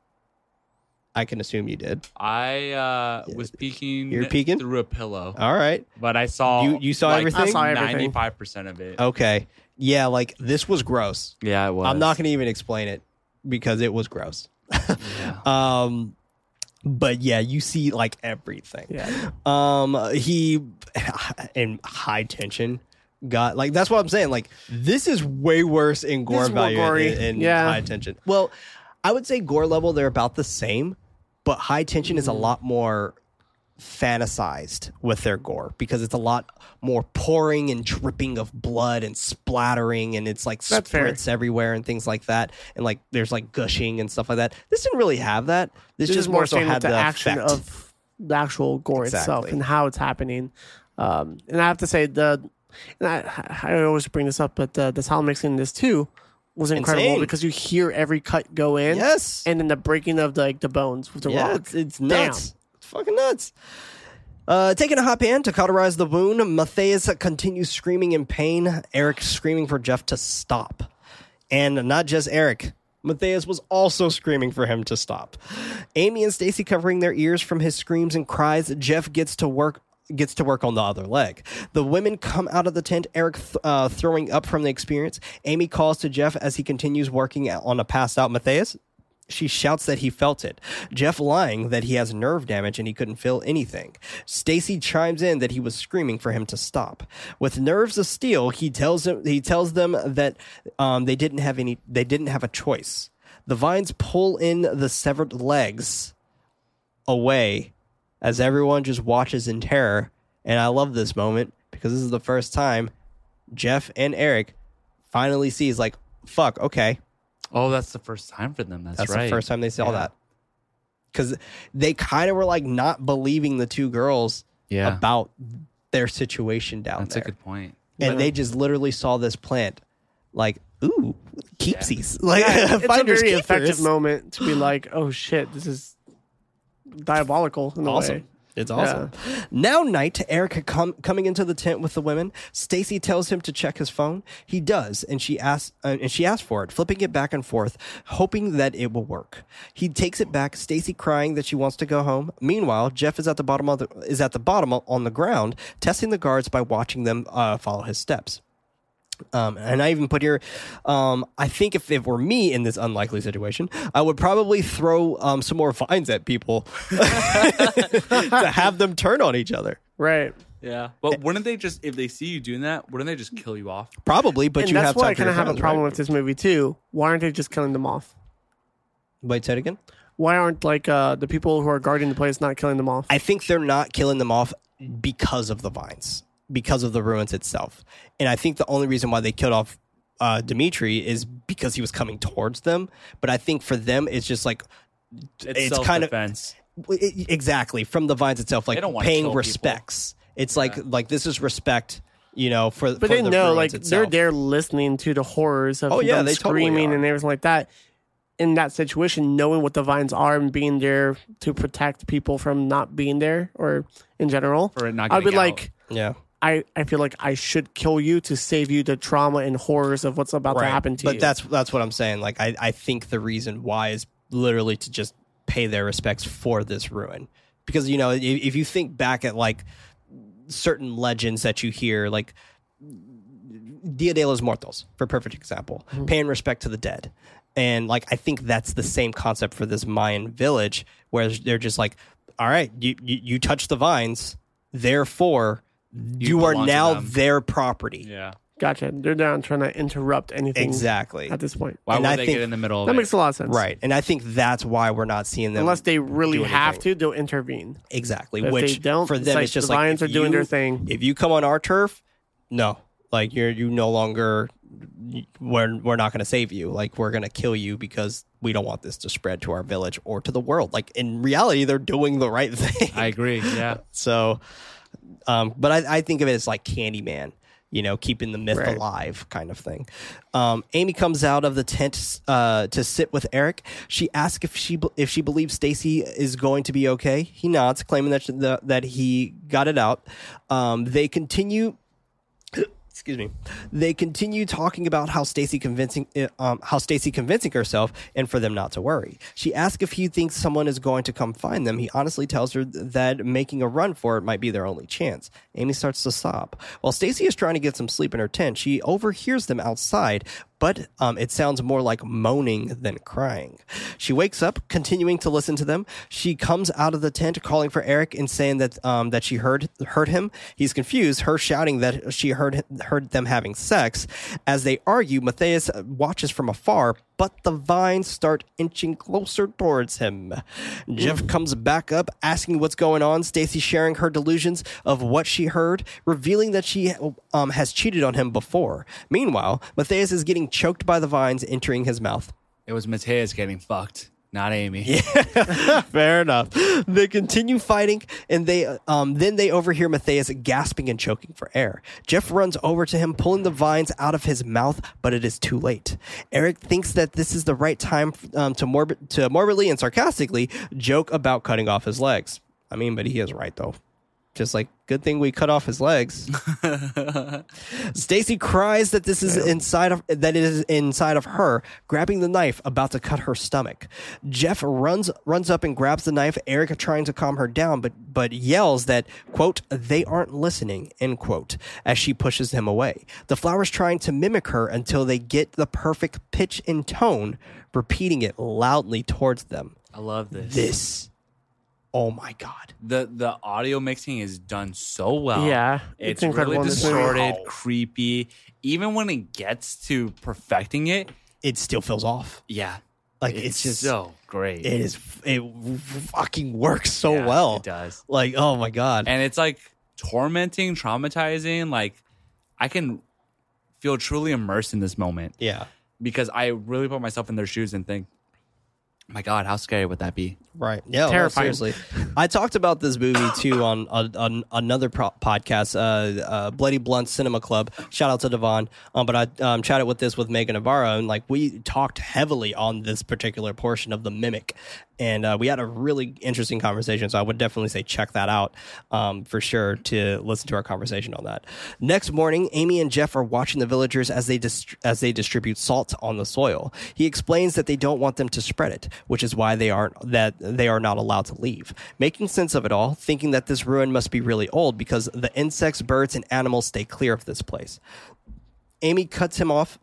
Speaker 2: I can assume you did.
Speaker 3: I uh, was peeking.
Speaker 2: You're peeking?
Speaker 3: through a pillow,
Speaker 2: All right.
Speaker 3: but I saw
Speaker 2: You- you saw everything? I
Speaker 4: saw everything.
Speaker 3: Ninety-five percent of it.
Speaker 2: Okay. Yeah, like this was gross.
Speaker 3: Yeah, it was.
Speaker 2: I'm not going to even explain it because it was gross. um, but yeah, you see like everything.
Speaker 4: Yeah.
Speaker 2: Um, he in high tension got like that's what I'm saying. Like this is way worse in gore
Speaker 4: is more
Speaker 2: value
Speaker 4: gory.
Speaker 2: in, in
Speaker 4: Yeah.
Speaker 2: high tension. Well, I would say gore level they're about the same, but high tension is a
Speaker 4: Mm.
Speaker 2: lot more fantasized with their gore because it's a lot more pouring and dripping of blood and splattering and it's like
Speaker 4: That's fair.
Speaker 2: spritz everywhere and things like that and like there's like gushing and stuff like that. This didn't really have that. This,
Speaker 4: It's
Speaker 2: just more so
Speaker 4: staying
Speaker 2: had
Speaker 4: with
Speaker 2: the,
Speaker 4: action
Speaker 2: effect.
Speaker 4: of the actual gore itself
Speaker 2: Exactly.
Speaker 4: and how it's happening. Um, and I have to say the, and I, I always bring this up, but the, the sound mixing in this too was incredible
Speaker 2: Insane.
Speaker 4: because you hear every cut go in,
Speaker 2: Yes.
Speaker 4: and then the breaking of like the bones with the
Speaker 2: yeah,
Speaker 4: rock.
Speaker 2: it's, it's
Speaker 4: Damn.
Speaker 2: nuts. It's fucking nuts. Uh, taking a hot pan to cauterize the wound, Matthias continues screaming in pain, Eric screaming for Jeff to stop. And not just Eric. Matthias was also screaming for him to stop. Amy and Stacy covering their ears from his screams and cries, Jeff gets to work gets to work on the other leg. The women come out of the tent, Eric th- uh, throwing up from the experience. Amy calls to Jeff as he continues working on a passed out Matthias. She shouts that he felt it. Jeff lying that he has nerve damage and he couldn't feel anything. Stacy chimes in that he was screaming for him to stop. With nerves of steel, he tells him he tells them that um, they didn't have any they didn't have a choice. The vines pull in the severed legs away as everyone just watches in terror. And I love this moment because this is the first time Jeff and Eric finally sees like, fuck, okay,
Speaker 3: Oh, that's the first time for them. That's,
Speaker 2: that's
Speaker 3: right.
Speaker 2: the first time they saw
Speaker 3: Yeah.
Speaker 2: that. Because they kind of were like not believing the two girls
Speaker 3: Yeah.
Speaker 2: about their situation down
Speaker 3: That's
Speaker 2: there.
Speaker 3: a good point.
Speaker 2: and they just literally saw this plant like, ooh, keepsies. Like,
Speaker 4: it's a
Speaker 2: finders
Speaker 4: very
Speaker 2: keepers.
Speaker 4: effective moment to be like, oh shit, this is diabolical in a way.
Speaker 2: It's awesome. Now night, Eric com- coming into the tent with the women. Stacy tells him to check his phone. He does, and she asks uh, and she asks for it, flipping it back and forth, hoping that it will work. He takes it back, Stacy crying that she wants to go home. Meanwhile, Jeff is at the bottom of the, is at the bottom o- on the ground, testing the guards by watching them uh, follow his steps. Um, and I even put here, um, I think if it were me in this unlikely situation, I would probably throw um, some more vines at people to have them turn on each other.
Speaker 4: Right.
Speaker 3: yeah. But wouldn't they just if they see you doing that, wouldn't they just kill you off?
Speaker 2: Probably, but
Speaker 4: and
Speaker 2: you
Speaker 4: that's
Speaker 2: have
Speaker 4: why
Speaker 2: time
Speaker 4: I
Speaker 2: for
Speaker 4: kind
Speaker 2: your
Speaker 4: of have a
Speaker 2: friends,
Speaker 4: problem
Speaker 2: right?
Speaker 4: with this movie too. Why aren't they just killing them off?
Speaker 2: Wait, say it again.
Speaker 4: Why aren't like uh, the people who are guarding the place not killing them off?
Speaker 2: I think they're not killing them off because of the vines, because of the ruins itself. And I think the only reason why they killed off uh, Dimitri is because he was coming towards them. But I think for them, it's just like
Speaker 3: It's,
Speaker 2: It's kind of-
Speaker 3: self-defense.
Speaker 2: w- i- exactly from the vines itself, like
Speaker 3: They don't wanna kill
Speaker 2: paying
Speaker 3: people.
Speaker 2: respects. It's like like this is respect, you know, for
Speaker 4: But
Speaker 2: for
Speaker 4: they
Speaker 2: the
Speaker 4: know,
Speaker 2: ruins
Speaker 4: like they're
Speaker 2: itself.
Speaker 4: there listening to the horrors of
Speaker 2: Oh, yeah,
Speaker 4: them
Speaker 2: they totally
Speaker 4: screaming
Speaker 2: are.
Speaker 4: and everything like that. In that situation, knowing what the vines are and being there to protect people from not being there or in general,
Speaker 3: For it not
Speaker 4: I'd be
Speaker 3: getting out.
Speaker 4: like,
Speaker 2: Yeah,
Speaker 4: I, I feel like I should kill you to save you the trauma and horrors of what's about to happen to
Speaker 2: but
Speaker 4: you.
Speaker 2: that's that's what I'm saying. Like I, I think the reason why is literally to just pay their respects for this ruin. Because you know, if, if you think back at like certain legends that you hear, like Dia de los Muertos, for perfect example,
Speaker 4: Mm-hmm.
Speaker 2: paying respect to the dead. And like I think that's the same concept for this Mayan village, where they're just like, all right, you you, you touch the vines, therefore you, are
Speaker 3: belong to
Speaker 2: now
Speaker 3: them."
Speaker 2: their property.
Speaker 3: yeah.
Speaker 4: gotcha. They're not trying to interrupt anything
Speaker 2: Exactly.
Speaker 4: at this point.
Speaker 3: Why
Speaker 2: And
Speaker 3: would
Speaker 2: I
Speaker 3: they
Speaker 2: think-
Speaker 3: get in the middle of
Speaker 4: That
Speaker 3: it?
Speaker 4: makes a lot of sense.
Speaker 2: Right. And I think that's why we're not seeing them
Speaker 4: Unless they really
Speaker 2: do
Speaker 4: have
Speaker 2: anything.
Speaker 4: to, they'll intervene.
Speaker 2: exactly.
Speaker 4: If
Speaker 2: which
Speaker 4: they don't,
Speaker 2: for
Speaker 4: it's
Speaker 2: them
Speaker 4: like
Speaker 2: it's just
Speaker 4: the
Speaker 2: like
Speaker 4: Lions
Speaker 2: if
Speaker 4: are doing
Speaker 2: you-
Speaker 4: their thing.
Speaker 2: If you come on our turf, no, like you're you no longer we're we're not going to save you. Like we're going to kill you because we don't want this to spread to our village or to the world. Like in reality, they're doing the right thing.
Speaker 3: I agree. Yeah.
Speaker 2: so, um, but I, I think of it as like Candyman, you know, keeping the myth
Speaker 4: Right.
Speaker 2: alive kind of thing. Um, Amy comes out of the tent uh, to sit with Eric. She asks if she be- if she believes Stacy is going to be okay. He nods, claiming that the, that he got it out. Um, they continue excuse me they continue talking about how stacy convincing uh, um, how stacy convincing herself and for them not to worry she asks if he thinks someone is going to come find them he honestly tells her th- that making a run for it might be their only chance amy starts to sob while stacy is trying to get some sleep in her tent she overhears them outside but um, it sounds more like moaning than crying she wakes up continuing to listen to them she comes out of the tent calling for eric and saying that um, that she heard heard him he's confused her shouting that she heard heard them having sex. As they argue, Matthias watches from afar, but the vines start inching closer towards him. Jeff comes back up, asking what's going on. Stacy sharing her delusions of what she heard, revealing that she um, has cheated on him before. Meanwhile, Matthias is getting choked by the vines entering his mouth.
Speaker 3: It was Mateus getting fucked, not Amy.
Speaker 2: Fair enough. They continue fighting, and they um, then they overhear Matthias gasping and choking for air. Jeff runs over to him, pulling the vines out of his mouth, but it is too late. Eric thinks that this is the right time um, to morbid to morbidly and sarcastically joke about cutting off his legs. I mean, but he is right though. Just like, good thing we cut off his legs. Stacy cries that this is inside of that it is inside of her, grabbing the knife about to cut her stomach. Jeff runs runs up and grabs the knife, Erica trying to calm her down, but but yells that, quote, they aren't listening, end quote, as she pushes him away. The flowers trying to mimic her until they get the perfect pitch and tone, repeating it loudly towards them.
Speaker 3: I love this.
Speaker 2: This Oh my god.
Speaker 3: The the audio mixing is done so well.
Speaker 4: Yeah,
Speaker 3: It's,
Speaker 4: it's incredible
Speaker 3: really
Speaker 4: in this movie.
Speaker 3: distorted,
Speaker 2: Oh.
Speaker 3: creepy. Even when it gets to perfecting it,
Speaker 2: It still feels off.
Speaker 3: yeah.
Speaker 2: Like it's, just
Speaker 3: so great.
Speaker 2: it is it fucking works so
Speaker 3: Yeah,
Speaker 2: well.
Speaker 3: It does.
Speaker 2: Like, oh my god.
Speaker 3: And it's like tormenting, traumatizing. Like I can feel truly immersed in this moment
Speaker 2: yeah.
Speaker 3: because I really put myself in their shoes and think, "Oh my God, how scary would that be?
Speaker 2: Right. Yeah. no,
Speaker 4: Terrifying.
Speaker 2: seriously. I talked about this movie too on, on, on another pro- podcast, uh, uh, Bloody Blunt Cinema Club. Shout out to Devon. Um, but I um, chatted with this with Megan Navarro, and like we talked heavily on this particular portion of the Mimic, and uh, we had a really interesting conversation. So I would definitely say check that out um, for sure to listen to our conversation on that. Next morning, Amy and Jeff are watching the villagers as they dist- as they distribute salt on the soil. He explains that they don't want them to spread it, which is why they aren't that they are not allowed to leave. Making sense of it all, thinking that this ruin must be really old because the insects, birds, and animals stay clear of this place. Amy cuts him off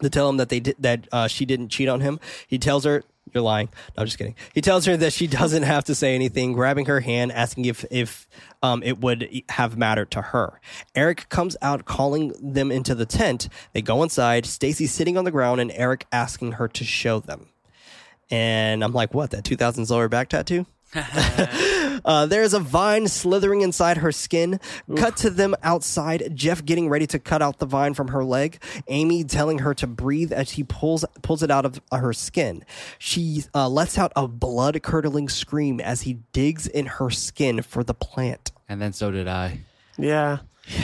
Speaker 2: to tell him that they did that uh, she didn't cheat on him. He tells her you're lying. No, I'm just kidding. He tells her that she doesn't have to say anything, grabbing her hand, asking if if um, it would e- have mattered to her. Eric comes out, calling them into the tent. They go inside. Stacy sitting on the ground, and Eric asking her to show them. And I'm like, what? That 2000s lower back tattoo? Uh, there's a vine slithering inside her skin. Cut to them outside. Jeff getting ready to cut out the vine from her leg. Amy telling her to breathe as he pulls pulls it out of uh, her skin. She uh, lets out a blood curdling scream as he digs in her skin for the plant.
Speaker 3: And then so did I.
Speaker 4: Yeah.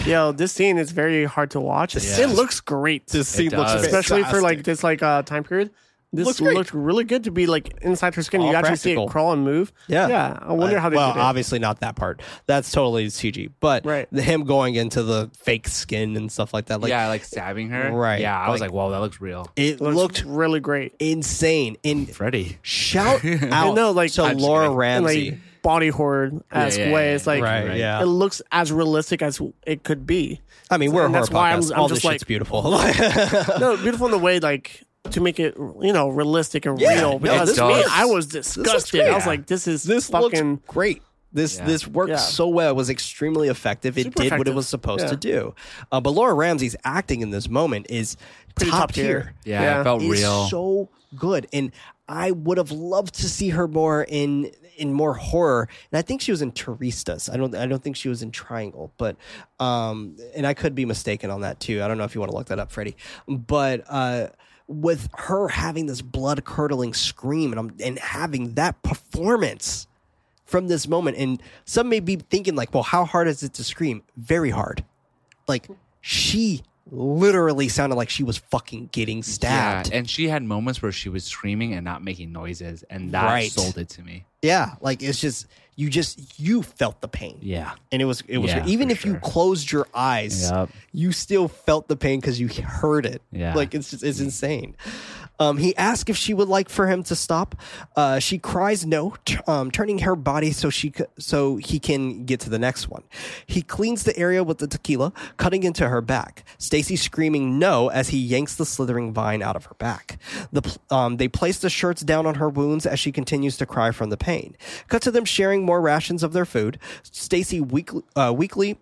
Speaker 4: Yo, this scene is very hard to watch.
Speaker 3: Yeah.
Speaker 4: It looks great.
Speaker 2: scene
Speaker 3: It looks does.
Speaker 4: especially for like this like uh time period. This
Speaker 2: Looks
Speaker 4: looks
Speaker 2: great.
Speaker 4: really good to be like inside her skin.
Speaker 2: All
Speaker 4: you actually see
Speaker 2: practical.
Speaker 4: it crawl and move.
Speaker 2: Yeah.
Speaker 4: yeah. I wonder
Speaker 2: Uh,
Speaker 4: how they
Speaker 2: Well,
Speaker 4: did it.
Speaker 2: obviously not that part. That's totally CG. But
Speaker 4: Right.
Speaker 2: the, him going into the fake skin and stuff like that. Like
Speaker 3: yeah, like stabbing her.
Speaker 2: Right,
Speaker 3: Yeah, I was
Speaker 2: like-
Speaker 3: like, whoa, that looks real.
Speaker 2: it
Speaker 4: Looks
Speaker 2: looked
Speaker 4: really great.
Speaker 2: insane. And
Speaker 3: Freddy.
Speaker 2: shout out
Speaker 4: know, like-
Speaker 2: to
Speaker 4: I'm just
Speaker 2: Laura
Speaker 3: kidding.
Speaker 4: And
Speaker 2: Ramsey.
Speaker 4: like body horror esque
Speaker 3: Yeah, yeah,
Speaker 4: way.
Speaker 3: yeah,
Speaker 4: It's like
Speaker 2: Right, yeah.
Speaker 4: it looks as realistic as it could be.
Speaker 2: I mean, we're a
Speaker 4: And
Speaker 2: horror
Speaker 4: that's why I'm-
Speaker 2: podcast.
Speaker 4: I'm
Speaker 2: All this
Speaker 4: just
Speaker 2: shit's
Speaker 4: like-
Speaker 2: beautiful.
Speaker 4: No, beautiful in the way like to make it you know realistic and
Speaker 2: Yeah, no,
Speaker 4: real. Because
Speaker 3: this
Speaker 4: me,
Speaker 3: looks-
Speaker 4: I was
Speaker 2: looks
Speaker 4: disgusted.
Speaker 2: great.
Speaker 4: I was like, this is
Speaker 2: this
Speaker 4: fucking
Speaker 2: looks great. This
Speaker 3: Yeah.
Speaker 2: this worked
Speaker 4: Yeah.
Speaker 2: so well. It was extremely effective. It
Speaker 4: Super
Speaker 2: did what it
Speaker 4: effective.
Speaker 2: was supposed to
Speaker 4: Yeah.
Speaker 2: do. Uh, but Laura Ramsey's acting in this moment is
Speaker 4: Pretty
Speaker 2: top,
Speaker 4: top tier.
Speaker 2: tier.
Speaker 3: Yeah,
Speaker 4: Yeah.
Speaker 3: it felt
Speaker 2: Is
Speaker 3: real.
Speaker 2: so good, and I would have loved to see her more in in more horror. And I think she was in Teristas. I don't I don't think she was in Triangle, but um, and I could be mistaken on that too. I don't know if you want to look that up, Freddie, but uh. With her having this blood curdling scream and, i and having that performance, from this moment. And some may be thinking, like, well, how hard is it to scream? Very hard. Like, she literally sounded like she was fucking getting
Speaker 3: yeah,
Speaker 2: stabbed. Yeah.
Speaker 3: and she had moments where she was screaming and not making noises, and that
Speaker 2: Right.
Speaker 3: sold it to me.
Speaker 2: like, it's just, you just, you felt the pain.
Speaker 3: Yeah,
Speaker 2: And it was, it was,
Speaker 3: Yeah,
Speaker 2: even
Speaker 3: for
Speaker 2: if you
Speaker 3: sure.
Speaker 2: closed your eyes,
Speaker 3: Yep.
Speaker 2: you still felt the pain because you heard it.
Speaker 3: Yeah.
Speaker 2: Like, it's just, it's insane. Um, he asked if she would like for him to stop. Uh, she cries no, t- um, turning her body so she c- so he can get to the next one. He cleans the area with the tequila, cutting into her back. Stacy screaming no as he yanks the slithering vine out of her back. The pl- um, they place the shirts down on her wounds as she continues to cry from the pain. Cut to them sharing more rations of their food. Stacy weakly, uh, weakly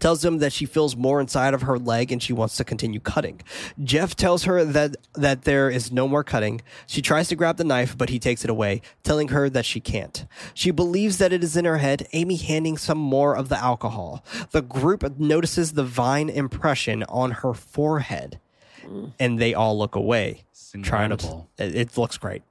Speaker 2: tells him that she feels more inside of her leg and she wants to continue cutting. Jeff tells her that that there is no more cutting. She tries to grab the knife but he takes it away, telling her that she can't. She believes that it is in her head, Amy handing some more of the alcohol. The group notices the vine impression on her forehead and they all look away.
Speaker 3: It's
Speaker 2: Trying to
Speaker 3: incredible.
Speaker 2: it, it looks great.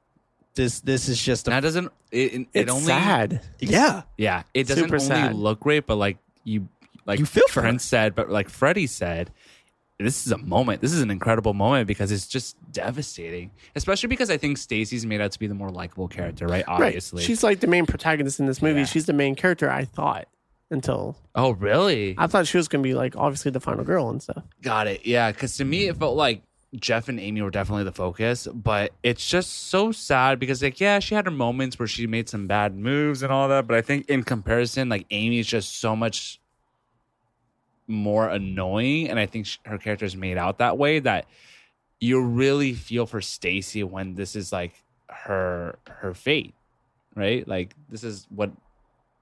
Speaker 2: This this is just a
Speaker 3: that doesn't. It, it, it
Speaker 4: it's
Speaker 3: only.
Speaker 4: sad.
Speaker 2: yeah.
Speaker 3: Yeah, it doesn't
Speaker 4: Super
Speaker 3: only
Speaker 4: sad.
Speaker 3: look great, but like you, like
Speaker 2: You feel for her.
Speaker 3: Prince said, but like Freddie said, this is a moment. This is an incredible moment because it's just devastating, especially because I think Stacy's made out to be the more likable character, right? Obviously,
Speaker 4: Right. She's like the main protagonist in this movie. She's the main character, I thought. until
Speaker 3: Oh, really?
Speaker 4: I thought she was gonna be like obviously the final girl and stuff.
Speaker 3: Got it. Yeah, because to me it felt like Jeff and Amy were definitely the focus, but it's just so sad because like yeah, she had her moments where she made some bad moves and all that, but I think in comparison, like Amy's just so much more annoying, and I think sh her character is made out that way that you really feel for Stacy when this is like her her fate, right? Like this is what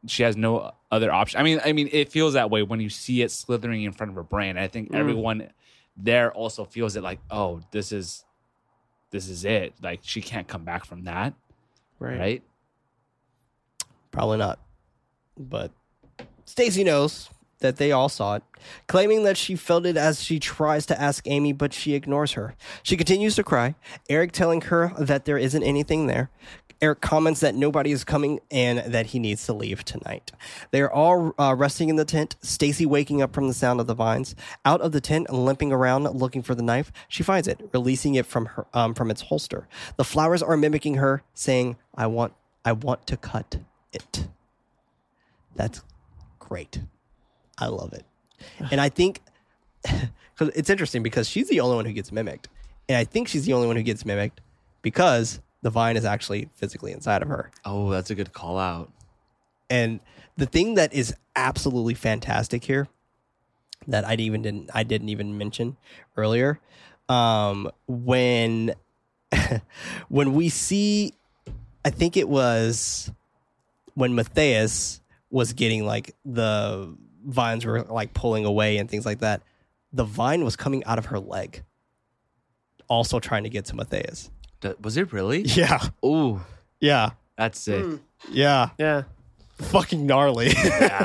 Speaker 3: she has no other option. I mean, I mean, it feels that way when you see it slithering in front of her brain. I think everyone there also feels it like, oh, this is this is it. Like she can't come back from that, right?
Speaker 2: Probably not. But Stacy knows that they all saw it, claiming that she felt it as she tries to ask Amy, but she ignores her. She continues to cry, Eric telling her that there isn't anything there. Eric comments that nobody is coming and that he needs to leave tonight. They are all uh, resting in the tent, Stacy waking up from the sound of the vines. Out of the tent, and limping around looking for the knife, she finds it, releasing it from her um, from its holster. The flowers are mimicking her, saying, "I want I want to cut it." That's great. I love it. And I think cause it's interesting because she's the only one who gets mimicked. And I think she's the only one who gets mimicked because the vine is actually physically inside of her.
Speaker 3: Oh, that's a good call out.
Speaker 2: And the thing that is absolutely fantastic here that I even didn't I didn't even mention earlier um when when we see I think it was when Matthias was getting like the vines were like pulling away and things like that the vine was coming out of her leg also trying to get to Matthias
Speaker 3: D- was it really?
Speaker 2: yeah
Speaker 3: Ooh,
Speaker 2: yeah
Speaker 3: that's sick.
Speaker 2: yeah
Speaker 4: Yeah.
Speaker 2: fucking gnarly.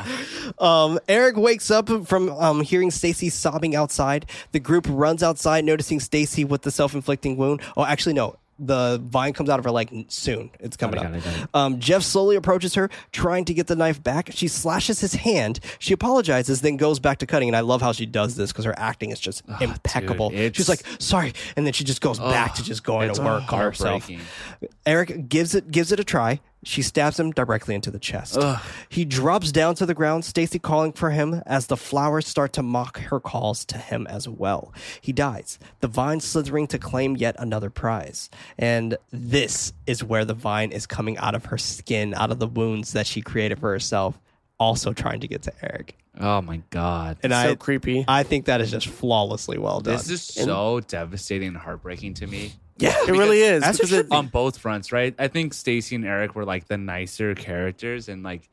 Speaker 2: um, Eric wakes up from um, hearing Stacy sobbing outside. The group runs outside, noticing Stacy with the self-inflicting wound. Oh, actually, no. The vine comes out of her leg n- soon. It's coming
Speaker 3: Got it,
Speaker 2: up.
Speaker 3: got it, got
Speaker 2: Um, Jeff slowly approaches her, trying to get the knife back. She slashes his hand. She apologizes, then goes back to cutting. And I love how she does this because her acting is just impeccable.
Speaker 3: Ah, dude, it's-
Speaker 2: She's like, "Sorry," and then she just goes back to just going
Speaker 3: it's
Speaker 2: to work on herself.
Speaker 3: heartbreaking.
Speaker 2: Eric gives it gives it a try. She stabs him directly into the chest. He drops down to the ground, Stacy calling for him as the flowers start to mock her calls to him as well. He dies, the vine slithering to claim yet another prize. And this is where the vine is coming out of her skin, out of the wounds that she created for herself, also trying to get to Eric.
Speaker 3: Oh my god.
Speaker 2: And
Speaker 4: So
Speaker 2: I
Speaker 4: creepy.
Speaker 2: I think that is just flawlessly well done.
Speaker 3: This is so devastating and heartbreaking to me.
Speaker 2: yeah.
Speaker 4: It really is.
Speaker 2: That's
Speaker 4: because
Speaker 2: what
Speaker 4: it-
Speaker 3: on both fronts, right? I think Stacy and Eric were like the nicer characters, and like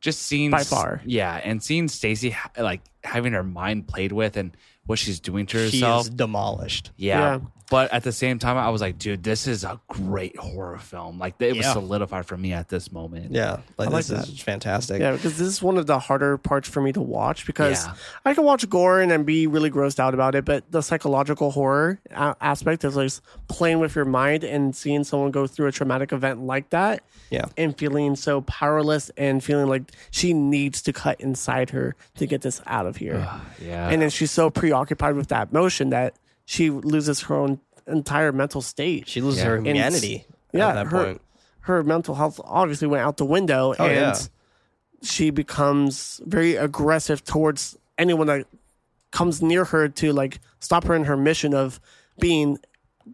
Speaker 3: just seeing
Speaker 4: By far.
Speaker 3: yeah, and seeing Stacy ha- like having her mind played with and what she's doing to
Speaker 2: She
Speaker 3: herself.
Speaker 2: is demolished.
Speaker 3: yeah.
Speaker 4: Yeah.
Speaker 3: But at the same time, I was like, dude, this is a great horror film. Like, it was
Speaker 2: Yeah.
Speaker 3: solidified for me at this moment.
Speaker 2: Yeah. Like,
Speaker 4: like
Speaker 2: this is fantastic.
Speaker 4: Yeah, because this is one of the harder parts for me to watch because
Speaker 3: Yeah.
Speaker 4: I can watch gore and, and be really grossed out about it, but the psychological horror a- aspect of like playing with your mind and seeing someone go through a traumatic event like that,
Speaker 2: Yeah.
Speaker 4: and feeling so powerless and feeling like she needs to cut inside her to get this out of here,
Speaker 3: Yeah.
Speaker 4: and then she's so preoccupied with that motion that she loses her own entire mental state.
Speaker 2: She loses
Speaker 3: Yeah.
Speaker 2: her
Speaker 3: And
Speaker 2: humanity
Speaker 4: yeah,
Speaker 2: at that
Speaker 4: her,
Speaker 2: point. Oh,
Speaker 4: her mental health obviously went out the window, and
Speaker 2: yeah.
Speaker 4: she becomes very aggressive towards anyone that comes near her to like stop her in her mission of being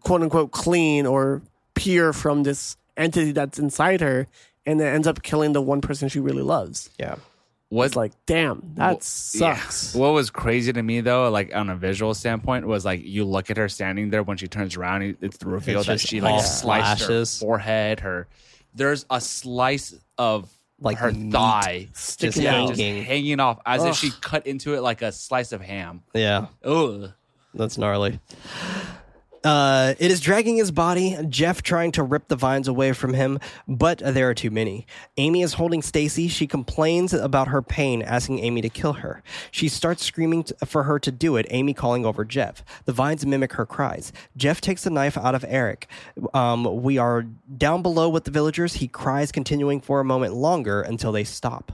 Speaker 4: quote unquote clean or pure from this entity that's inside her, and then ends up killing the one person she really loves.
Speaker 2: Yeah.
Speaker 3: What
Speaker 4: It's like, damn, that
Speaker 3: Yeah.
Speaker 4: sucks.
Speaker 3: What was crazy to me though, like on a visual standpoint, was like you look at her standing there when she turns around, it- it's the reveal
Speaker 2: It's
Speaker 3: that
Speaker 2: just
Speaker 3: she
Speaker 2: all
Speaker 3: like sliced
Speaker 2: slashes.
Speaker 3: her forehead, her there's a slice of
Speaker 2: Like
Speaker 3: like her
Speaker 2: meat
Speaker 3: thigh
Speaker 2: Just
Speaker 4: Sticking
Speaker 3: yeah,
Speaker 4: out.
Speaker 3: just
Speaker 2: hanging.
Speaker 3: hanging off as if she cut into it like a slice of ham.
Speaker 2: Yeah.
Speaker 3: Ugh.
Speaker 2: That's gnarly. Uh, it is dragging his body, Jeff trying to rip the vines away from him, but there are too many. Amy is holding Stacy. She complains about her pain, asking Amy to kill her. She starts screaming t- for her to do it, Amy calling over Jeff. The vines mimic her cries. Jeff takes the knife out of Eric. Um, we are down below with the villagers. He cries, continuing for a moment longer until they stop.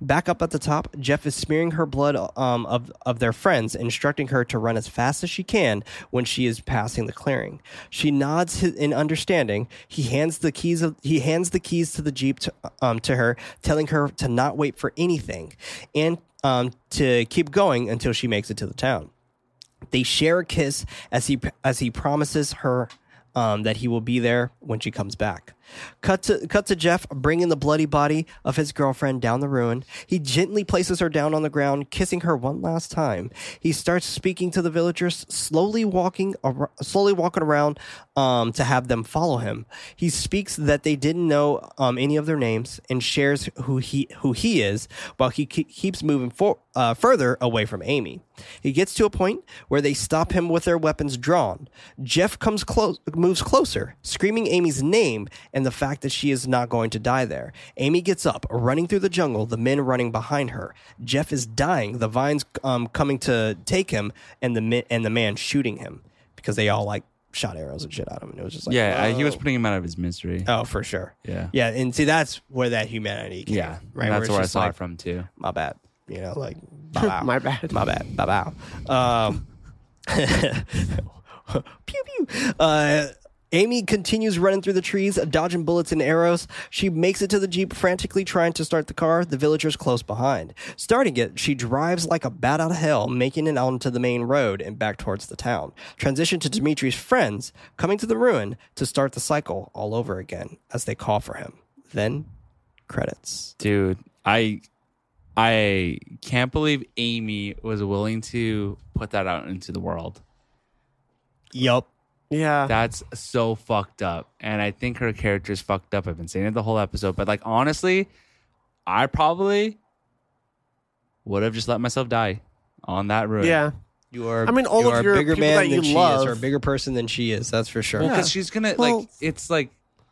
Speaker 2: Back up at the top, Jeff is smearing her blood um, of, of their friends, instructing her to run as fast as she can when she is passing the clearing. She nods hi- in understanding. He hands the keys of he hands the keys to the jeep to, um, to her, telling her to not wait for anything, and um, to keep going until she makes it to the town. They share a kiss as he as he promises her um, that he will be there when she comes back. Cut to cut to Jeff bringing the bloody body of his girlfriend down the ruin. He gently places her down on the ground, kissing her one last time. He starts speaking to the villagers, slowly walking ar- slowly walking around um, to have them follow him. He speaks that they didn't know um, any of their names and shares who he who he is, while he ke- keeps moving for, uh, further away from Amy. He gets to a point where they stop him with their weapons drawn. Jeff comes close, moves closer, screaming Amy's name and the fact that she is not going to die there. Amy gets up, running through the jungle, the men running behind her. Jeff is dying, the vines um, coming to take him, and the mi- and the man shooting him because they all like shot arrows and shit at him. And it was just like,
Speaker 3: yeah, I- he was
Speaker 2: "Whoa."
Speaker 3: putting him out of his misery.
Speaker 2: Oh, for sure.
Speaker 3: Yeah.
Speaker 2: Yeah, and see, that's where that humanity came.
Speaker 3: yeah,
Speaker 2: right.
Speaker 3: and that's
Speaker 2: it's
Speaker 3: where I
Speaker 2: just
Speaker 3: saw
Speaker 2: like,
Speaker 3: it from too.
Speaker 2: my bad. You know, like bow,
Speaker 4: My bad.
Speaker 2: my bad, bow, bow. Um, pew pew. Uh, Amy continues running through the trees, dodging bullets and arrows. She makes it to the jeep, frantically trying to start the car. The villagers close behind. Starting it, she drives like a bat out of hell, making it onto the main road and back towards the town. Transition to Dimitri's friends coming to the ruin to start the cycle all over again as they call for him. Then, credits.
Speaker 3: dude i i can't believe amy was willing to put that out into the world
Speaker 2: Yup.
Speaker 4: Yeah.
Speaker 3: that's so fucked up and i think her character's fucked up i've been saying it the whole episode but like honestly i probably would have just let myself die on that room
Speaker 4: yeah.
Speaker 2: You are.
Speaker 4: I mean, all
Speaker 2: you
Speaker 4: of
Speaker 2: are a
Speaker 4: your
Speaker 2: bigger
Speaker 4: people
Speaker 2: man
Speaker 4: that
Speaker 2: than
Speaker 4: you
Speaker 2: she is,
Speaker 4: love-
Speaker 2: or a bigger person than she is. That's for sure.
Speaker 3: because she's gonna
Speaker 4: Well-
Speaker 3: like it's like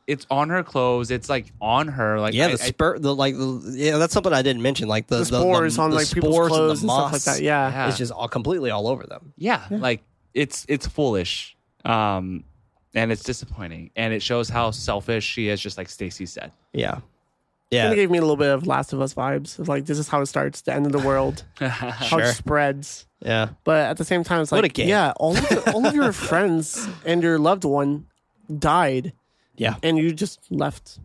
Speaker 3: it's on her clothes it's like on her like
Speaker 2: yeah,
Speaker 3: I-
Speaker 2: the
Speaker 3: I-
Speaker 2: spur, the like, the, yeah, that's something I didn't mention. Like the,
Speaker 4: The spores
Speaker 2: the,
Speaker 4: on
Speaker 2: the
Speaker 4: like people's
Speaker 2: spores
Speaker 4: clothes
Speaker 2: and
Speaker 4: and,
Speaker 2: the
Speaker 4: stuff like
Speaker 2: moss
Speaker 4: that. Yeah.
Speaker 3: Yeah.
Speaker 2: is just all completely all over them.
Speaker 3: yeah, like it's it's foolish um and it's disappointing and it shows how selfish she is just like stacy said
Speaker 2: Yeah,
Speaker 4: Kind
Speaker 2: yeah,
Speaker 4: of gave me a little bit of Last of Us vibes. Of like this is how it starts, the end of the world, how it
Speaker 2: Sure.
Speaker 4: spreads.
Speaker 2: yeah.
Speaker 4: But at the same time, it's
Speaker 2: What
Speaker 4: like
Speaker 2: a game.
Speaker 4: yeah, all of, the, all of your friends and your loved one died,
Speaker 2: Yeah, I
Speaker 4: and you just left.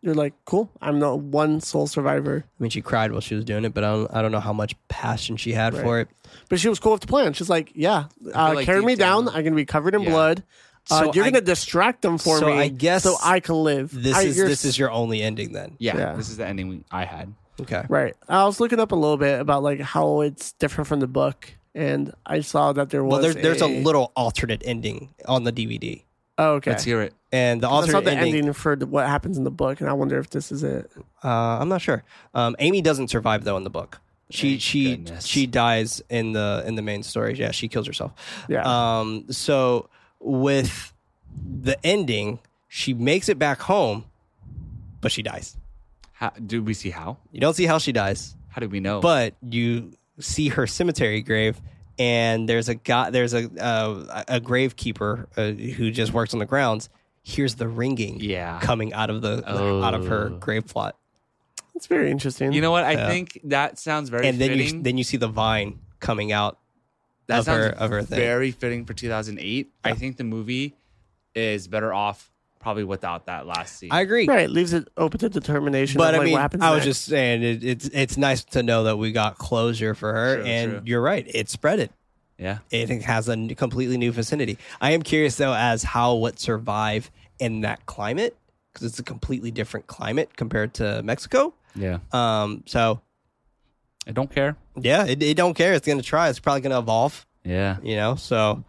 Speaker 4: You're like, cool. I'm the one sole survivor.
Speaker 2: mean, she cried while she was doing it, but I don't, I don't know how much passion she had for it.
Speaker 4: But she was cool with the plan. She's like, yeah, uh,
Speaker 3: like
Speaker 4: carry
Speaker 3: deep
Speaker 4: me down.
Speaker 3: down-
Speaker 4: I'm gonna be covered in
Speaker 3: Yeah.
Speaker 4: blood. Uh,
Speaker 2: So
Speaker 4: you're
Speaker 2: I-
Speaker 4: gonna distract them for
Speaker 2: so
Speaker 4: me.
Speaker 2: I guess
Speaker 4: so I can live.
Speaker 2: This
Speaker 4: I-
Speaker 2: is
Speaker 4: you're
Speaker 2: this is your only ending then.
Speaker 3: yeah,
Speaker 4: Yeah.
Speaker 3: this is the ending we, i had
Speaker 2: Okay.
Speaker 4: Right. I was looking up a little bit about like how it's different from the book, and I saw that there
Speaker 2: Well,
Speaker 4: was.
Speaker 2: there, there's a
Speaker 4: a
Speaker 2: little alternate ending on the DVD,
Speaker 4: Oh, okay.
Speaker 3: let's hear it
Speaker 2: and the
Speaker 4: I saw
Speaker 2: alternate
Speaker 4: the ending, for the, what happens in the book, and I wonder if this is it.
Speaker 2: Uh, I'm not sure. Um, Amy doesn't survive though in the book. She she
Speaker 3: goodness.
Speaker 2: she dies in the in the main story. Yeah, she kills herself.
Speaker 4: Yeah.
Speaker 2: Um. So with the ending, she makes it back home, but she dies.
Speaker 3: how, do we see how
Speaker 2: You don't see how she dies,
Speaker 3: how do we know
Speaker 2: but you see her cemetery grave, and there's a guy, there's a uh, a gravekeeper uh, who just works on the grounds. Here's the ringing,
Speaker 3: Yeah.
Speaker 2: coming out of the out of her
Speaker 3: Oh.
Speaker 2: grave plot,
Speaker 4: It's very interesting.
Speaker 3: you know what i think that sounds very
Speaker 2: and then
Speaker 3: fitting
Speaker 2: you then you see the vine coming out
Speaker 3: that
Speaker 2: of
Speaker 3: sounds
Speaker 2: her- of her thing.
Speaker 3: very fitting for 2008 i think the movie is better off probably without that last scene
Speaker 2: I agree.
Speaker 4: right? Leaves it open to determination.
Speaker 2: But
Speaker 4: of,
Speaker 2: I
Speaker 4: like,
Speaker 2: mean,
Speaker 4: what happens
Speaker 2: I was
Speaker 4: next.
Speaker 2: just saying it, it's it's nice to know that we got closure for her,
Speaker 3: True,
Speaker 2: and
Speaker 3: true.
Speaker 2: you're right, it spread it.
Speaker 3: yeah
Speaker 2: It has a n- completely new vicinity. I am curious though as how what survive in that climate because it's a completely different climate compared to Mexico.
Speaker 3: yeah
Speaker 2: Um, so
Speaker 3: i don't care
Speaker 2: yeah, it, it don't care. It's gonna try. It's probably gonna evolve.
Speaker 3: yeah
Speaker 2: You know. So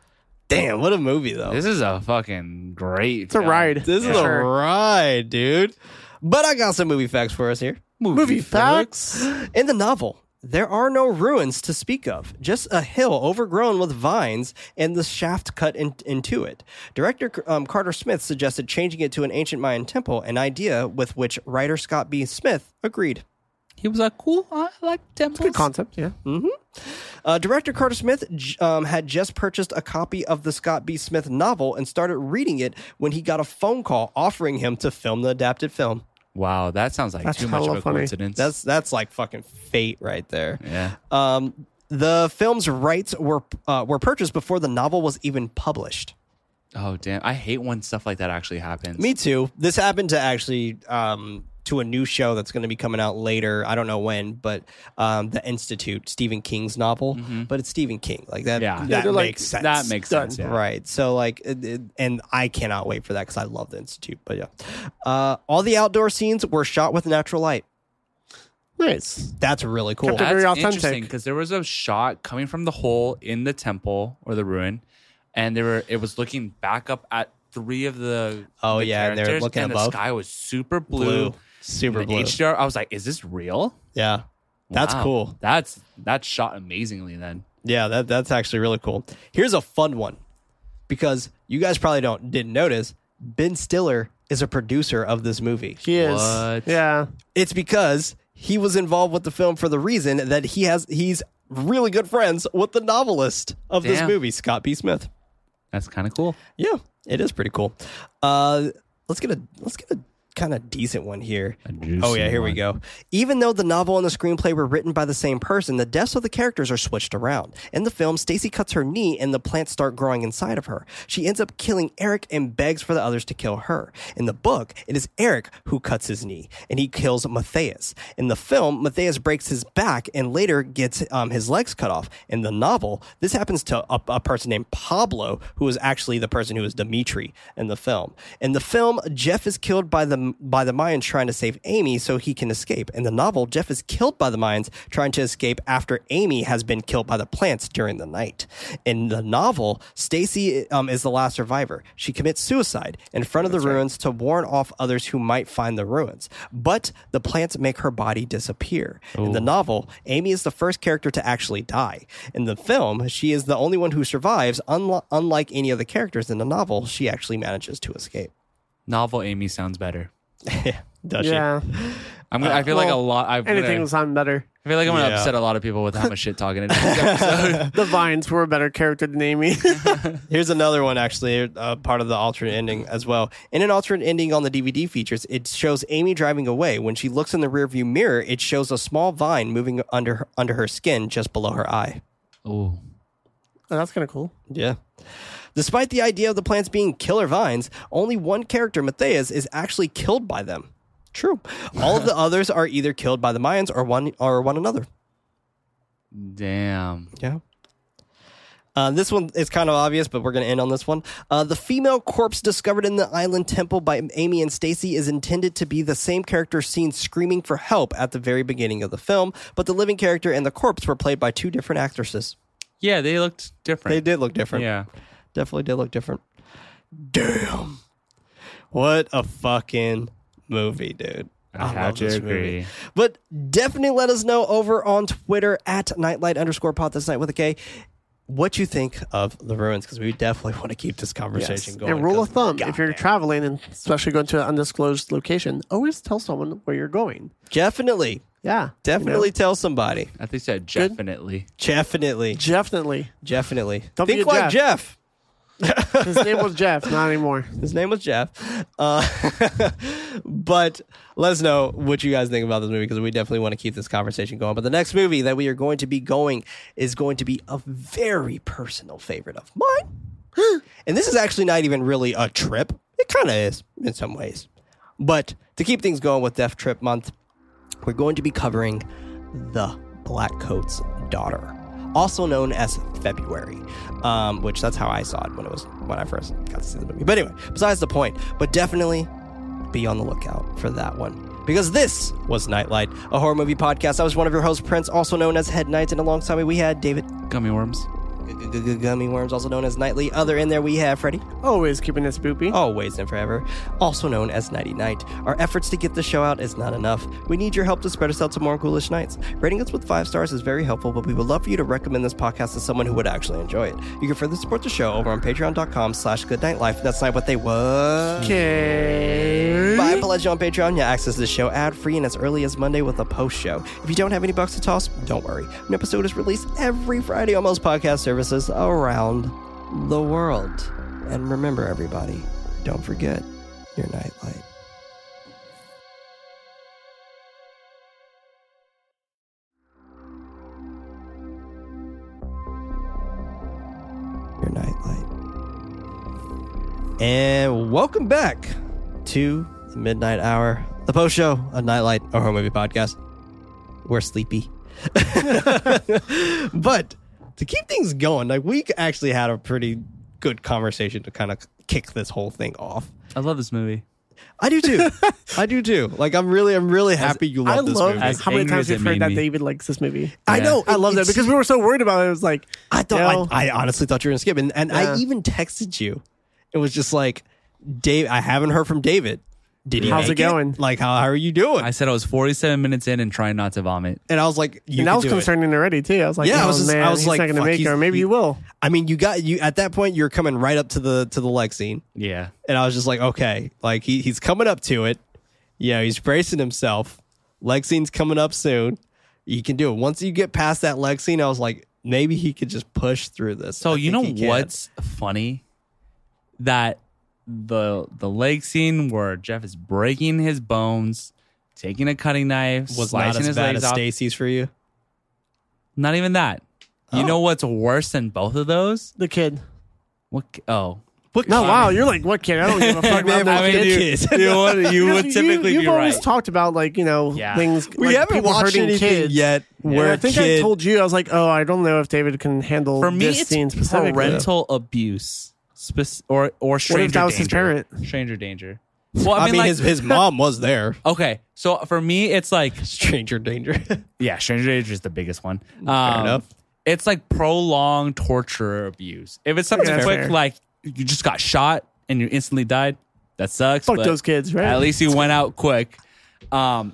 Speaker 2: damn, what a movie though.
Speaker 3: this is a fucking great
Speaker 4: it's a ride.
Speaker 2: This is a
Speaker 4: Sure.
Speaker 2: ride, dude. But I got some movie facts for us here.
Speaker 4: movie facts.
Speaker 2: In the novel, there are no ruins to speak of, just a hill overgrown with vines and the shaft cut in, into it. Director um, Carter Smith suggested changing it to an ancient Mayan temple, an idea with which writer Scott B. Smith agreed.
Speaker 3: he was like cool i like temples
Speaker 4: Good concept. Yeah.
Speaker 2: Uh, director Carter Smith j- um, had just purchased a copy of the Scott B. Smith novel and started reading it when he got a phone call offering him to film the adapted film.
Speaker 3: Wow, that sounds like
Speaker 4: That's
Speaker 3: too much of
Speaker 4: hella
Speaker 3: a
Speaker 4: funny.
Speaker 3: coincidence.
Speaker 2: That's that's like fucking fate right there.
Speaker 3: yeah.
Speaker 2: Um, the film's rights were uh, were purchased before the novel was even published.
Speaker 3: Oh damn, I hate when stuff like that actually happens.
Speaker 2: Me too. This happened to actually um, to a new show that's going to be coming out later. I don't know when, but um, the Institute, Stephen King's novel, but it's Stephen King. Like that.
Speaker 3: Yeah. Yeah,
Speaker 2: Mm-hmm. that
Speaker 4: they're
Speaker 2: makes sense.
Speaker 4: like-
Speaker 3: that makes
Speaker 4: Done.
Speaker 3: sense. Yeah.
Speaker 2: Right. So like, it- it- and I cannot wait for that because I love the Institute. But yeah, uh, all the outdoor scenes were shot with natural light.
Speaker 4: Nice.
Speaker 2: That's really cool.
Speaker 4: They're very
Speaker 3: That's
Speaker 4: authentic.
Speaker 3: interesting because there was a shot coming from the hole in the temple or the ruin, and they were it was looking back up at three of the
Speaker 2: Oh,
Speaker 3: the
Speaker 2: yeah, and they were
Speaker 3: characters,
Speaker 2: looking
Speaker 3: and
Speaker 2: above.
Speaker 3: The sky was super blue,
Speaker 2: blue, super
Speaker 3: And
Speaker 2: blue.
Speaker 3: the HDR. I was like, is this real?
Speaker 2: yeah, that's
Speaker 3: Wow.
Speaker 2: cool.
Speaker 3: That's that's shot amazingly. Then
Speaker 2: Yeah, that that's actually really cool. Here's a fun one because you guys probably don't didn't notice Ben Stiller is a producer of this movie.
Speaker 4: He is.
Speaker 3: What?
Speaker 4: Yeah.
Speaker 2: It's because he was involved with the film for the reason that he has he's really good friends with the novelist of this
Speaker 3: Damn.
Speaker 2: movie, Scott B. Smith.
Speaker 3: that's kind of cool.
Speaker 2: Yeah, it is pretty cool. Uh, let's get a let's get a kind of decent one here. Oh yeah, here we go. Even though the novel and the screenplay were written by the same person, the deaths of the characters are switched around. In the film, Stacy cuts her knee and the plants start growing inside of her. She ends up killing Eric and begs for the others to kill her. In the book, it is Eric who cuts his knee and he kills Matthias. In the film, Matthias breaks his back and later gets um, his legs cut off. In the novel, this happens to a, a person named Pablo, who is actually the person who is Dimitri in the film. In the film, Jeff is killed by the by the Mayans trying to save Amy so he can escape. In the novel, Jeff is killed by the Mayans trying to escape after Amy has been killed by the plants during the night. In the novel, Stacy um, is the last survivor. She commits suicide in front of the ruins to warn off others who might find the ruins, but the plants make her body disappear. In the novel, Amy is the first character to actually die. In the film, she is the only one who survives. Unlo- unlike any of the characters in the novel, she actually manages to escape.
Speaker 3: Novel Amy sounds better.
Speaker 2: Does she?
Speaker 4: Yeah.
Speaker 3: I'm. Gonna, I feel like a
Speaker 4: Uh, Well,
Speaker 3: lot. I'm gonna-
Speaker 4: Anything was on better.
Speaker 3: I feel like I'm gonna
Speaker 2: Yeah.
Speaker 3: upset a lot of people with how much shit talking it is.
Speaker 4: The vines were a better character than Amy. Oh,
Speaker 2: Here's another one, actually, uh, part of the alternate ending as well. In an alternate ending on the DVD features, it shows Amy driving away. When she looks in the rearview mirror, it shows a small vine moving under her, under her skin just below her eye.
Speaker 3: oh,
Speaker 4: Oh, that's kind of cool.
Speaker 2: Yeah. Despite the idea of the plants being killer vines, only one character, Matthias, is actually killed by them. True. All of the others are either killed by the Mayans or one or one another.
Speaker 3: damn.
Speaker 2: Yeah. Uh, this one is kind of obvious, but we're going to end on this one. Uh, the female corpse discovered in the island temple by Amy and Stacy is intended to be the same character seen screaming for help at the very beginning of the film, but the living character and the corpse were played by two different actresses.
Speaker 3: Yeah, they looked
Speaker 2: They
Speaker 3: different.
Speaker 2: did look different.
Speaker 3: Yeah.
Speaker 2: Definitely did look different. Damn. What a fucking movie, dude.
Speaker 3: I have to agree.
Speaker 2: But definitely let us know over on Twitter at nightlight underscore pot this night with a K what you think of the ruins because we definitely want to keep this conversation going.
Speaker 4: And rule of
Speaker 2: 'cause
Speaker 4: thumb,
Speaker 2: God
Speaker 4: if you're
Speaker 2: damn.
Speaker 4: traveling and especially going to an undisclosed location, always tell someone where you're going.
Speaker 2: definitely,
Speaker 4: Yeah.
Speaker 2: definitely
Speaker 4: You
Speaker 2: tell somebody.
Speaker 3: I think said definitely.
Speaker 2: Definitely,
Speaker 4: know? Definitely.
Speaker 2: definitely.
Speaker 4: Don't be
Speaker 2: think
Speaker 4: a
Speaker 2: like Jeff.
Speaker 4: His name was Jeff, not anymore.
Speaker 2: His name was Jeff. Uh, but let us know what you guys think about this movie because we definitely want to keep this conversation going. But the next movie that we are going to be going is going to be a very personal favorite of mine. and this is actually not even really a trip. It kind of is in some ways. But to keep things going with Death Trip Month, we're going to be covering the Black Coat's daughter, also known as February, um, which that's how I saw it when it was when I first got to see the movie. But anyway, besides the point, but definitely be on the lookout for that one. Because this was Nightlight, a horror movie podcast. I was one of your hosts, Prince, also known as Head Knights, and alongside me we had David
Speaker 3: Gummy worms.
Speaker 2: G- G- G- Gummy Worms, also known as Nightly. Other in there we have Freddy
Speaker 4: Always keeping it spoopy.
Speaker 2: always and forever, also known as Nighty Night. Our efforts to get the show out is not enough. We need your help to spread us out to more ghoulish nights. Rating us with five stars is very helpful, but we would love for you to recommend this podcast to someone who would actually enjoy it. You can further support the show over on patreon.com slash goodnightlife. That's not what they was.
Speaker 4: Okay.
Speaker 2: Buy a pledge on Patreon. You access the show ad free and as early as Monday with a post show. If you don't have any bucks to toss, don't worry. An episode is released every Friday on most podcast services around the world. And remember, everybody, don't forget your nightlight. your nightlight. And welcome back to the Midnight Hour, the post show, a nightlight or horror movie podcast. We're sleepy. but to keep things going, like we actually had a pretty good conversation to kind of kick this whole thing off.
Speaker 3: I love this movie.
Speaker 2: I do too. I do too. Like I'm really, I'm really happy you love
Speaker 4: I
Speaker 2: this
Speaker 4: love
Speaker 2: movie.
Speaker 3: As
Speaker 4: how many
Speaker 3: angry
Speaker 4: times
Speaker 3: as it
Speaker 4: we've heard
Speaker 3: made
Speaker 4: that
Speaker 3: me.
Speaker 4: David likes this movie.
Speaker 2: I know.
Speaker 4: I love that
Speaker 2: It's-
Speaker 4: because we were so worried about it. It was like
Speaker 2: I thought
Speaker 4: No.
Speaker 2: I, I honestly thought you were gonna skip, and, and
Speaker 4: Yeah.
Speaker 2: I even texted you. It was just like, Dave, I haven't heard from David. Did he?
Speaker 4: How's
Speaker 2: make
Speaker 4: it going?
Speaker 2: Like, how, how are you doing?
Speaker 3: I said I was 47 minutes in and trying not to vomit.
Speaker 2: and I was like, you
Speaker 4: and
Speaker 2: can
Speaker 4: that was
Speaker 2: do it.
Speaker 4: concerning already too. I was like,
Speaker 2: Yeah, I
Speaker 4: oh,
Speaker 2: was just- I
Speaker 4: man,
Speaker 2: was
Speaker 4: he's
Speaker 2: like,
Speaker 4: not going to
Speaker 2: fuck,
Speaker 4: make it,
Speaker 2: he's-
Speaker 4: or maybe
Speaker 2: he-
Speaker 4: he will.
Speaker 2: I mean, you got you at that point. You're coming right up to the to the leg scene,
Speaker 3: Yeah.
Speaker 2: and I was just like, okay, like he, he's coming up to it. Yeah, he's bracing himself. Leg scene's coming up soon. You can do it. Once you get past that leg scene, I was like, maybe he could just push through this.
Speaker 3: So
Speaker 2: I
Speaker 3: you know
Speaker 2: think he can.
Speaker 3: what's funny? That the the leg scene where Jeff is breaking his bones, taking a cutting knife,
Speaker 2: was not
Speaker 3: slicing
Speaker 2: as
Speaker 3: his
Speaker 2: bad
Speaker 3: legs
Speaker 2: as
Speaker 3: off.
Speaker 2: Stacy's for you.
Speaker 3: Not even that. You know what's worse than both of those?
Speaker 4: The kid.
Speaker 3: What? c- Oh,
Speaker 4: No, wow, you're like what kid? I don't give a fuck
Speaker 2: Man,
Speaker 4: about that
Speaker 2: I mean,
Speaker 4: kid.
Speaker 2: dude,
Speaker 3: you, you would, you would typically
Speaker 4: you, have
Speaker 3: be
Speaker 4: always
Speaker 3: right.
Speaker 4: talked about like you know
Speaker 3: Yeah.
Speaker 4: things.
Speaker 2: We
Speaker 4: like,
Speaker 2: haven't
Speaker 4: people
Speaker 2: watched
Speaker 4: hurting
Speaker 2: anything
Speaker 4: kids.
Speaker 2: yet
Speaker 4: And
Speaker 2: where
Speaker 4: I think
Speaker 2: kid-
Speaker 4: I told you I was like, oh, I don't know if David can handle
Speaker 3: For me,
Speaker 4: this scene
Speaker 3: it's
Speaker 4: specifically.
Speaker 3: parental abuse, spec- or or stranger
Speaker 4: that was
Speaker 3: danger.
Speaker 4: his parent?
Speaker 3: Stranger danger. Well,
Speaker 2: I mean,
Speaker 3: like-
Speaker 2: his his mom was there.
Speaker 3: okay. So for me, it's like
Speaker 2: Stranger danger.
Speaker 3: Yeah, Stranger Danger is the biggest one. Um,
Speaker 2: enough.
Speaker 3: It's like prolonged torture abuse. If it's something
Speaker 4: that's
Speaker 3: quick,
Speaker 4: fair.
Speaker 3: like you just got shot and you instantly died, that sucks.
Speaker 4: Fuck
Speaker 3: but
Speaker 4: those kids, right?
Speaker 3: At least you went out quick. Um,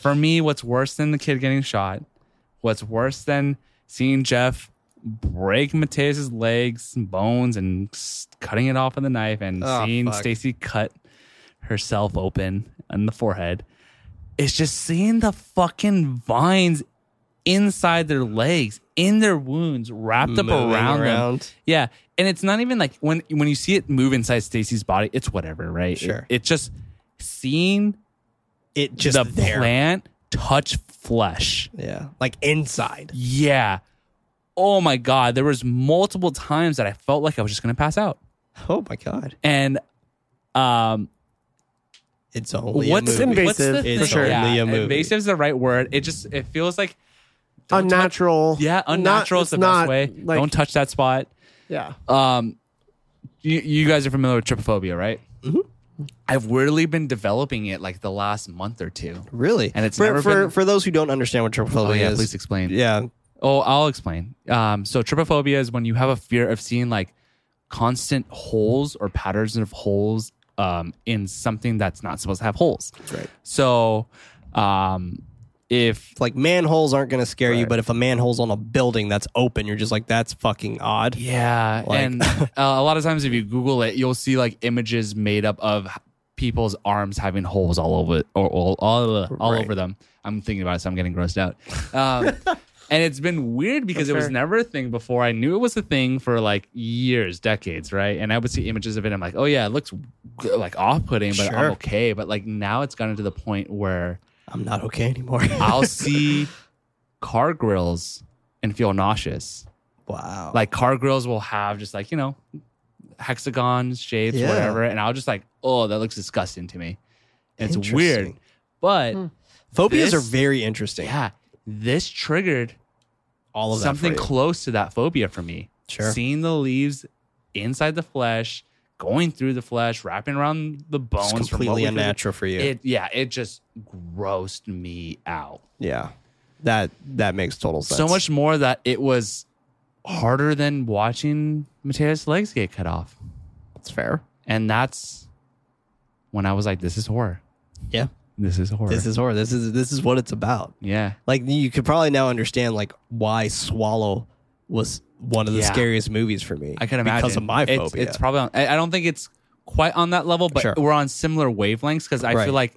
Speaker 3: for me, what's worse than the kid getting shot? What's worse than seeing Jeff break Mateus's legs and bones and s- cutting it off with a knife and
Speaker 2: Oh,
Speaker 3: seeing
Speaker 2: fuck.
Speaker 3: Stacy cut herself open on the forehead? It's just seeing the fucking vines inside their legs, in their wounds, wrapped up
Speaker 2: Moving
Speaker 3: around, them.
Speaker 2: around.
Speaker 3: Yeah, and it's not even like when when you see it move inside Stacy's body, it's whatever, right?
Speaker 2: Sure.
Speaker 3: It- it's just seeing
Speaker 2: It just
Speaker 3: the
Speaker 2: there.
Speaker 3: plant touch flesh.
Speaker 2: Yeah, like inside.
Speaker 3: Yeah. Oh my god, there was multiple times that I felt like I was just going to pass out.
Speaker 2: Oh my god,
Speaker 3: And um
Speaker 2: it's only
Speaker 3: what's
Speaker 2: a movie.
Speaker 4: invasive?
Speaker 3: what's the
Speaker 4: It's
Speaker 3: thing?
Speaker 2: only
Speaker 3: Yeah,
Speaker 2: a movie.
Speaker 3: invasive is the right word. It just it feels like
Speaker 4: unnatural.
Speaker 3: yeah,
Speaker 4: Not-
Speaker 3: unnatural is
Speaker 4: it's
Speaker 3: the
Speaker 4: not,
Speaker 3: best way.
Speaker 4: Like,
Speaker 3: Don't touch that spot.
Speaker 4: Yeah.
Speaker 3: um, you, you guys are familiar with trypophobia, right? Mm-hmm. I've weirdly been developing it like the last month or two.
Speaker 2: Really,
Speaker 3: And it's
Speaker 2: for
Speaker 3: never
Speaker 2: for,
Speaker 3: been-
Speaker 2: for those who don't understand what trypophobia
Speaker 3: Oh yeah,
Speaker 2: is.
Speaker 3: please explain.
Speaker 2: Yeah,
Speaker 3: Oh, I'll explain. Um, so trypophobia is when you have a fear of seeing like constant holes or patterns of holes um, in something that's not supposed to have holes. That's
Speaker 2: right.
Speaker 3: So, um, if
Speaker 2: it's like manholes aren't going to scare you, but if a manhole's on a building that's open, you're just like, that's fucking odd.
Speaker 3: Yeah,
Speaker 2: Like-
Speaker 3: and uh, a lot of times if you Google it, you'll see like images made up of h- people's arms having holes all over or all all, all
Speaker 2: Right.
Speaker 3: over them. I'm thinking about it, so I'm getting grossed out. Um, and it's been weird because it was
Speaker 4: fair.
Speaker 3: never a thing before. I knew it was a thing for like years, decades, right? And I would see images of it. I'm like, oh yeah, it looks g- like off-putting, but I'm
Speaker 2: Sure.
Speaker 3: okay. But like now, it's gotten to the point where
Speaker 2: I'm not okay anymore.
Speaker 3: I'll see car grills and feel nauseous
Speaker 2: wow.
Speaker 3: like car grills will have just like you know hexagons shapes
Speaker 2: Yeah.
Speaker 3: whatever and i'll just like oh that looks disgusting to me And it's weird
Speaker 2: Interesting.
Speaker 3: but
Speaker 2: phobias
Speaker 3: this-
Speaker 2: are very interesting.
Speaker 3: yeah this triggered
Speaker 2: All of that
Speaker 3: something
Speaker 2: for you.
Speaker 3: close to that phobia for me
Speaker 2: Sure.
Speaker 3: seeing the leaves inside the flesh going through the flesh wrapping around the
Speaker 2: It's
Speaker 3: bones from what
Speaker 2: completely
Speaker 3: we could-
Speaker 2: unnatural for you.
Speaker 3: it yeah it just grossed me out
Speaker 2: yeah, that that makes total sense.
Speaker 3: so much more that it was harder than watching Mateus' legs get cut off
Speaker 2: That's fair.
Speaker 3: And that's when I was like, this is horror.
Speaker 2: Yeah.
Speaker 3: This is horror.
Speaker 2: This is horror. This is this is what it's about.
Speaker 3: yeah.
Speaker 2: Like you could probably now understand like why Swallow was one of the
Speaker 3: Yeah.
Speaker 2: scariest movies for me.
Speaker 3: I can imagine.
Speaker 2: because of my phobia.
Speaker 3: It's, it's probably, on, I, I don't think it's quite on that level, but
Speaker 2: Sure.
Speaker 3: we're on similar wavelengths because I
Speaker 2: Right.
Speaker 3: feel like,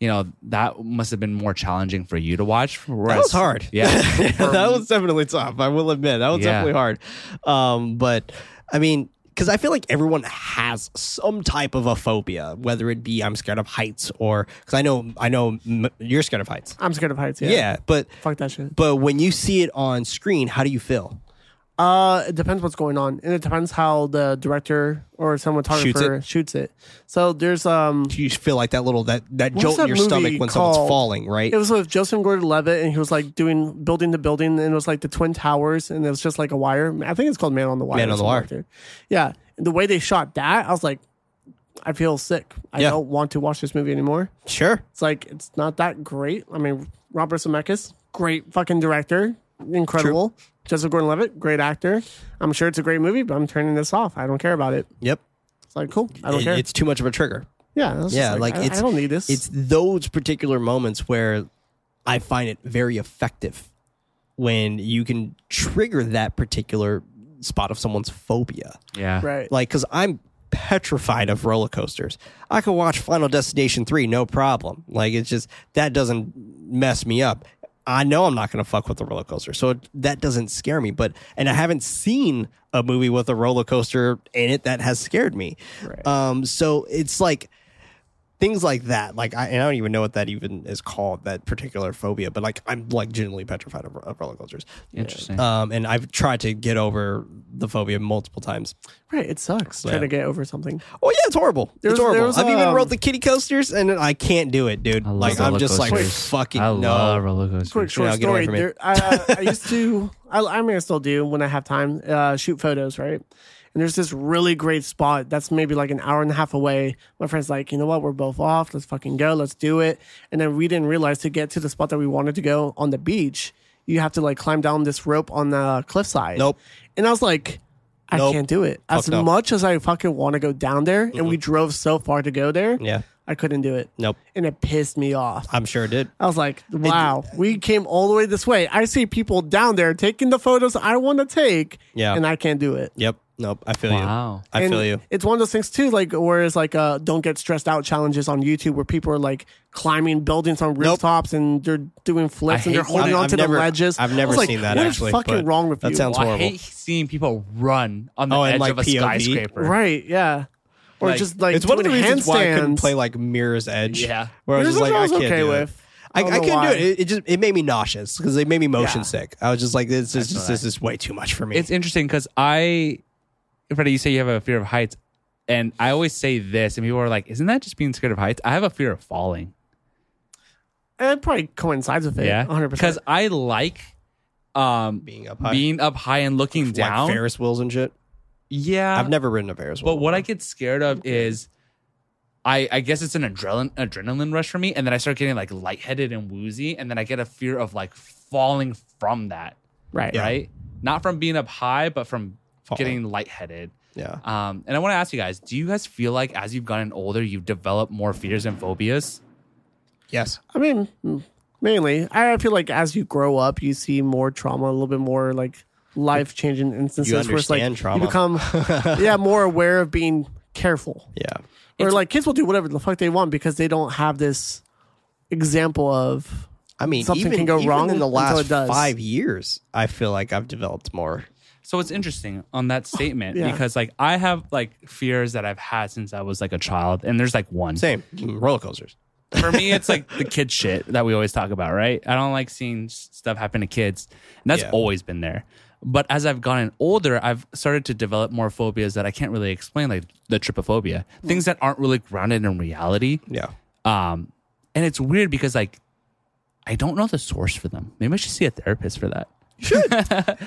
Speaker 3: you know, that must have been more challenging for you to watch.
Speaker 2: that
Speaker 3: whereas-
Speaker 2: was hard.
Speaker 3: Yeah. For
Speaker 4: Um,
Speaker 2: that was definitely tough. I will admit that was
Speaker 3: Yeah.
Speaker 2: definitely hard. Um, but I mean, because I feel like everyone has some type of a phobia, whether it be I'm scared of heights or because I know I know m- you're scared of heights.
Speaker 4: I'm scared of heights. Yeah.
Speaker 2: Yeah. but
Speaker 4: Fuck that shit.
Speaker 2: but when you see it on screen, how do you feel?
Speaker 4: Uh, it depends what's going on, and it depends how the director or cinematographer shoots it. So there's um,
Speaker 2: You feel like that little that that
Speaker 4: what's
Speaker 2: jolt
Speaker 4: that
Speaker 2: in your stomach
Speaker 4: movie
Speaker 2: when
Speaker 4: called?
Speaker 2: someone's falling, right?
Speaker 4: It was with Joseph Gordon-Levitt, and he was like doing building to building, and it was like the twin towers, and it was just like a wire. I think it's called Man on the Wire.
Speaker 2: Man
Speaker 4: or
Speaker 2: on the
Speaker 4: something
Speaker 2: Wire.
Speaker 4: like that. yeah, and the way they shot that, I was like, I feel sick. I
Speaker 2: Yeah.
Speaker 4: don't want to watch this movie anymore.
Speaker 2: sure.
Speaker 4: It's like it's not that great. I mean, Robert Zemeckis, great fucking director, incredible. Joseph Gordon-Levitt, great actor. I'm sure it's a great movie, but I'm turning this off. I don't care about it.
Speaker 2: Yep.
Speaker 4: It's like cool. I don't
Speaker 2: It-
Speaker 4: care.
Speaker 2: It's too much of a trigger.
Speaker 4: yeah, I was just
Speaker 2: yeah, like,
Speaker 4: I- I,
Speaker 2: it's
Speaker 4: don't need this.
Speaker 2: It's those particular moments where I find it very effective when you can trigger that particular spot of someone's phobia.
Speaker 3: Yeah.
Speaker 4: right.
Speaker 2: Like, because I'm petrified of roller coasters. I could watch Final Destination 3, no problem. Like, it's just that doesn't mess me up. I know I'm not going to fuck with the roller coaster. So it, that doesn't scare me. But, and I haven't seen a movie with a roller coaster in it that has scared me. Um, so it's like, Things like that, like I, and I don't even know what that even is called, that particular phobia. But like, I'm like genuinely petrified of, of roller coasters.
Speaker 3: Interesting.
Speaker 2: Um, and I've tried to get over the phobia multiple times.
Speaker 4: Right, it sucks trying
Speaker 2: Yeah.
Speaker 4: to get over something.
Speaker 2: Oh yeah, it's horrible.
Speaker 4: There's-
Speaker 2: it's horrible.
Speaker 4: there's,
Speaker 2: I've even
Speaker 4: um,
Speaker 2: rode the kitty coasters, and I can't do it, dude.
Speaker 3: I love
Speaker 2: Like I'm
Speaker 3: roller
Speaker 2: just like
Speaker 3: coasters.
Speaker 2: fucking
Speaker 3: I
Speaker 2: no.
Speaker 3: love roller
Speaker 4: Quick
Speaker 3: coasters.
Speaker 4: short
Speaker 2: Yeah, get away
Speaker 4: story.
Speaker 2: from me.
Speaker 4: There, I, uh, I used to, I, I mean, I still do when I have time, uh, shoot photos, right? And there's this really great spot that's maybe like an hour and a half away. My friend's like, you know what? We're both off. Let's fucking go. Let's do it. And then we didn't realize to get to the spot that we wanted to go on the beach, you have to like climb down this rope on the cliffside.
Speaker 2: Nope.
Speaker 4: And I was like, I
Speaker 2: Nope.
Speaker 4: can't do it. As
Speaker 2: Fuck no.
Speaker 4: much as I fucking want to go down there, and we drove so far to go there,
Speaker 2: Yeah.
Speaker 4: I couldn't do it.
Speaker 2: Nope.
Speaker 4: And it pissed me off.
Speaker 2: I'm sure it did.
Speaker 4: I was like, wow, we came all the way this way. I see people down there taking the photos I want to take,
Speaker 2: Yeah.
Speaker 4: and I can't do it.
Speaker 2: Yep. Nope. I feel you.
Speaker 3: Wow.
Speaker 2: I
Speaker 4: and
Speaker 2: feel you.
Speaker 4: It's one of those things too, like where it's like uh, don't get stressed out challenges on YouTube where people are like climbing buildings on rooftops and they're doing flips
Speaker 3: I
Speaker 4: and they're
Speaker 3: hate-
Speaker 4: holding
Speaker 2: I've-
Speaker 4: on
Speaker 2: I've
Speaker 4: to
Speaker 2: never-
Speaker 4: the ledges.
Speaker 2: I've
Speaker 4: I
Speaker 2: never
Speaker 4: was like,
Speaker 2: seen that
Speaker 4: what is
Speaker 2: actually,
Speaker 4: fucking
Speaker 2: but
Speaker 4: wrong with
Speaker 2: that
Speaker 4: you?
Speaker 2: sounds
Speaker 3: Well, I
Speaker 2: horrible.
Speaker 3: hate seeing people run on the
Speaker 2: Oh, and,
Speaker 3: edge
Speaker 2: like,
Speaker 3: of a
Speaker 2: POV?
Speaker 3: skyscraper.
Speaker 4: right? Yeah, or
Speaker 3: Like,
Speaker 4: just like
Speaker 2: it's one of the
Speaker 4: doing
Speaker 2: reasons why I couldn't
Speaker 4: handstands.
Speaker 2: play like Mirror's Edge.
Speaker 3: Yeah.
Speaker 2: Where I was
Speaker 4: Mirror's
Speaker 2: just
Speaker 4: Edge
Speaker 2: like,
Speaker 4: I was
Speaker 2: I can't
Speaker 4: okay
Speaker 2: do it.
Speaker 4: with.
Speaker 2: I,
Speaker 4: I
Speaker 2: I
Speaker 4: don't know
Speaker 2: couldn't
Speaker 4: why.
Speaker 2: do it. it. It just it made me nauseous because it made me motion
Speaker 4: Yeah.
Speaker 2: sick. I was just like, this is just this is way too much for me.
Speaker 3: It's interesting because I, Freddie, you say you have a fear of heights, and I always say this, and people are like, "Isn't that just being scared of heights?" I have a fear of falling.
Speaker 4: It probably coincides with it.
Speaker 3: Yeah,
Speaker 4: hundred
Speaker 3: Because
Speaker 4: percent.
Speaker 3: I like um, being,
Speaker 2: being up high,
Speaker 3: up high and looking
Speaker 2: like
Speaker 3: down.
Speaker 2: Ferris wheels and shit.
Speaker 3: yeah,
Speaker 4: Uh,
Speaker 2: I've never ridden a Ferris wheel.
Speaker 3: But what I get scared of is, I I guess it's an adrenaline adrenaline rush for me, and then I start getting like lightheaded and woozy, and then I get a fear of like falling from that,
Speaker 4: Right.
Speaker 3: right? Not from being up high, but from
Speaker 2: Falling.
Speaker 3: getting lightheaded.
Speaker 2: yeah.
Speaker 3: Um, and I want to ask you guys: Do you guys feel like as you've gotten older, you've developed more fears and phobias?
Speaker 2: Yes.
Speaker 4: I mean, mm, mainly. I feel like as you grow up, you see more trauma, a little bit more like life changing instances where it's like
Speaker 2: understand trauma.
Speaker 4: you become yeah more aware of being careful.
Speaker 2: Yeah.
Speaker 4: Or like kids will do whatever the fuck they want because they don't have this example of
Speaker 2: I mean,
Speaker 4: Something
Speaker 2: even,
Speaker 4: can go
Speaker 2: even
Speaker 4: wrong
Speaker 2: in the
Speaker 4: until
Speaker 2: last
Speaker 4: it does.
Speaker 2: five years. I feel like I've developed more.
Speaker 3: So it's interesting on that statement
Speaker 4: Yeah.
Speaker 3: because like I have like fears that I've had since I was like a child, and there's like one.
Speaker 2: Same roller coasters.
Speaker 3: For me, it's like the kid shit that we always talk about, right? I don't like seeing s- stuff happen to kids, and that's
Speaker 2: Yeah.
Speaker 3: always been there. But as I've gotten older, I've started to develop more phobias that I can't really explain, like the trypophobia, things that aren't really grounded in reality.
Speaker 2: Yeah.
Speaker 3: Um, and it's weird because like I don't know the source for them. Maybe I should see a therapist for that.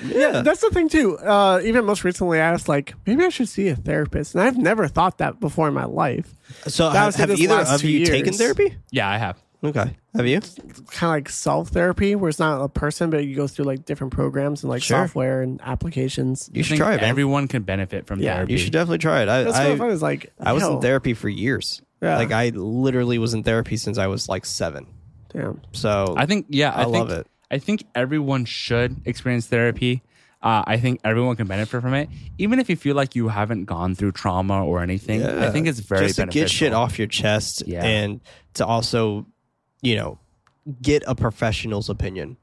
Speaker 4: yeah. That's the thing too. Uh, even most recently, I was like, maybe I should see a therapist, and I've never thought that before in my life.
Speaker 2: So
Speaker 4: That
Speaker 2: have,
Speaker 4: was in
Speaker 2: have
Speaker 4: this
Speaker 2: either
Speaker 4: last
Speaker 2: of
Speaker 4: two
Speaker 2: you taken
Speaker 4: years.
Speaker 2: therapy?
Speaker 3: Yeah, I have.
Speaker 2: Okay. Have you?
Speaker 4: kind of like self therapy where it's not a person, but you go through like different programs and like
Speaker 2: Sure.
Speaker 4: software and applications.
Speaker 2: You
Speaker 3: I
Speaker 2: should
Speaker 3: think
Speaker 2: try it. man.
Speaker 3: Everyone can benefit from
Speaker 4: Yeah.
Speaker 3: therapy.
Speaker 2: You should definitely try it. I
Speaker 4: That's what I
Speaker 2: I,
Speaker 4: was like.
Speaker 2: I was
Speaker 4: yo,
Speaker 2: in therapy for years.
Speaker 4: Yeah.
Speaker 2: Like I literally was in therapy since I was like seven.
Speaker 4: Damn.
Speaker 2: So
Speaker 3: I think. Yeah, I,
Speaker 2: I love
Speaker 3: think-
Speaker 2: it.
Speaker 3: I think everyone should experience therapy. Uh, I think everyone can benefit from it, even if you feel like you haven't gone through trauma or anything. I think it's very
Speaker 2: just to
Speaker 3: beneficial.
Speaker 2: get shit off your chest
Speaker 3: Yeah.
Speaker 2: and to also, you know, get a professional's opinion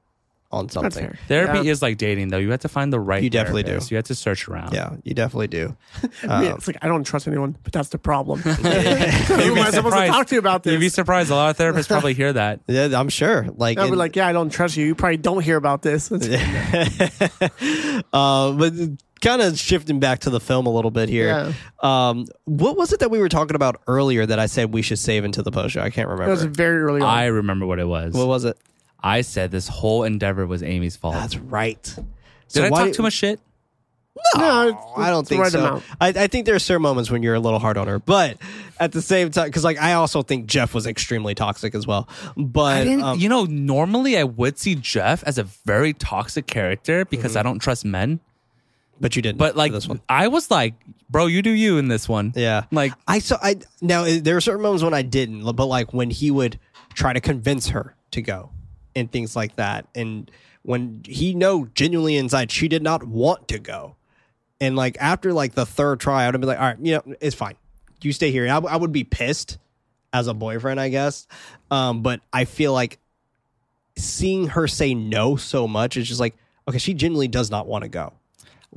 Speaker 2: on something.
Speaker 4: fair.
Speaker 3: Therapy is like dating, though. You have to find the right.
Speaker 2: You definitely do.
Speaker 3: therapist. You have to search around.
Speaker 2: Yeah, you definitely do.
Speaker 4: I mean, it's like I don't trust anyone, but that's the problem. Who am I supposed to
Speaker 3: surprised.
Speaker 4: talk to about
Speaker 3: You'd be
Speaker 4: this?
Speaker 3: surprised. A lot of therapists probably hear that.
Speaker 2: Yeah, I'm sure. Like,
Speaker 4: I'll be
Speaker 2: in-
Speaker 4: like, yeah, I don't trust you. You probably don't hear about this. It's-
Speaker 2: uh, but kind of shifting back to the film a little bit here. Um, what was it that we were talking about earlier that I said we should save into the post show? I can't
Speaker 4: That
Speaker 2: remember.
Speaker 4: was very early on.
Speaker 3: I remember what it was.
Speaker 2: what was it?
Speaker 3: I said this whole endeavor was Amy's fault.
Speaker 2: That's right.
Speaker 3: Did I
Speaker 2: why- Oh,
Speaker 3: talk too much shit?
Speaker 4: no, it's-
Speaker 2: I don't
Speaker 4: Uh, it's
Speaker 2: think
Speaker 4: right
Speaker 2: so.
Speaker 4: amount.
Speaker 2: I, I think there are certain moments when you're a little hard on her, but at the same time, because like I also think Jeff was extremely toxic as well.
Speaker 3: I
Speaker 2: But
Speaker 3: didn't,
Speaker 2: um,
Speaker 3: you know, normally I would see Jeff as a very toxic character because
Speaker 2: Mm-hmm.
Speaker 3: I don't trust men.
Speaker 2: but you didn't.
Speaker 3: But
Speaker 2: for
Speaker 3: like,
Speaker 2: this one,
Speaker 3: I was like, bro, you do you in this one.
Speaker 2: yeah,
Speaker 3: Like,
Speaker 2: I saw. I now eh, there were certain moments when I didn't, but like when he would try to convince her to go and things like that, and when he know genuinely inside she did not want to go, and like after like the third try, I would have been like, all right, you know, it's fine, you stay here. And I, w- I would be pissed as a boyfriend, I guess, um, but I feel like seeing her say no so much is just like okay, she genuinely does not want to go.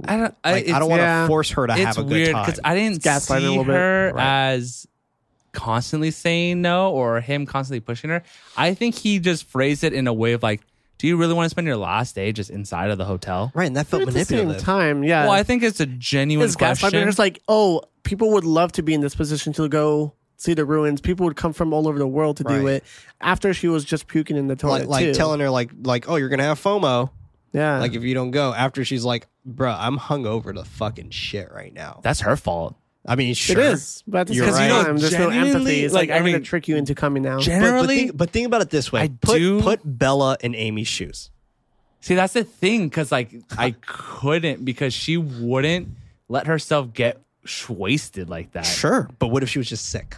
Speaker 3: I don't, I,
Speaker 2: Like, I
Speaker 3: it's-
Speaker 2: don't want to
Speaker 4: yeah.
Speaker 2: force her to have
Speaker 3: it's
Speaker 2: a good
Speaker 3: weird
Speaker 2: time.
Speaker 3: because I didn't
Speaker 4: gaslighting a
Speaker 3: see
Speaker 4: little bit.
Speaker 3: her
Speaker 2: Right.
Speaker 3: as constantly saying no or him constantly pushing her. I think he just phrased it in a way of like, do you really want to spend your last day just inside of the hotel?
Speaker 2: right, and that
Speaker 4: But
Speaker 2: felt
Speaker 4: at the same
Speaker 2: manipulative.
Speaker 4: time, yeah.
Speaker 3: Well, I think it's a genuine
Speaker 4: it's gaslighting.
Speaker 3: question.
Speaker 4: It's like, oh, people would love to be in this position to go see the ruins. People would come from all over the world to do
Speaker 2: Right.
Speaker 4: it. After she was just puking in the toilet,
Speaker 2: like, like
Speaker 4: too.
Speaker 2: telling her like like oh you're gonna have FOMO
Speaker 4: yeah,
Speaker 2: like if you don't go after she's like bruh I'm hungover to fucking shit right now.
Speaker 3: That's her fault.
Speaker 2: I mean
Speaker 4: it
Speaker 2: sure.
Speaker 4: is. But at the
Speaker 2: You're
Speaker 4: same
Speaker 2: right.
Speaker 4: time, there's no
Speaker 3: Genuinely,
Speaker 4: empathy. It's like,
Speaker 3: like, I
Speaker 4: I'm
Speaker 3: mean-
Speaker 4: gonna trick you into coming now.
Speaker 2: But, but,
Speaker 3: Generally,
Speaker 2: think, but think about it this way:
Speaker 3: I
Speaker 2: put
Speaker 3: do-
Speaker 2: put Bella in Amy's shoes.
Speaker 3: See, that's the thing, because like I couldn't because she wouldn't let herself get sh- wasted like that.
Speaker 2: Sure, but what if she was just sick?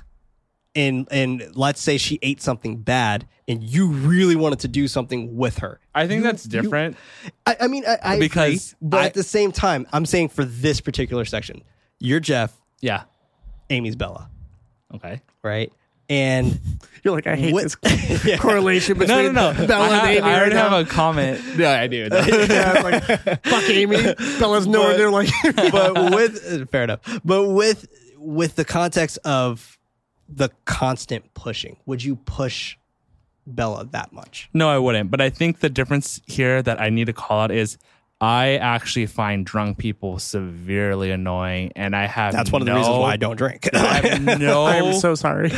Speaker 2: And and let's say she ate something bad, and you really wanted to do something with her.
Speaker 3: I think that's different.
Speaker 2: I, I mean, I, I
Speaker 3: Because
Speaker 2: agree, but
Speaker 3: I-
Speaker 2: at the same time, I'm saying for this particular section, you're Jeff,
Speaker 3: yeah.
Speaker 2: Amy's Bella,
Speaker 3: Okay.
Speaker 2: right? And
Speaker 4: You're like, I hate
Speaker 2: What-
Speaker 4: this correlation
Speaker 3: No, no,
Speaker 4: between
Speaker 3: no.
Speaker 4: Bella
Speaker 3: I,
Speaker 4: and
Speaker 3: ha-
Speaker 4: Amy.
Speaker 3: I
Speaker 4: right
Speaker 3: already
Speaker 4: now.
Speaker 3: have a comment. Yeah, I do.
Speaker 4: yeah, it's like, fuck Amy. Bella's nowhere near like.
Speaker 2: but with uh, fair enough. But with with the context of the constant pushing, would you push Bella that much?
Speaker 3: No, I wouldn't. But I think the difference here that I need to call out is I actually find drunk people severely annoying, and I have
Speaker 2: That's one of the
Speaker 3: no-
Speaker 2: reasons why I don't drink.
Speaker 3: I
Speaker 2: I
Speaker 3: have no.
Speaker 4: I am so sorry.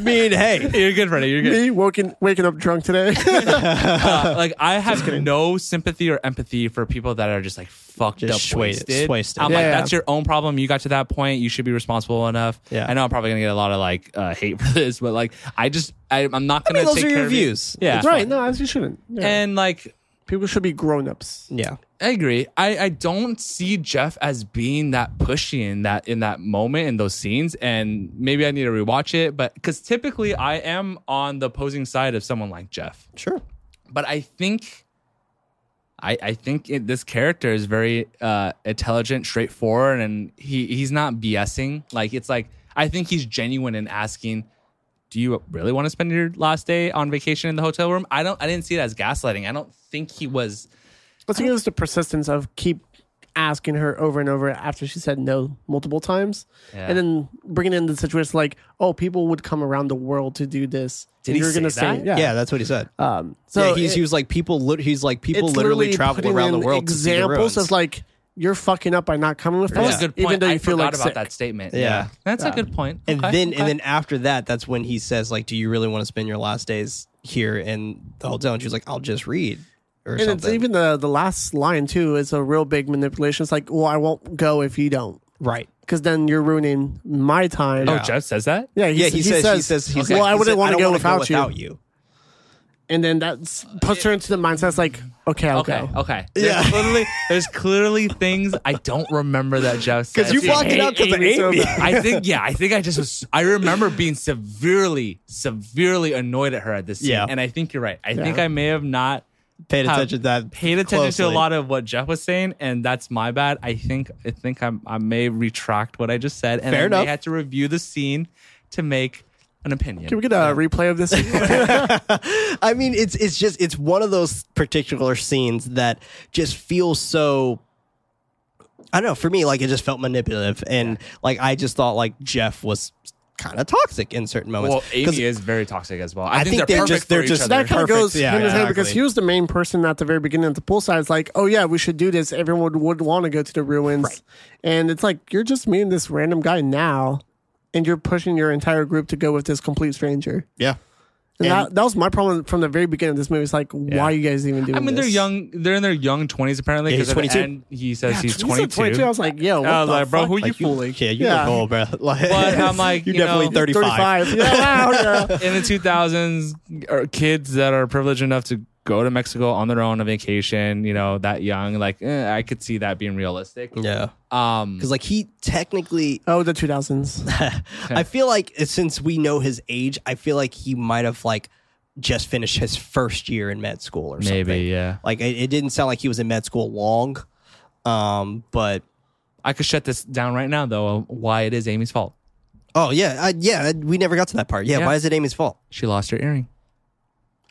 Speaker 2: mean, hey,
Speaker 3: You're good, Freddie. You're good.
Speaker 4: Me woken, waking up drunk today.
Speaker 3: Uh, like I have no sympathy or empathy for people that are just like fucked
Speaker 2: Just
Speaker 3: up,
Speaker 2: swayed-
Speaker 3: wasted.
Speaker 2: swasted.
Speaker 3: I'm like,
Speaker 4: Yeah.
Speaker 3: that's your own problem. You got to that point. You should be responsible enough.
Speaker 2: Yeah.
Speaker 3: I know I'm probably gonna get a lot of like uh, hate for this, but like, I just, I, I'm not
Speaker 2: I
Speaker 3: gonna.
Speaker 2: mean, those
Speaker 3: take
Speaker 2: are
Speaker 3: care
Speaker 2: your
Speaker 3: of you.
Speaker 2: views.
Speaker 3: Yeah,
Speaker 4: That's right. No, you shouldn't. Yeah.
Speaker 3: And like,
Speaker 4: people should be grown ups.
Speaker 2: yeah,
Speaker 3: I agree. I, I don't see Jeff as being that pushy in that in that moment in those scenes, and maybe I need to rewatch it. But because typically I am on the opposing side of someone like Jeff.
Speaker 2: sure.
Speaker 3: but I think, I I think it, this character is very uh, intelligent, straightforward, and he he's not BSing. Like it's like I think he's genuine in asking, "Do you really want to spend your last day on vacation in the hotel room?" I don't. I didn't see it as gaslighting. I don't think he was.
Speaker 4: I think it was the persistence of keep asking her over and over after she said no multiple times,
Speaker 3: Yeah.
Speaker 4: and then bringing in the situation like, oh, people would come around the world to do this.
Speaker 3: Did he
Speaker 4: You're gonna
Speaker 3: say that?
Speaker 4: yeah.
Speaker 2: Yeah, that's what he said.
Speaker 4: Um, so
Speaker 2: so he's,
Speaker 4: it-
Speaker 2: he was like people. Lit- he's like people
Speaker 4: it's
Speaker 2: literally, travel
Speaker 4: putting
Speaker 2: around the
Speaker 4: in
Speaker 2: world.
Speaker 4: Examples
Speaker 2: to see the ruins.
Speaker 4: of like you're fucking up by not coming with
Speaker 3: That's
Speaker 4: us,
Speaker 3: a good point.
Speaker 4: even though you
Speaker 3: I
Speaker 4: feel
Speaker 3: forgot
Speaker 4: like
Speaker 3: about
Speaker 4: sick.
Speaker 3: that statement.
Speaker 2: Yeah.
Speaker 3: that's a good point.
Speaker 2: and
Speaker 3: Okay,
Speaker 2: then
Speaker 3: okay.
Speaker 2: and then after that, that's when he says like, "Do you really want to spend your last days here in the hotel?" And she's like, "I'll just read." Or
Speaker 4: And
Speaker 2: something.
Speaker 4: it's even the the last line too is a real big manipulation. It's like, well, I won't go if you don't,
Speaker 2: right.
Speaker 4: because then you're ruining my time.
Speaker 3: oh, Jeff says that.
Speaker 4: Yeah, he,
Speaker 2: Yeah,
Speaker 4: s-
Speaker 2: he, says, he says he's
Speaker 4: well,
Speaker 2: like-
Speaker 4: I
Speaker 2: he said,
Speaker 4: wouldn't want to
Speaker 2: don't
Speaker 4: go
Speaker 2: wanna
Speaker 4: without,
Speaker 2: without
Speaker 4: you.
Speaker 2: you.
Speaker 4: And then that puts her into the mindset like, okay, I'll
Speaker 3: Okay.
Speaker 4: go.
Speaker 3: Okay. There's clearly, there's clearly things I don't remember that Jeff said.
Speaker 2: Because you blocked it out because of
Speaker 4: Amy so
Speaker 2: Amy.
Speaker 4: bad.
Speaker 3: I think yeah, I think I just was I remember being severely, severely annoyed at her at this scene.
Speaker 2: Yeah.
Speaker 3: And I think you're right. I think I may have not
Speaker 2: Paid
Speaker 3: have
Speaker 2: attention to that.
Speaker 3: paid attention to a lot of what Jeff was saying, and that's my bad. I think I think I'm, I may retract what I just said, and
Speaker 2: Fair
Speaker 3: I may
Speaker 2: enough.
Speaker 3: have to review the scene to make an opinion.
Speaker 4: Can we get a replay of this? I
Speaker 2: I mean, it's it's just it's one of those particular scenes that just feels so. I don't know. For me, like it just felt manipulative, and like I just thought like Jeff was kind of toxic in certain moments.
Speaker 3: well,
Speaker 2: 'Cause
Speaker 3: Amy is very toxic as well. I,
Speaker 2: I
Speaker 3: think,
Speaker 2: think
Speaker 3: they're,
Speaker 2: they're
Speaker 3: perfect
Speaker 2: just- they're
Speaker 3: for
Speaker 2: just-
Speaker 3: each
Speaker 4: that
Speaker 3: other.
Speaker 4: kind of goes
Speaker 2: Yeah,
Speaker 4: hand in
Speaker 2: yeah,
Speaker 4: hand because
Speaker 2: exactly.
Speaker 4: he was the main person at the very beginning at the poolside. It's like, oh yeah, we should do this. Everyone would, would want to go to the ruins, and it's like you're just meeting this random guy now, and you're pushing your entire group to go with this complete stranger.
Speaker 2: yeah,
Speaker 4: And, that, that was my problem from the very beginning of this movie. It's like, why are you guys even doing?
Speaker 3: I mean, they're
Speaker 4: this?
Speaker 3: young. They're in their young twenties apparently.
Speaker 2: Yeah, he's
Speaker 3: Because at the
Speaker 2: 22.
Speaker 3: end, he says
Speaker 4: Yeah,
Speaker 3: he's
Speaker 4: he said
Speaker 3: twenty
Speaker 4: I
Speaker 3: two.
Speaker 4: was like, yo, what
Speaker 3: I was
Speaker 4: the
Speaker 3: like, bro,
Speaker 4: fuck?
Speaker 3: who you
Speaker 2: Like,
Speaker 3: fooling?
Speaker 2: Yeah, you
Speaker 4: Yeah.
Speaker 2: look old, bro. Like,
Speaker 3: But I'm like,
Speaker 2: you're
Speaker 3: you
Speaker 2: definitely
Speaker 3: know-
Speaker 2: 35.
Speaker 4: Yeah, wow, yeah.
Speaker 3: in the 2000s are kids that are privileged enough to go to Mexico on their own on vacation, you know, that young, like eh, I could see that being realistic.
Speaker 2: Yeah,
Speaker 3: Um,
Speaker 2: because like he technically,
Speaker 4: Oh, the 2000s.
Speaker 2: I feel like uh, since we know his age, I feel like he might have like just finished his first year in med school or something.
Speaker 3: maybe, yeah.
Speaker 2: Like it, it didn't sound like he was in med school long, um, but
Speaker 3: I could shut this down right now though. uh, Why it is Amy's fault?
Speaker 2: oh yeah, I, yeah, we never got to that part. Yeah,
Speaker 3: Yeah.
Speaker 2: why is it Amy's fault?
Speaker 3: She lost her earring.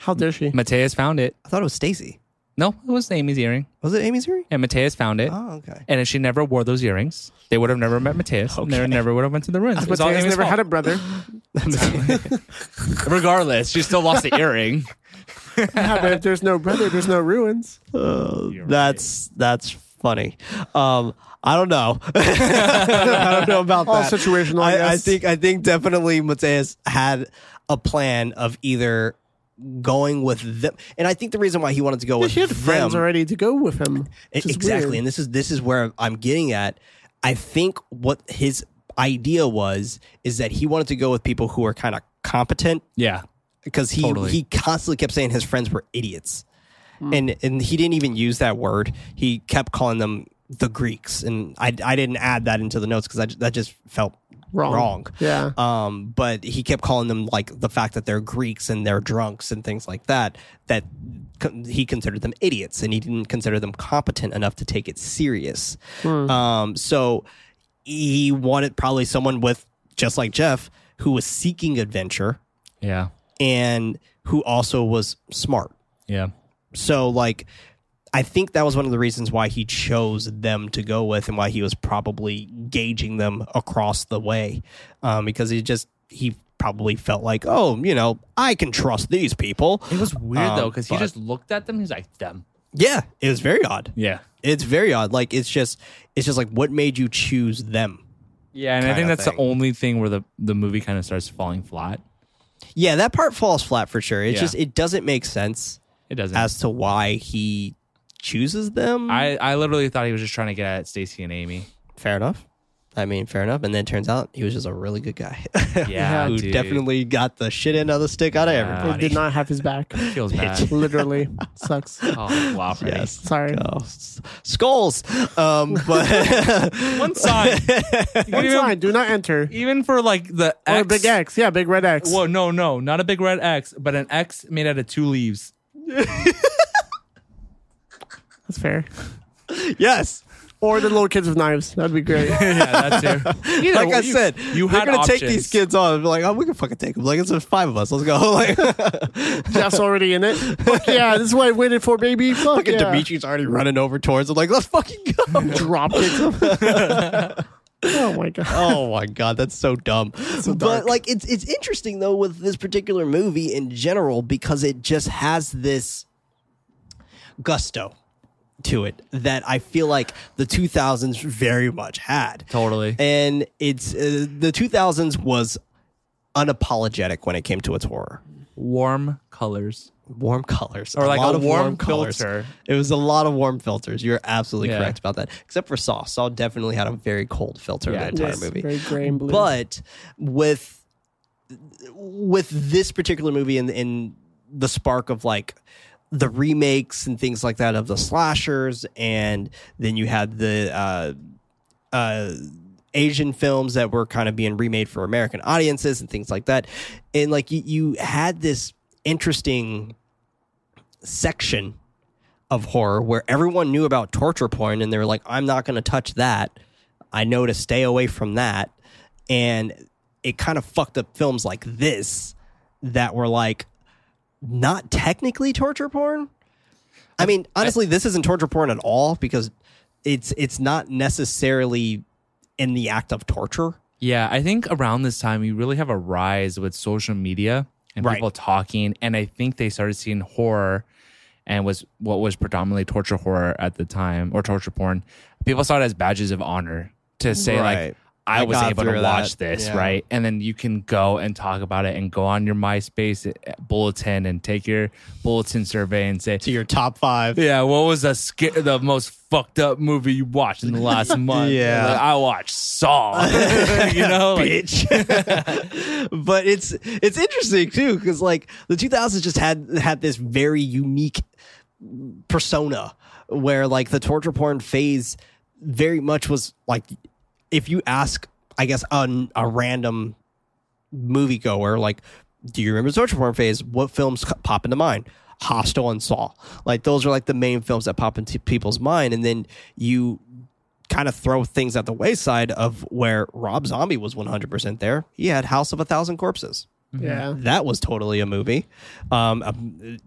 Speaker 4: How dare she?
Speaker 3: Mateus found it.
Speaker 2: I thought it was Stacy.
Speaker 3: No, it was Amy's earring,
Speaker 2: Was it Amy's earring?
Speaker 3: and Mateus found it.
Speaker 2: Oh, okay.
Speaker 3: And if she never wore those earrings, they would have never met Mateus. and They never would have went to the ruins. It was all
Speaker 4: Mateus
Speaker 3: Amy's
Speaker 4: never
Speaker 3: fault.
Speaker 4: had a brother.
Speaker 3: Regardless, she still lost the earring.
Speaker 4: yeah, but if there's no brother, there's no ruins.
Speaker 2: That's that's funny. Um, I don't know. I don't know about
Speaker 4: All
Speaker 2: that.
Speaker 4: situational,
Speaker 2: I,
Speaker 4: I
Speaker 2: I
Speaker 4: guess.
Speaker 2: think I think definitely Mateus had a plan of either going with them, and I think the reason why he wanted to go with
Speaker 4: She had
Speaker 2: them E,
Speaker 4: friends already to go with him. which
Speaker 3: E,
Speaker 4: is
Speaker 2: exactly,
Speaker 4: weird.
Speaker 2: and this is this is where I'm getting at. I think what his idea was is that he wanted to go with people who are kind of competent
Speaker 3: Yeah.
Speaker 2: because he
Speaker 3: Totally.
Speaker 2: he constantly kept saying his friends were idiots, and and he didn't even use that word. He kept calling them the Greeks, and I I didn't add that into the notes because that just felt
Speaker 4: Wrong.
Speaker 2: wrong.
Speaker 4: Yeah.
Speaker 2: Um, but he kept calling them like the fact that they're Greeks and they're drunks and things like that. That con- he considered them idiots, and he didn't consider them competent enough to take it serious. Um, so he wanted probably someone with just like Jeff who was seeking adventure
Speaker 3: Yeah.
Speaker 2: and who also was smart.
Speaker 3: Yeah.
Speaker 2: So like I think that was one of the reasons why he chose them to go with and why he was probably gauging them across the way. Um, because he just he probably felt like, oh, you know, I can trust these people.
Speaker 3: It was weird
Speaker 2: Um,
Speaker 3: though, because he
Speaker 2: but-
Speaker 3: just looked at them. He's like, them.
Speaker 2: Yeah, it was very odd.
Speaker 3: Yeah.
Speaker 2: It's very odd. Like it's just it's just like what made you choose them?
Speaker 3: Yeah, and I think
Speaker 2: kinda
Speaker 3: that's the
Speaker 2: thing.
Speaker 3: only thing where the, the movie kind of starts falling flat.
Speaker 2: Yeah, that part falls flat for sure. It's
Speaker 3: Yeah.
Speaker 2: just it doesn't make sense
Speaker 3: It doesn't.
Speaker 2: as to why he chooses them.
Speaker 3: I, I literally thought he was just trying to get at Stacy and Amy.
Speaker 2: fair enough. I mean, fair enough. And then it turns out he was just a really good guy.
Speaker 3: Yeah,
Speaker 2: who
Speaker 3: Ah, dude. Ah.
Speaker 2: definitely got the shit end of the stick out of
Speaker 4: They
Speaker 2: everybody.
Speaker 4: did not have his back.
Speaker 3: Feels bad.
Speaker 4: Literally sucks.
Speaker 3: oh wow, Freddy.
Speaker 2: Yes.
Speaker 4: Sorry.
Speaker 2: Oh, s- skulls. Um, but
Speaker 3: One sign.
Speaker 4: One
Speaker 3: even,
Speaker 4: sign, do not enter.
Speaker 3: even for like the
Speaker 4: Or
Speaker 3: X.
Speaker 4: big X. Yeah, big red X.
Speaker 3: Whoa, no, no, not a big red X, but an X made out of two leaves.
Speaker 4: That's fair.
Speaker 2: yes,
Speaker 4: Or the little kids with knives. That'd be great.
Speaker 3: Yeah, that's it. Either
Speaker 2: like
Speaker 3: way,
Speaker 2: I
Speaker 3: you-
Speaker 2: said,
Speaker 3: you
Speaker 2: we're
Speaker 3: had
Speaker 2: gonna
Speaker 3: options.
Speaker 2: take these kids on. and be like, oh, we can fucking take them. Like it's the five of us. Let's go. Like
Speaker 4: Jeff's already in it. Fuck yeah, this is what I waited for, baby. Fuck
Speaker 2: fucking
Speaker 4: yeah.
Speaker 2: Dimitri's already running over towards. I'm like, let's fucking go.
Speaker 4: Drop kicks him. oh my god.
Speaker 2: oh my god, that's so dumb. but like it's it's interesting though with this particular movie in general because it just has this gusto to it that I feel like the 2000s very much had.
Speaker 3: Totally.
Speaker 2: And it's uh, the 2000s was unapologetic when it came to its horror.
Speaker 3: warm colors.
Speaker 2: Warm colors,
Speaker 3: Or like a warm filter.
Speaker 2: Colors. It was a lot of warm filters. You're absolutely
Speaker 3: Yeah.
Speaker 2: correct about that. Except for Saw. Saw definitely had a very cold filter
Speaker 3: Yeah,
Speaker 2: in
Speaker 3: it
Speaker 2: the entire
Speaker 4: Yes,
Speaker 2: movie
Speaker 4: Very gray and blue.
Speaker 2: but with with this particular movie and in the spark of like the remakes and things like that of the slashers and then you had the uh uh Asian films that were kind of being remade for American audiences and things like that. And like you, you had this interesting section of horror where everyone knew about torture porn and they were like, I'm not going to touch that. I know to stay away from that. And it kind of fucked up films like this that were like not technically torture porn. I mean, honestly, this isn't torture porn at all because it's it's not necessarily in the act of torture.
Speaker 3: Yeah, I think around this time we really have a rise with social media and
Speaker 2: Right.
Speaker 3: people talking, and I think they started seeing horror and was what was predominantly torture horror at the time or torture porn. People saw it as badges of honor to say
Speaker 2: Right.
Speaker 3: like I,
Speaker 2: I
Speaker 3: was
Speaker 2: got
Speaker 3: able to
Speaker 2: through
Speaker 3: watch
Speaker 2: that.
Speaker 3: this,
Speaker 2: Yeah.
Speaker 3: right? And then you can go and talk about it and go on your MySpace eh, bulletin and take your bulletin survey and say
Speaker 2: To your top five,
Speaker 3: yeah, what was the sca- the most fucked up movie you watched in the last month?
Speaker 2: Yeah.
Speaker 3: Like, I watched Saw. you know, Oh, like,
Speaker 2: bitch. but it's it's interesting too because like the 2000s just had had this very unique persona where like the torture porn phase very much was like if you ask I guess on a random moviegoer like do you remember the torture porn phase what films co- pop into mind hostel and saw like those are like the main films that pop into people's mind and then you kind of throw things at the wayside of where rob zombie was 100% there he had house of a thousand corpses
Speaker 4: Yeah.
Speaker 2: that was totally a movie um, um,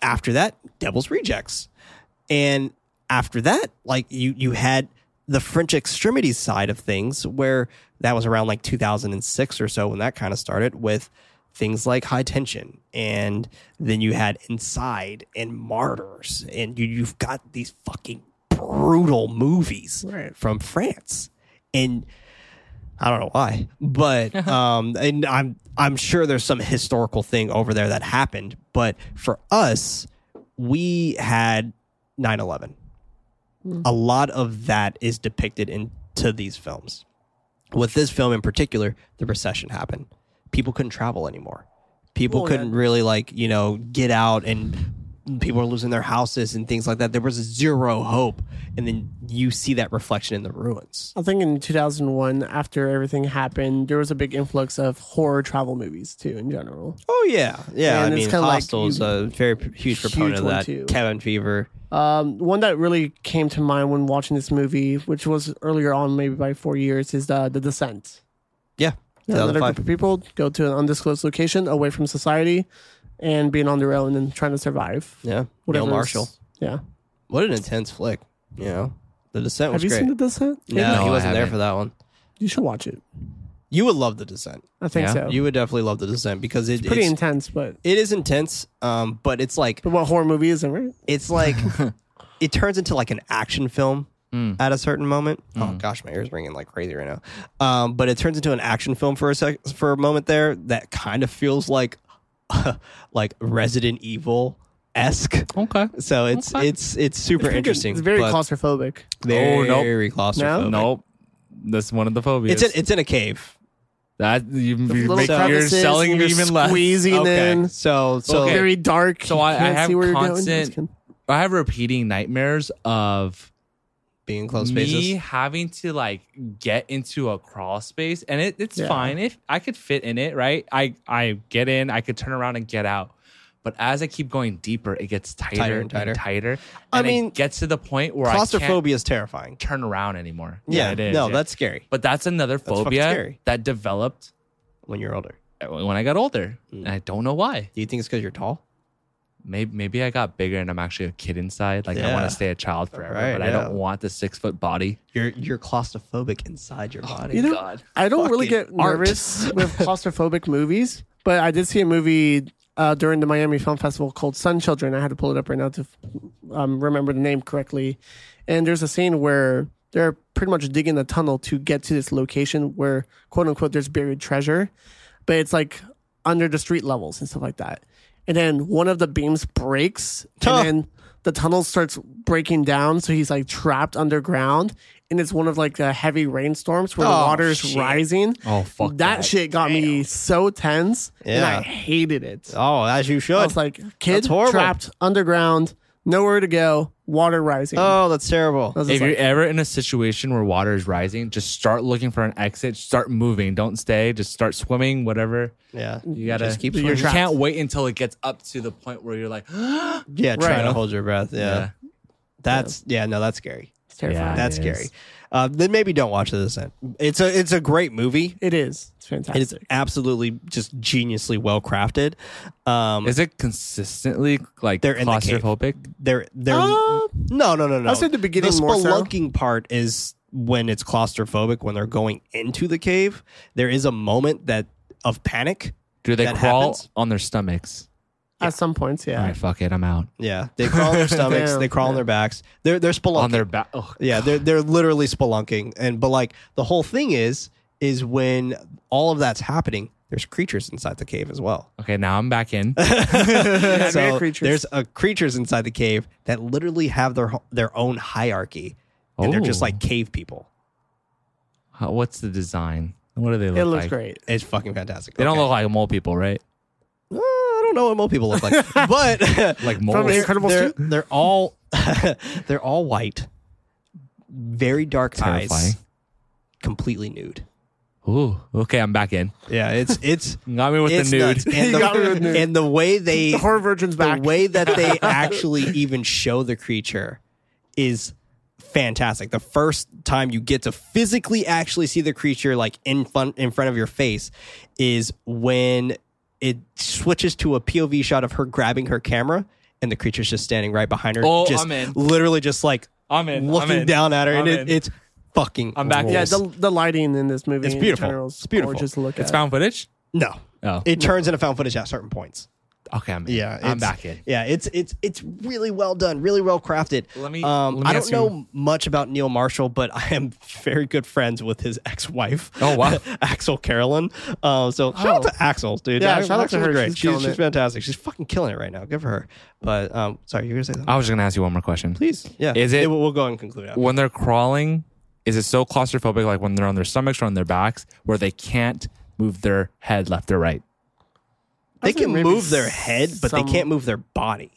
Speaker 2: after that devil's rejects and after that like you you had the french extremities side of things where that was around like 2006 or so when that kind of started with things like high tension and then you had inside and martyrs and you, you've got these fucking brutal movies
Speaker 4: Right.
Speaker 2: from france and I don't know why, but um, and I'm I'm sure there's some historical thing over there that happened. But for us, we had 9/11. A lot of that is depicted into these films. With this film in particular, the recession happened. People couldn't travel anymore. People
Speaker 4: Well, yeah.
Speaker 2: couldn't really like you know get out and people were losing their houses and things like that. There was zero hope, and then you see that reflection in the ruins.
Speaker 4: I think in 2001, after everything happened, there was a big influx of horror travel movies too, in general.
Speaker 2: Oh yeah, yeah.
Speaker 4: And
Speaker 2: I
Speaker 4: it's
Speaker 2: mean,
Speaker 4: kinda like
Speaker 2: Hostel is
Speaker 4: you-
Speaker 2: a very p- huge proponent of
Speaker 4: one,
Speaker 2: that.
Speaker 4: too.
Speaker 2: Cabin Fever.
Speaker 4: Um, one that really came to mind when watching this movie, which was earlier on, maybe by four years, is uh, the, the Descent.
Speaker 2: Yeah,
Speaker 4: Yeah, another
Speaker 2: 2005.
Speaker 4: group of people go to an undisclosed location away from society and being on their own and trying to survive.
Speaker 2: Yeah, Neil
Speaker 4: Whatever is-
Speaker 2: Marshall.
Speaker 4: Yeah.
Speaker 2: What an intense flick. You know, The Descent was
Speaker 4: Have you
Speaker 2: great.
Speaker 4: seen The Descent?
Speaker 2: no,
Speaker 3: No,
Speaker 2: he
Speaker 3: I
Speaker 2: wasn't there
Speaker 3: haven't.
Speaker 2: for that one.
Speaker 4: You should watch it.
Speaker 2: You would love The Descent.
Speaker 4: I think
Speaker 3: Yeah?
Speaker 4: so.
Speaker 2: You would definitely love The Descent because it,
Speaker 4: Oh. Pretty
Speaker 2: it's
Speaker 4: intense, but,
Speaker 2: it is intense. Um, but it's like
Speaker 4: but what horror movie isn't, right?
Speaker 2: it's like it turns into like an action film
Speaker 3: Mm.
Speaker 2: at a certain moment. Oh gosh, my ears ringing like crazy right now. Um, but it turns into an action film for a sec for a moment there that kind of feels like like Resident Evil esque.
Speaker 3: okay.
Speaker 2: So it's
Speaker 3: Okay.
Speaker 2: it's it's super
Speaker 4: Pretty good.
Speaker 2: interesting.
Speaker 4: It's very
Speaker 2: but
Speaker 4: claustrophobic.
Speaker 2: Very,
Speaker 3: Oh, nope.
Speaker 2: claustrophobic.
Speaker 3: Nope. That's one of the phobias.
Speaker 2: It's in, it's in a cave.
Speaker 3: that you,
Speaker 4: Little
Speaker 3: you make, you're
Speaker 4: crevices,
Speaker 3: selling
Speaker 4: and
Speaker 3: me
Speaker 4: you're
Speaker 3: even less.
Speaker 4: Squeezing
Speaker 2: Okay.
Speaker 4: in.
Speaker 2: So so
Speaker 3: Okay.
Speaker 4: Very dark.
Speaker 3: So
Speaker 4: you
Speaker 3: I, I
Speaker 4: can't
Speaker 3: have
Speaker 4: see where you're going.
Speaker 3: constant.
Speaker 4: Just
Speaker 3: I have repeating nightmares of
Speaker 2: being in closed
Speaker 3: me
Speaker 2: spaces.
Speaker 3: having to like get into a crawl space and it, it's
Speaker 4: Yeah.
Speaker 3: fine if i could fit in it right i i get in i could turn around and get out but as i keep going deeper it gets tighter, and tighter and
Speaker 2: I mean,
Speaker 3: it gets to the point where i
Speaker 2: Claustrophobia is terrifying.
Speaker 3: can't turn around anymore
Speaker 2: Yeah,
Speaker 3: it is
Speaker 2: no, that's scary.
Speaker 3: but that's another
Speaker 2: fucking
Speaker 3: phobia
Speaker 2: scary.
Speaker 3: that developed
Speaker 2: When you're older,
Speaker 3: when i got older
Speaker 2: Mm.
Speaker 3: and i don't know why
Speaker 2: do you think it's because you're tall?
Speaker 3: maybe maybe i got bigger and i'm actually a kid inside like i
Speaker 2: Yeah.
Speaker 3: want to stay a child forever
Speaker 2: Right,
Speaker 3: but i
Speaker 2: yeah.
Speaker 3: don't want the six foot body
Speaker 2: You're you're claustrophobic inside your body.
Speaker 4: Oh, You know,
Speaker 3: God.
Speaker 4: I don't really
Speaker 2: Fucking
Speaker 4: get
Speaker 2: art.
Speaker 4: nervous with claustrophobic movies, but I did see a movie uh, during the Miami Film Festival called Sun Children. I had to pull it up right now to um, remember the name correctly. And there's a scene where they're pretty much digging a tunnel to get to this location where, quote unquote, there's buried treasure, but it's like under the street levels and stuff like that. And then one of the beams breaks,
Speaker 2: Huh.
Speaker 4: and then the tunnel starts breaking down, so he's like trapped underground. And it's one of like the heavy rainstorms where the
Speaker 2: Oh,
Speaker 4: water is
Speaker 2: shit.
Speaker 4: rising.
Speaker 3: Oh, fuck
Speaker 4: That,
Speaker 3: that.
Speaker 4: shit got me so tense, and
Speaker 2: Yeah.
Speaker 4: I hated it.
Speaker 2: oh, as you should.
Speaker 4: I was like, kid
Speaker 2: That's horrible.
Speaker 4: trapped underground, nowhere to go, water rising.
Speaker 2: oh, that's terrible.
Speaker 4: I was
Speaker 3: If
Speaker 4: just like,
Speaker 3: you're ever in a situation where water is rising, just start looking for an exit. Start moving. Don't stay. Just start swimming. Whatever.
Speaker 2: yeah,
Speaker 3: You gotta
Speaker 2: Just keep
Speaker 3: You
Speaker 2: swimming.
Speaker 3: can't wait until it gets up to the point where you're like,
Speaker 2: yeah, trying
Speaker 4: Right.
Speaker 2: to hold your breath. Yeah,
Speaker 3: Yeah.
Speaker 2: that's yeah, no, that's scary.
Speaker 8: It's terrifying.
Speaker 3: Yeah.
Speaker 2: That's
Speaker 3: It is.
Speaker 2: scary. Uh, then maybe don't watch this. Then. It's a it's a great movie.
Speaker 4: It is. It's
Speaker 2: It is
Speaker 4: fantastic.
Speaker 2: absolutely just geniusly well crafted. Um,
Speaker 3: Is it consistently like
Speaker 2: They're in the cave.
Speaker 3: claustrophobic?
Speaker 2: they're they're
Speaker 4: Uh,
Speaker 2: no no no no.
Speaker 4: I'd say the beginning
Speaker 2: The
Speaker 4: more so.
Speaker 2: spelunking part is when it's claustrophobic when they're going into the cave. There is a moment that of panic.
Speaker 3: Do they
Speaker 2: That
Speaker 3: crawl
Speaker 2: happens?
Speaker 3: on their stomachs?
Speaker 4: At some points, yeah.
Speaker 3: All right, fuck it, I'm out.
Speaker 2: Yeah, they crawl on their stomachs.
Speaker 4: Damn.
Speaker 2: they crawl on their backs. They're they're spelunking.
Speaker 3: On their back. Oh,
Speaker 2: Yeah, they're they're literally spelunking, and but like the whole thing is is when all of that's happening, there's creatures inside the cave as well.
Speaker 3: okay, now I'm back in.
Speaker 2: so
Speaker 4: creatures.
Speaker 2: there's a creatures inside the cave that literally have their ho- their own hierarchy, and they're just
Speaker 3: Oh.
Speaker 2: like cave people.
Speaker 3: How, what's the design? What do they look
Speaker 4: It looks
Speaker 3: like?
Speaker 4: great.
Speaker 2: It's fucking fantastic.
Speaker 3: They don't
Speaker 2: Okay.
Speaker 3: look like mole people, right?
Speaker 2: Uh, I don't know what mole people look like, but
Speaker 3: Like moles.
Speaker 4: Incredibles
Speaker 2: they're,
Speaker 4: too?
Speaker 2: they're all they're all white, very dark eyes,
Speaker 3: Terrifying.
Speaker 2: completely nude.
Speaker 3: Ooh, okay, I'm back in.
Speaker 2: Yeah, it's it's.
Speaker 3: Got me with
Speaker 2: it's
Speaker 3: the
Speaker 2: nuts.
Speaker 3: nude.
Speaker 2: And,
Speaker 4: You got me
Speaker 2: the,
Speaker 4: with nude.
Speaker 2: and the way they
Speaker 4: The horror virgin's
Speaker 2: the
Speaker 4: back.
Speaker 2: way that they actually even show the creature is fantastic. The first time you get to physically actually see the creature like in front in front of your face is when it switches to a POV shot of her grabbing her camera and the creature's just standing right behind her.
Speaker 3: Oh,
Speaker 2: just
Speaker 3: I'm in.
Speaker 2: literally just like
Speaker 3: I'm in, I'm
Speaker 2: looking
Speaker 3: in,
Speaker 2: down at her and
Speaker 3: I'm
Speaker 2: it,
Speaker 3: in.
Speaker 2: it's fucking
Speaker 3: I'm back.
Speaker 4: yeah,
Speaker 3: Yes.
Speaker 2: rules.
Speaker 4: the, the lighting in this movie
Speaker 2: It's
Speaker 4: in
Speaker 2: beautiful.
Speaker 4: general is
Speaker 2: It's beautiful.
Speaker 4: gorgeous to look
Speaker 3: It's
Speaker 4: at.
Speaker 3: found footage?
Speaker 2: no.
Speaker 3: Oh.
Speaker 2: It turns into found footage at certain points.
Speaker 3: Okay, I'm in.
Speaker 2: Yeah,
Speaker 3: I'm
Speaker 2: it's-
Speaker 3: back in.
Speaker 2: Yeah, it's it's it's really well done, really well crafted.
Speaker 3: Let me-
Speaker 2: Um,
Speaker 3: let me
Speaker 2: I don't
Speaker 3: ask
Speaker 2: know
Speaker 3: you-
Speaker 2: much about Neil Marshall, but I am very good friends with his ex-wife.
Speaker 3: Oh, wow.
Speaker 2: Axel Carolyn. Um, so shout out
Speaker 4: Oh.
Speaker 2: to Axel, dude.
Speaker 4: Yeah,
Speaker 2: Axel-
Speaker 4: shout out to
Speaker 2: Axel's
Speaker 4: her.
Speaker 2: Great.
Speaker 4: She's
Speaker 2: She's,
Speaker 4: killing
Speaker 2: she's
Speaker 4: it.
Speaker 2: fantastic. She's fucking killing it right now. Give her. But um, sorry, you were gonna say something?
Speaker 3: I was just gonna ask you one more question.
Speaker 2: Please, Uh, yeah.
Speaker 3: Is it
Speaker 2: we'll, we'll go and conclude. After.
Speaker 3: when they're crawling? Is it so claustrophobic, like when they're on their stomachs or on their backs, where they can't move their head left or right?
Speaker 2: They
Speaker 4: I'd say
Speaker 2: can
Speaker 4: maybe
Speaker 2: move their head, but
Speaker 4: some-
Speaker 2: they can't move their body.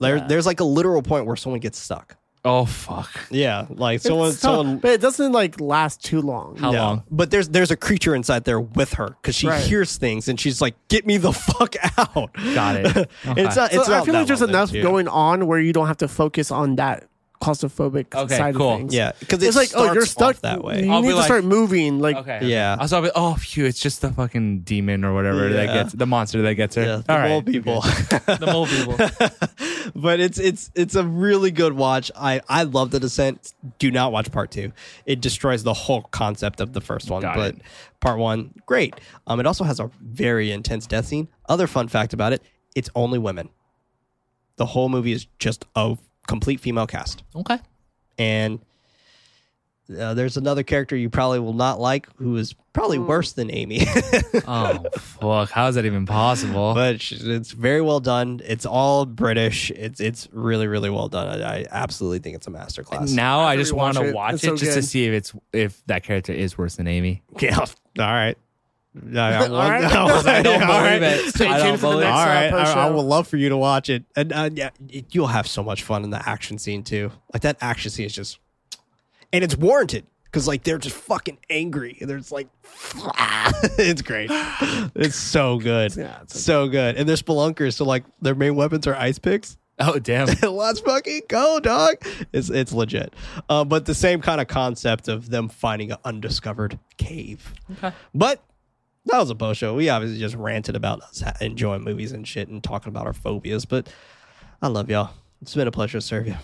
Speaker 2: There, there's like a literal point where someone gets stuck.
Speaker 3: Oh fuck!
Speaker 2: Yeah, like
Speaker 4: It's
Speaker 2: someone,
Speaker 4: tough,
Speaker 2: someone
Speaker 4: but it doesn't like last too long.
Speaker 3: How
Speaker 2: No,
Speaker 3: long?
Speaker 2: But there's there's a creature inside there with her because she
Speaker 4: Right.
Speaker 2: hears things and she's like, "Get me the fuck out!"
Speaker 3: Got it.
Speaker 2: And it's not.
Speaker 4: So
Speaker 2: It's
Speaker 4: uh, I
Speaker 2: not
Speaker 4: feel
Speaker 2: that
Speaker 4: like there's
Speaker 2: long,
Speaker 4: enough
Speaker 2: too.
Speaker 4: going on where you don't have to focus on that claustrophobic
Speaker 3: Okay,
Speaker 4: side
Speaker 3: cool.
Speaker 4: of things.
Speaker 2: Yeah, because
Speaker 4: It's like, oh, you're stuck
Speaker 2: that way.
Speaker 4: You
Speaker 3: I'll
Speaker 4: need
Speaker 3: be
Speaker 4: to
Speaker 3: like-
Speaker 4: start moving. Like,
Speaker 2: Yeah.
Speaker 3: I was like, oh, phew, it's just the fucking demon or whatever that
Speaker 2: Yeah.
Speaker 3: gets the monster that gets her.
Speaker 2: Yeah, the
Speaker 3: All right.
Speaker 2: mole people.
Speaker 3: The mole people.
Speaker 2: but it's it's it's a really good watch. I I love the descent. Do not watch part two. It destroys the whole concept of the first one.
Speaker 3: Got
Speaker 2: but
Speaker 3: it.
Speaker 2: part one, great. Um, it also has a very intense death scene. Other fun fact about it: it's only women. The whole movie is just a complete female cast.
Speaker 3: okay.
Speaker 2: and uh, there's another character you probably will not like who is probably worse than Amy,
Speaker 3: Oh fuck! How is that even possible?
Speaker 2: but sh- it's very well done. It's all British. It's it's really really well done. I, I absolutely think it's a masterclass.
Speaker 3: now I
Speaker 4: After
Speaker 3: just
Speaker 4: we
Speaker 3: want
Speaker 4: watch
Speaker 3: to
Speaker 4: it,
Speaker 3: watch it,
Speaker 4: it's so
Speaker 3: just to
Speaker 4: good.
Speaker 3: see if it's if that character is worse than Amy.
Speaker 2: yeah, all right. I, I,
Speaker 4: All right.
Speaker 3: I don't
Speaker 2: all right.
Speaker 3: believe it.
Speaker 4: Stay
Speaker 3: I
Speaker 4: tuned
Speaker 3: don't
Speaker 4: for the
Speaker 3: believe
Speaker 4: next
Speaker 2: All
Speaker 4: Excellent
Speaker 2: right,
Speaker 4: post
Speaker 2: I, I
Speaker 4: show.
Speaker 2: would love for you to watch it, and uh, yeah, it- you'll have so much fun in the action scene too. Like that action scene is just, and it's warranted because like they're just fucking angry. They're just like, it's great. It's so good,
Speaker 4: Yeah, it's
Speaker 2: so good. And they're spelunkers, so like their main weapons are ice picks.
Speaker 3: Oh damn!
Speaker 2: Let's fucking go, dog. It's it's legit, uh, but the same kind of concept of them finding an undiscovered cave. But that was a post show. We obviously just ranted about us ha- enjoying movies and shit and talking about our phobias. But I love y'all. It's been a pleasure to serve you.